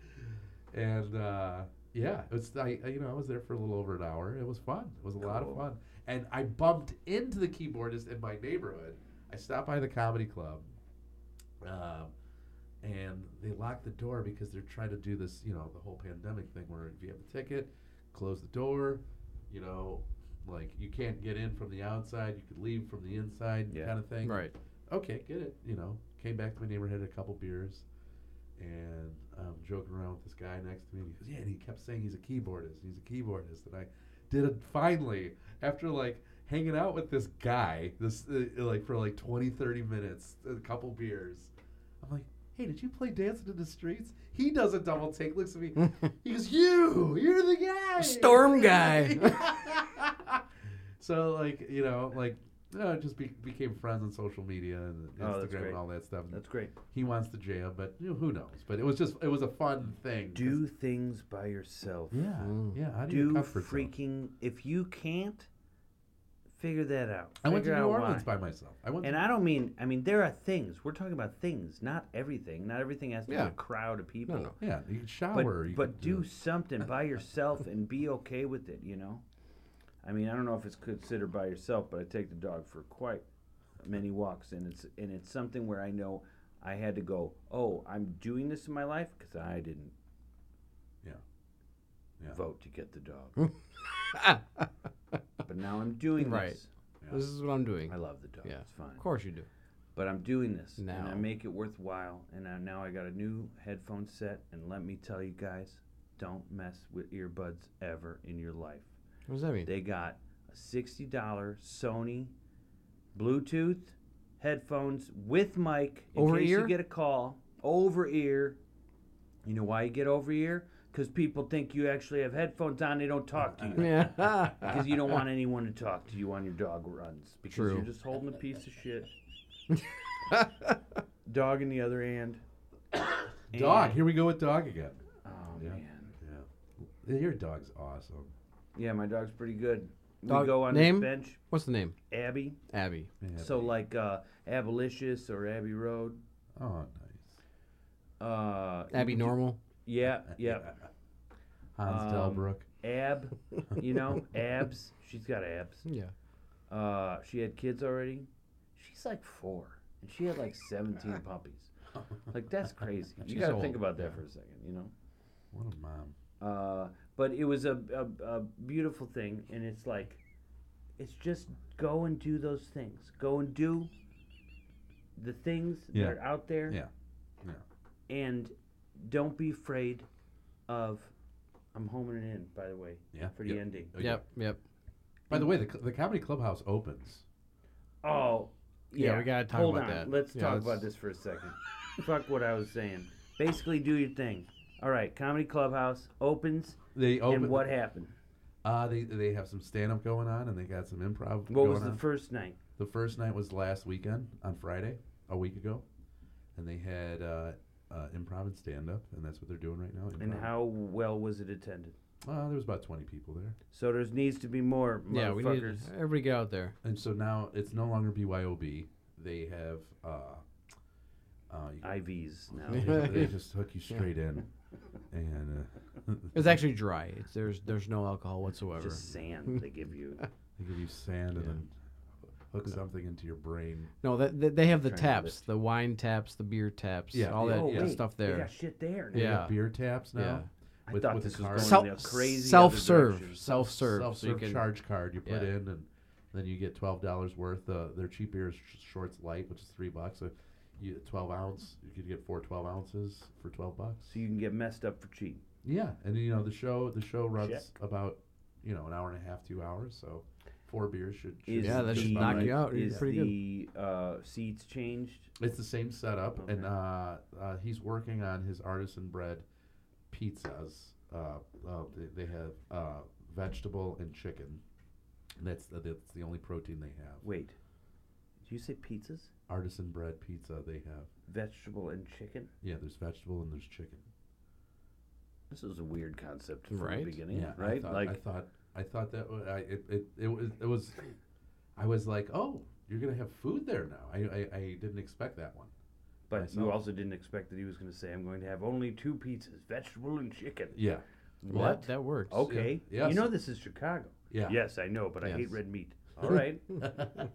[SPEAKER 1] and uh, yeah, it was I I- you know I was there for a little over an hour. It was fun. It was a lot of
[SPEAKER 3] Cool.
[SPEAKER 1] fun. And I bumped into the keyboardist in my neighborhood. I stopped by the comedy club, um, and they locked the door because they're trying to do this you know the whole pandemic thing where if you have a ticket, close the door, you know. Like you can't get in from the outside, you could leave from the inside,
[SPEAKER 3] Yeah.
[SPEAKER 1] kind of thing
[SPEAKER 4] Right.
[SPEAKER 1] okay, get it. You know, came back to my neighborhood, had a couple beers, and I'm joking around with this guy next to me. He goes, yeah, and he kept saying he's a keyboardist. He's a keyboardist, and I did it finally after like hanging out with this guy this uh, like for like 20 30 minutes a couple beers i'm like hey did you play dancing in the streets he does a double take looks at me he goes you you're the guy
[SPEAKER 4] Storm guy.
[SPEAKER 1] so like you know like no, just be, became friends on social media and
[SPEAKER 3] Oh, that's
[SPEAKER 1] Instagram
[SPEAKER 3] great.
[SPEAKER 1] and all that stuff. And
[SPEAKER 3] That's great.
[SPEAKER 1] he wants to jam, but you know, who knows? But it was just it was a fun thing. 'cause-
[SPEAKER 3] Do things by yourself.
[SPEAKER 1] yeah,
[SPEAKER 4] Mm.
[SPEAKER 1] yeah. How do, you
[SPEAKER 3] Do
[SPEAKER 1] comfort zone?
[SPEAKER 3] freaking. If you can't, figure that out.
[SPEAKER 1] I went to
[SPEAKER 3] Figure
[SPEAKER 1] New
[SPEAKER 3] out
[SPEAKER 1] Orleans
[SPEAKER 3] why.
[SPEAKER 1] by myself. I went.
[SPEAKER 3] And I don't mean. I mean, there are things. We're talking about things, not everything. Not everything has to be
[SPEAKER 4] Yeah.
[SPEAKER 3] a crowd of people.
[SPEAKER 4] no.
[SPEAKER 1] to, yeah, you could shower.
[SPEAKER 3] but,
[SPEAKER 1] you could
[SPEAKER 3] but do something by yourself and be okay with it you know i mean i don't know if it's considered by yourself but i take the dog for quite many walks and it's and it's something where i know i had to go oh i'm doing this in my life because i didn't
[SPEAKER 1] Yeah. Yeah.
[SPEAKER 3] vote to get the dog but now i'm doing
[SPEAKER 4] Right.
[SPEAKER 3] this
[SPEAKER 4] This is what I'm doing.
[SPEAKER 3] i love the dog
[SPEAKER 4] Yeah.
[SPEAKER 3] it's fine
[SPEAKER 4] Of course you do.
[SPEAKER 3] but i'm doing this and i
[SPEAKER 4] Now.
[SPEAKER 3] make it worthwhile and I, now i got a new headphone set and let me tell you guys don't mess with earbuds ever in your life
[SPEAKER 4] What does that mean?
[SPEAKER 3] They got a sixty dollar Sony Bluetooth headphones with mic in
[SPEAKER 4] Over
[SPEAKER 3] case
[SPEAKER 4] ear?
[SPEAKER 3] you get a call over ear. You know why you get over ear? Because people think you actually have headphones on. They don't talk to you
[SPEAKER 4] yeah.
[SPEAKER 3] because you don't want anyone to talk to you on your dog runs because
[SPEAKER 4] True.
[SPEAKER 3] you're just holding a piece of shit. dog in the other hand.
[SPEAKER 1] dog.
[SPEAKER 3] And-
[SPEAKER 1] Here we go with dog again.
[SPEAKER 3] Oh
[SPEAKER 1] Yeah.
[SPEAKER 3] man.
[SPEAKER 1] Yeah, your dog's awesome.
[SPEAKER 3] Yeah, my dog's pretty good.
[SPEAKER 4] Dog
[SPEAKER 3] we go on
[SPEAKER 4] name?
[SPEAKER 3] this bench,
[SPEAKER 4] What's the name?
[SPEAKER 3] Abby.
[SPEAKER 4] Abby.
[SPEAKER 1] Yeah.
[SPEAKER 3] So like uh, Abolitious or Abbey Road.
[SPEAKER 1] oh, nice.
[SPEAKER 3] Uh,
[SPEAKER 4] Abby Normal.
[SPEAKER 3] Yeah, yeah.
[SPEAKER 1] Hans
[SPEAKER 3] Um,
[SPEAKER 1] Delbruck.
[SPEAKER 3] Ab, you know, abs. She's got abs.
[SPEAKER 4] Yeah.
[SPEAKER 3] Uh, she had kids already. She's like four, and she had like seventeen puppies. Like that's crazy.
[SPEAKER 4] She's
[SPEAKER 3] you got to
[SPEAKER 4] old,
[SPEAKER 3] think about that
[SPEAKER 4] yeah.
[SPEAKER 3] for a second, you know.
[SPEAKER 1] What a mom.
[SPEAKER 3] Uh, but it was a, a, a beautiful thing, and it's like, it's just go and do those things. Go and do the things
[SPEAKER 1] Yeah.
[SPEAKER 3] that are out there.
[SPEAKER 1] Yeah. Yeah.
[SPEAKER 3] And don't be afraid of I'm homing it in, by the way,
[SPEAKER 1] Yeah.
[SPEAKER 3] for the
[SPEAKER 1] yeah.
[SPEAKER 3] ending.
[SPEAKER 1] Oh, yeah.
[SPEAKER 4] Yep, yep.
[SPEAKER 1] By the way, the, cl- the comedy clubhouse opens.
[SPEAKER 3] Oh,
[SPEAKER 4] Yeah,
[SPEAKER 3] yeah.
[SPEAKER 4] we gotta talk
[SPEAKER 3] Hold
[SPEAKER 4] about
[SPEAKER 3] on.
[SPEAKER 4] that.
[SPEAKER 3] Let's
[SPEAKER 4] Yeah,
[SPEAKER 3] talk
[SPEAKER 4] let's-
[SPEAKER 3] about this for a second. Fuck what I was saying. Basically, do your thing. All right, Comedy Clubhouse opens,
[SPEAKER 1] They open.
[SPEAKER 3] and what happened?
[SPEAKER 1] Uh, they they have some stand up going on, and they got some improv.
[SPEAKER 3] What
[SPEAKER 1] going
[SPEAKER 3] was the
[SPEAKER 1] on.
[SPEAKER 3] first night?
[SPEAKER 1] The first night was last weekend on Friday, a week ago, and they had uh, uh, improv and stand up, and that's what they're doing right now.
[SPEAKER 3] And
[SPEAKER 1] improv.
[SPEAKER 3] how well was it attended?
[SPEAKER 1] Uh, there was about twenty people there,
[SPEAKER 3] So there's needs to be more motherfuckers.
[SPEAKER 4] Yeah, we need everybody get out there.
[SPEAKER 1] and so now it's no longer BYOB. They have uh, uh, you
[SPEAKER 3] IVs
[SPEAKER 1] they,
[SPEAKER 3] now.
[SPEAKER 1] just- they just hook you straight in, and uh,
[SPEAKER 4] It's actually dry. It's, there's there's no alcohol whatsoever.
[SPEAKER 3] Just sand they give you.
[SPEAKER 1] they give you sand and
[SPEAKER 4] Yeah.
[SPEAKER 1] then hook something into your brain.
[SPEAKER 4] No, that, that they have the
[SPEAKER 3] Trying to
[SPEAKER 4] taps,
[SPEAKER 3] lift.
[SPEAKER 4] the wine taps, the beer taps,
[SPEAKER 1] Yeah,
[SPEAKER 4] all
[SPEAKER 1] yeah,
[SPEAKER 4] that
[SPEAKER 3] oh,
[SPEAKER 1] yeah.
[SPEAKER 3] wait,
[SPEAKER 4] stuff
[SPEAKER 3] They
[SPEAKER 4] there.
[SPEAKER 3] got shit there.
[SPEAKER 1] They
[SPEAKER 3] Now.
[SPEAKER 1] got
[SPEAKER 4] Yeah.
[SPEAKER 1] beer taps now.
[SPEAKER 4] Yeah.
[SPEAKER 3] I
[SPEAKER 1] With-
[SPEAKER 3] thought
[SPEAKER 1] with the
[SPEAKER 3] this
[SPEAKER 1] cars.
[SPEAKER 3] was going in a
[SPEAKER 4] Self
[SPEAKER 3] crazy
[SPEAKER 4] self
[SPEAKER 3] other
[SPEAKER 4] serve,
[SPEAKER 3] direction.
[SPEAKER 4] self serve.
[SPEAKER 1] self
[SPEAKER 4] So you
[SPEAKER 1] serve
[SPEAKER 4] can
[SPEAKER 1] charge card you put
[SPEAKER 4] yeah.
[SPEAKER 1] in, and then you get twelve dollars worth. Uh, their cheap beer is Sh- Shorts Light, which is three bucks. So you twelve ounce, you could get four 12 ounces for twelve bucks.
[SPEAKER 3] So you can get messed up for cheap.
[SPEAKER 1] Yeah, and you know the show the show runs
[SPEAKER 3] Check.
[SPEAKER 1] about you know an hour and a half, two hours. So four beers should, should
[SPEAKER 3] Is
[SPEAKER 4] Yeah, that
[SPEAKER 1] just
[SPEAKER 4] should
[SPEAKER 3] the-
[SPEAKER 1] about
[SPEAKER 4] knock you
[SPEAKER 1] right.
[SPEAKER 4] out. You're
[SPEAKER 3] Is
[SPEAKER 4] pretty good.
[SPEAKER 3] the uh, seats changed?
[SPEAKER 1] It's the same setup, and
[SPEAKER 3] Okay.
[SPEAKER 1] uh, uh, he's working on his artisan bread pizzas. Uh, uh, they, they have uh, vegetable and chicken. That's the, that's the only protein they have.
[SPEAKER 3] Wait, did you say pizzas?
[SPEAKER 1] artisan bread pizza they have.
[SPEAKER 3] Vegetable and chicken?
[SPEAKER 1] Yeah, there's vegetable and there's chicken.
[SPEAKER 3] This is a weird concept from
[SPEAKER 4] Right?
[SPEAKER 3] the beginning,
[SPEAKER 1] yeah, I
[SPEAKER 3] right?
[SPEAKER 1] thought,
[SPEAKER 3] like,
[SPEAKER 1] I thought, I thought that wa- I, it, it, it was it was, I was like, oh, you're gonna have food there now. I I, I didn't expect that one.
[SPEAKER 3] but you
[SPEAKER 1] myself.
[SPEAKER 3] also didn't expect that he was going to say, "I'm going to have only two pizzas, vegetable and chicken."
[SPEAKER 1] Yeah,
[SPEAKER 4] That,
[SPEAKER 3] What? Oh,
[SPEAKER 4] that works.
[SPEAKER 3] Okay.
[SPEAKER 1] yes.
[SPEAKER 3] You know this is Chicago.
[SPEAKER 1] yeah.
[SPEAKER 3] Yes, I know, but I
[SPEAKER 4] Yes.
[SPEAKER 3] hate red meat. All right.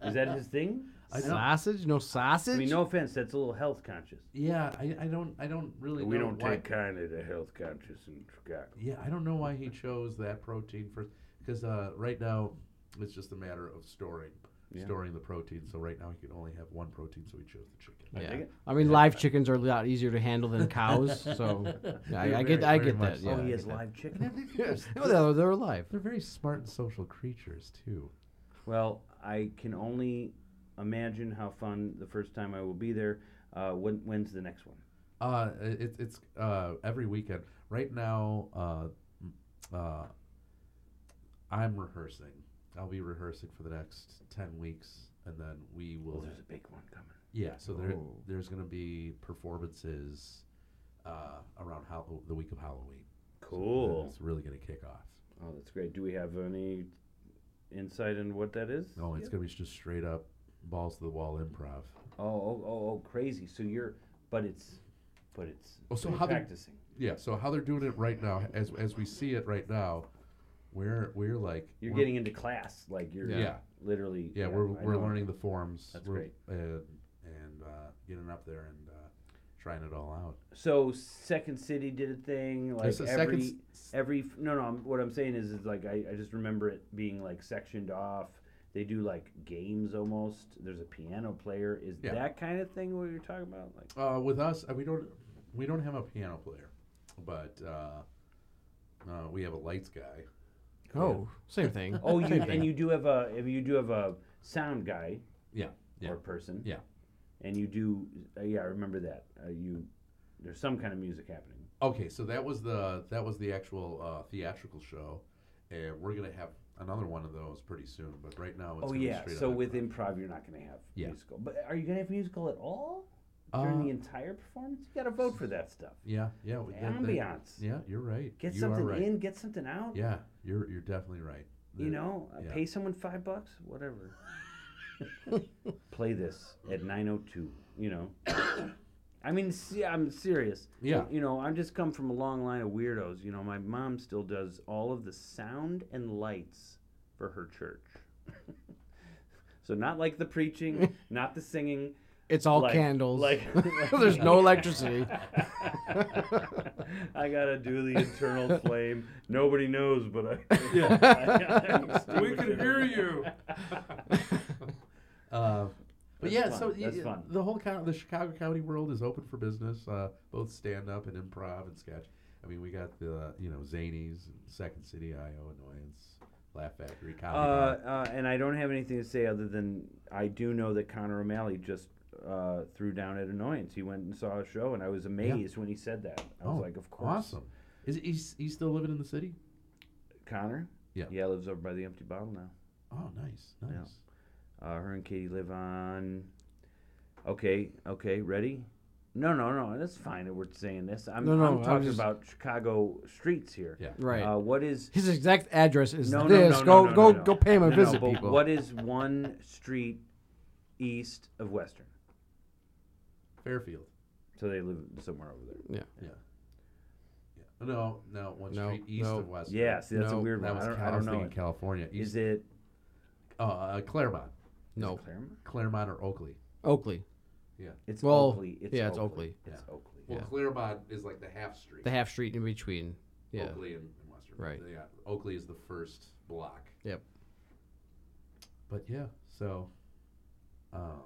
[SPEAKER 3] is that his thing?
[SPEAKER 1] I don't,
[SPEAKER 4] sausage? No sausage?
[SPEAKER 3] I mean, no offense, that's a little health conscious.
[SPEAKER 1] yeah, I, I don't I don't really.
[SPEAKER 3] We
[SPEAKER 1] know
[SPEAKER 3] don't
[SPEAKER 1] why-
[SPEAKER 3] take kindly to health conscious in Chicago.
[SPEAKER 1] Yeah, I don't know why he chose that protein first because uh, right now it's just a matter of storing
[SPEAKER 3] Yeah.
[SPEAKER 1] storing the protein. So right now he could only have one protein, so he chose the chicken.
[SPEAKER 3] I
[SPEAKER 4] Yeah.
[SPEAKER 3] dig it.
[SPEAKER 4] I mean, live chickens are a lot easier to handle than cows, so yeah, I, I get
[SPEAKER 1] Very,
[SPEAKER 4] I
[SPEAKER 1] very
[SPEAKER 4] get
[SPEAKER 1] much
[SPEAKER 4] that.
[SPEAKER 1] so.
[SPEAKER 4] Yeah,
[SPEAKER 3] oh,
[SPEAKER 4] I
[SPEAKER 3] he
[SPEAKER 4] get
[SPEAKER 3] has
[SPEAKER 4] that.
[SPEAKER 3] live chicken.
[SPEAKER 4] No, they're, they're alive.
[SPEAKER 1] They're very smart and social creatures too.
[SPEAKER 3] well, I can only imagine how fun the first time I will be there. Uh, when, when's the next one?
[SPEAKER 1] Uh, it, it's uh, every weekend. Right now, uh, m- uh, I'm rehearsing. I'll be rehearsing for the next ten weeks, and then we
[SPEAKER 3] Well,
[SPEAKER 1] will.
[SPEAKER 3] Oh, there's a big one coming.
[SPEAKER 1] Yeah, so there
[SPEAKER 4] Oh.
[SPEAKER 1] there's going to be performances uh, around Hall- the week of Halloween.
[SPEAKER 3] Cool.
[SPEAKER 1] It's really going to kick off.
[SPEAKER 3] Oh, that's great. Do we have any insight into what that is?
[SPEAKER 1] Oh, it's
[SPEAKER 3] yet?
[SPEAKER 1] going to be just straight up balls to the wall improv.
[SPEAKER 3] Oh, oh, oh, oh, crazy. So you're, but it's, but it's.
[SPEAKER 1] Oh, so
[SPEAKER 3] you're
[SPEAKER 1] how the-
[SPEAKER 3] practicing?
[SPEAKER 1] Yeah, so how they're doing it right now, as as we see it right now, we're we're like
[SPEAKER 3] You're
[SPEAKER 1] we're-
[SPEAKER 3] getting into class, like you're.
[SPEAKER 1] yeah.
[SPEAKER 3] Literally.
[SPEAKER 1] yeah, we're,
[SPEAKER 3] I
[SPEAKER 1] we're
[SPEAKER 3] know.
[SPEAKER 1] learning the forms.
[SPEAKER 3] That's
[SPEAKER 1] we're,
[SPEAKER 3] great.
[SPEAKER 1] And, and uh, getting up there and uh, trying it all out.
[SPEAKER 3] So Second City did a thing like
[SPEAKER 1] There's a second
[SPEAKER 3] every
[SPEAKER 1] s-
[SPEAKER 3] every no no I'm, what I'm saying is is like I, I just remember it being like sectioned off. They do like games almost. There's a piano player. Is
[SPEAKER 1] Yeah.
[SPEAKER 3] that kind of thing what you're talking about? Like
[SPEAKER 1] Uh, with us, uh, we don't we don't have a piano player, but uh, uh, we have a lights guy.
[SPEAKER 4] Oh, same thing.
[SPEAKER 3] oh you
[SPEAKER 4] Same thing.
[SPEAKER 3] and you do have a you do have a sound guy
[SPEAKER 1] Yeah, yeah.
[SPEAKER 3] or person
[SPEAKER 1] Yeah.
[SPEAKER 3] and you do uh, yeah I remember that uh, you there's some kind of music happening.
[SPEAKER 1] Okay, so that was the that was the actual uh, theatrical show, and we're gonna have another one of those pretty soon. But right now, it's
[SPEAKER 3] oh
[SPEAKER 1] gonna be
[SPEAKER 3] yeah.
[SPEAKER 1] straight
[SPEAKER 3] So
[SPEAKER 1] up
[SPEAKER 3] with
[SPEAKER 1] improv.
[SPEAKER 3] improv you're not going to have
[SPEAKER 1] Yeah.
[SPEAKER 3] musical. But are you going to have musical at all? during
[SPEAKER 1] Uh,
[SPEAKER 3] the entire performance? You got to vote for that stuff.
[SPEAKER 1] yeah, yeah, we- that- that-
[SPEAKER 3] Ambiance.
[SPEAKER 1] yeah, you're right.
[SPEAKER 3] Get
[SPEAKER 1] you
[SPEAKER 3] something
[SPEAKER 1] are right.
[SPEAKER 3] in, get something out.
[SPEAKER 1] Yeah, you're you're definitely right.
[SPEAKER 3] You
[SPEAKER 1] The-
[SPEAKER 3] know, uh,
[SPEAKER 1] yeah.
[SPEAKER 3] pay someone five bucks, whatever. Play this at 9:02. You know, I mean, se- I'm serious.
[SPEAKER 1] Yeah.
[SPEAKER 3] You know, I've just come from a long line of weirdos. You know, my mom still does all of the sound and lights for her church. so not like the preaching, not the singing.
[SPEAKER 4] it's all
[SPEAKER 3] like-
[SPEAKER 4] candles.
[SPEAKER 3] like-
[SPEAKER 4] there's no electricity.
[SPEAKER 3] I gotta do the internal flame. Nobody knows, but I.
[SPEAKER 1] we can hear you. Uh, but
[SPEAKER 3] That's
[SPEAKER 1] yeah,
[SPEAKER 3] fun.
[SPEAKER 1] so y-
[SPEAKER 3] That's
[SPEAKER 1] y-
[SPEAKER 3] fun.
[SPEAKER 1] the whole co- the Chicago comedy world is open for business, uh, both stand up and improv and sketch. I mean, we got the you know Zanies, Second City, IO, Annoyance, Laugh Factory,
[SPEAKER 3] Uh,
[SPEAKER 1] Comedy. Hut.
[SPEAKER 3] uh, and I don't have anything to say other than I do know that Connor O'Malley just uh, threw down at annoyance. He went and saw a show, and I was amazed when he said that. I was
[SPEAKER 1] Oh,
[SPEAKER 3] like, "Of course,
[SPEAKER 1] Awesome. Is he he's, he's still living in the city?
[SPEAKER 3] Connor."
[SPEAKER 1] Yeah.
[SPEAKER 3] yeah, lives over by the empty bottle now.
[SPEAKER 1] Oh, nice, nice.
[SPEAKER 3] Yeah. Uh, her and Katie live on. Okay, okay, ready? No, no, no. That's fine. that We're saying this. I'm,
[SPEAKER 4] No, no, I
[SPEAKER 3] I'm
[SPEAKER 4] was
[SPEAKER 3] talking
[SPEAKER 4] just-
[SPEAKER 3] about Chicago streets here.
[SPEAKER 1] Yeah.
[SPEAKER 4] Right.
[SPEAKER 3] Uh, what is
[SPEAKER 4] His exact address is
[SPEAKER 3] no,
[SPEAKER 4] this.
[SPEAKER 3] No, no,
[SPEAKER 4] go
[SPEAKER 3] no, no,
[SPEAKER 4] go
[SPEAKER 3] no, no.
[SPEAKER 4] go pay him a
[SPEAKER 3] No, no,
[SPEAKER 4] visit,
[SPEAKER 3] but
[SPEAKER 4] people.
[SPEAKER 3] What is one street east of Western?
[SPEAKER 1] Fairfield.
[SPEAKER 3] So they live somewhere over there.
[SPEAKER 1] Yeah. yeah. No, no, one
[SPEAKER 4] No,
[SPEAKER 1] street east
[SPEAKER 4] no.
[SPEAKER 1] of West.
[SPEAKER 3] Yeah, see, that's
[SPEAKER 4] No,
[SPEAKER 3] a weird
[SPEAKER 1] That
[SPEAKER 3] one.
[SPEAKER 1] was
[SPEAKER 3] I don't,
[SPEAKER 1] Cal-
[SPEAKER 3] I
[SPEAKER 1] I was
[SPEAKER 3] don't know.
[SPEAKER 1] thinking California.
[SPEAKER 3] It. Is
[SPEAKER 1] East,
[SPEAKER 3] it
[SPEAKER 1] uh, uh, Claremont,
[SPEAKER 4] no,
[SPEAKER 3] Claremont?
[SPEAKER 1] Claremont or Oakley.
[SPEAKER 4] Oakley,
[SPEAKER 3] It's
[SPEAKER 4] Well,
[SPEAKER 3] Oakley. It's
[SPEAKER 4] yeah, it's
[SPEAKER 3] Oakley. It's Oakley.
[SPEAKER 1] Well,
[SPEAKER 4] Yeah.
[SPEAKER 1] Claremont is like the half street.
[SPEAKER 4] the half street in between. Yeah,
[SPEAKER 1] Oakley and, and Western.
[SPEAKER 4] Right.
[SPEAKER 1] Yeah. Oakley is the first block.
[SPEAKER 4] Yep.
[SPEAKER 1] But yeah, so um,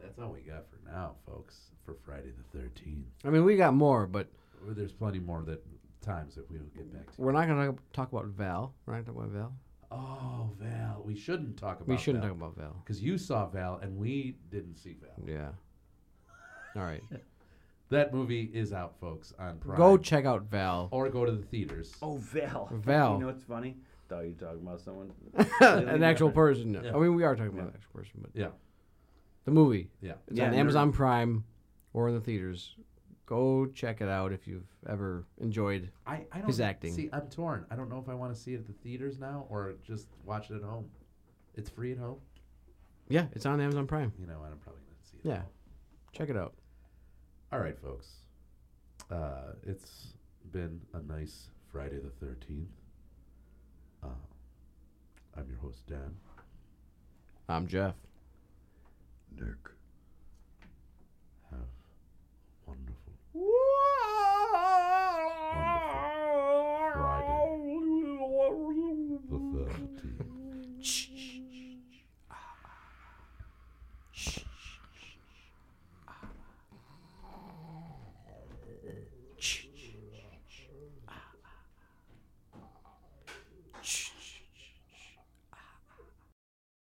[SPEAKER 1] that's all we got for now, folks, for Friday the 13th.
[SPEAKER 4] I mean we got more, but
[SPEAKER 1] There's plenty more that times that we'll get back to.
[SPEAKER 4] we're not gonna talk about Val. We're not gonna talk about Val.
[SPEAKER 1] Oh, Val. We shouldn't talk about
[SPEAKER 4] we shouldn't
[SPEAKER 1] Val.
[SPEAKER 4] talk about Val.
[SPEAKER 1] Because you saw Val and we didn't see Val.
[SPEAKER 4] Yeah. All right.
[SPEAKER 1] That movie is out, folks, on Prime.
[SPEAKER 4] Go check out Val.
[SPEAKER 1] or go to the theaters.
[SPEAKER 3] Oh, Val.
[SPEAKER 4] Val.
[SPEAKER 3] You know what's funny? Thought you were talking about someone.
[SPEAKER 4] An actual
[SPEAKER 3] person.
[SPEAKER 4] person. no.
[SPEAKER 1] Oh, Yeah.
[SPEAKER 4] I mean, we are talking about an actual person, but
[SPEAKER 1] Yeah.
[SPEAKER 4] the movie.
[SPEAKER 1] Yeah.
[SPEAKER 4] It's
[SPEAKER 3] Yeah,
[SPEAKER 4] on
[SPEAKER 3] nerd.
[SPEAKER 4] Amazon Prime or in the theaters. Go check it out if you've ever enjoyed.
[SPEAKER 1] I, I don't
[SPEAKER 4] His acting.
[SPEAKER 1] See, I'm torn. I don't know if I want to see it at the theaters now or just watch it at home. It's free at home.
[SPEAKER 4] Yeah, it's on Amazon Prime.
[SPEAKER 1] You know, and I'm probably going to see it. at
[SPEAKER 4] Yeah,
[SPEAKER 1] home.
[SPEAKER 4] check it out.
[SPEAKER 1] All right, folks. Uh, it's been a nice Friday the 13th. Uh, I'm your host, Dan.
[SPEAKER 4] I'm Jeff.
[SPEAKER 1] Nick.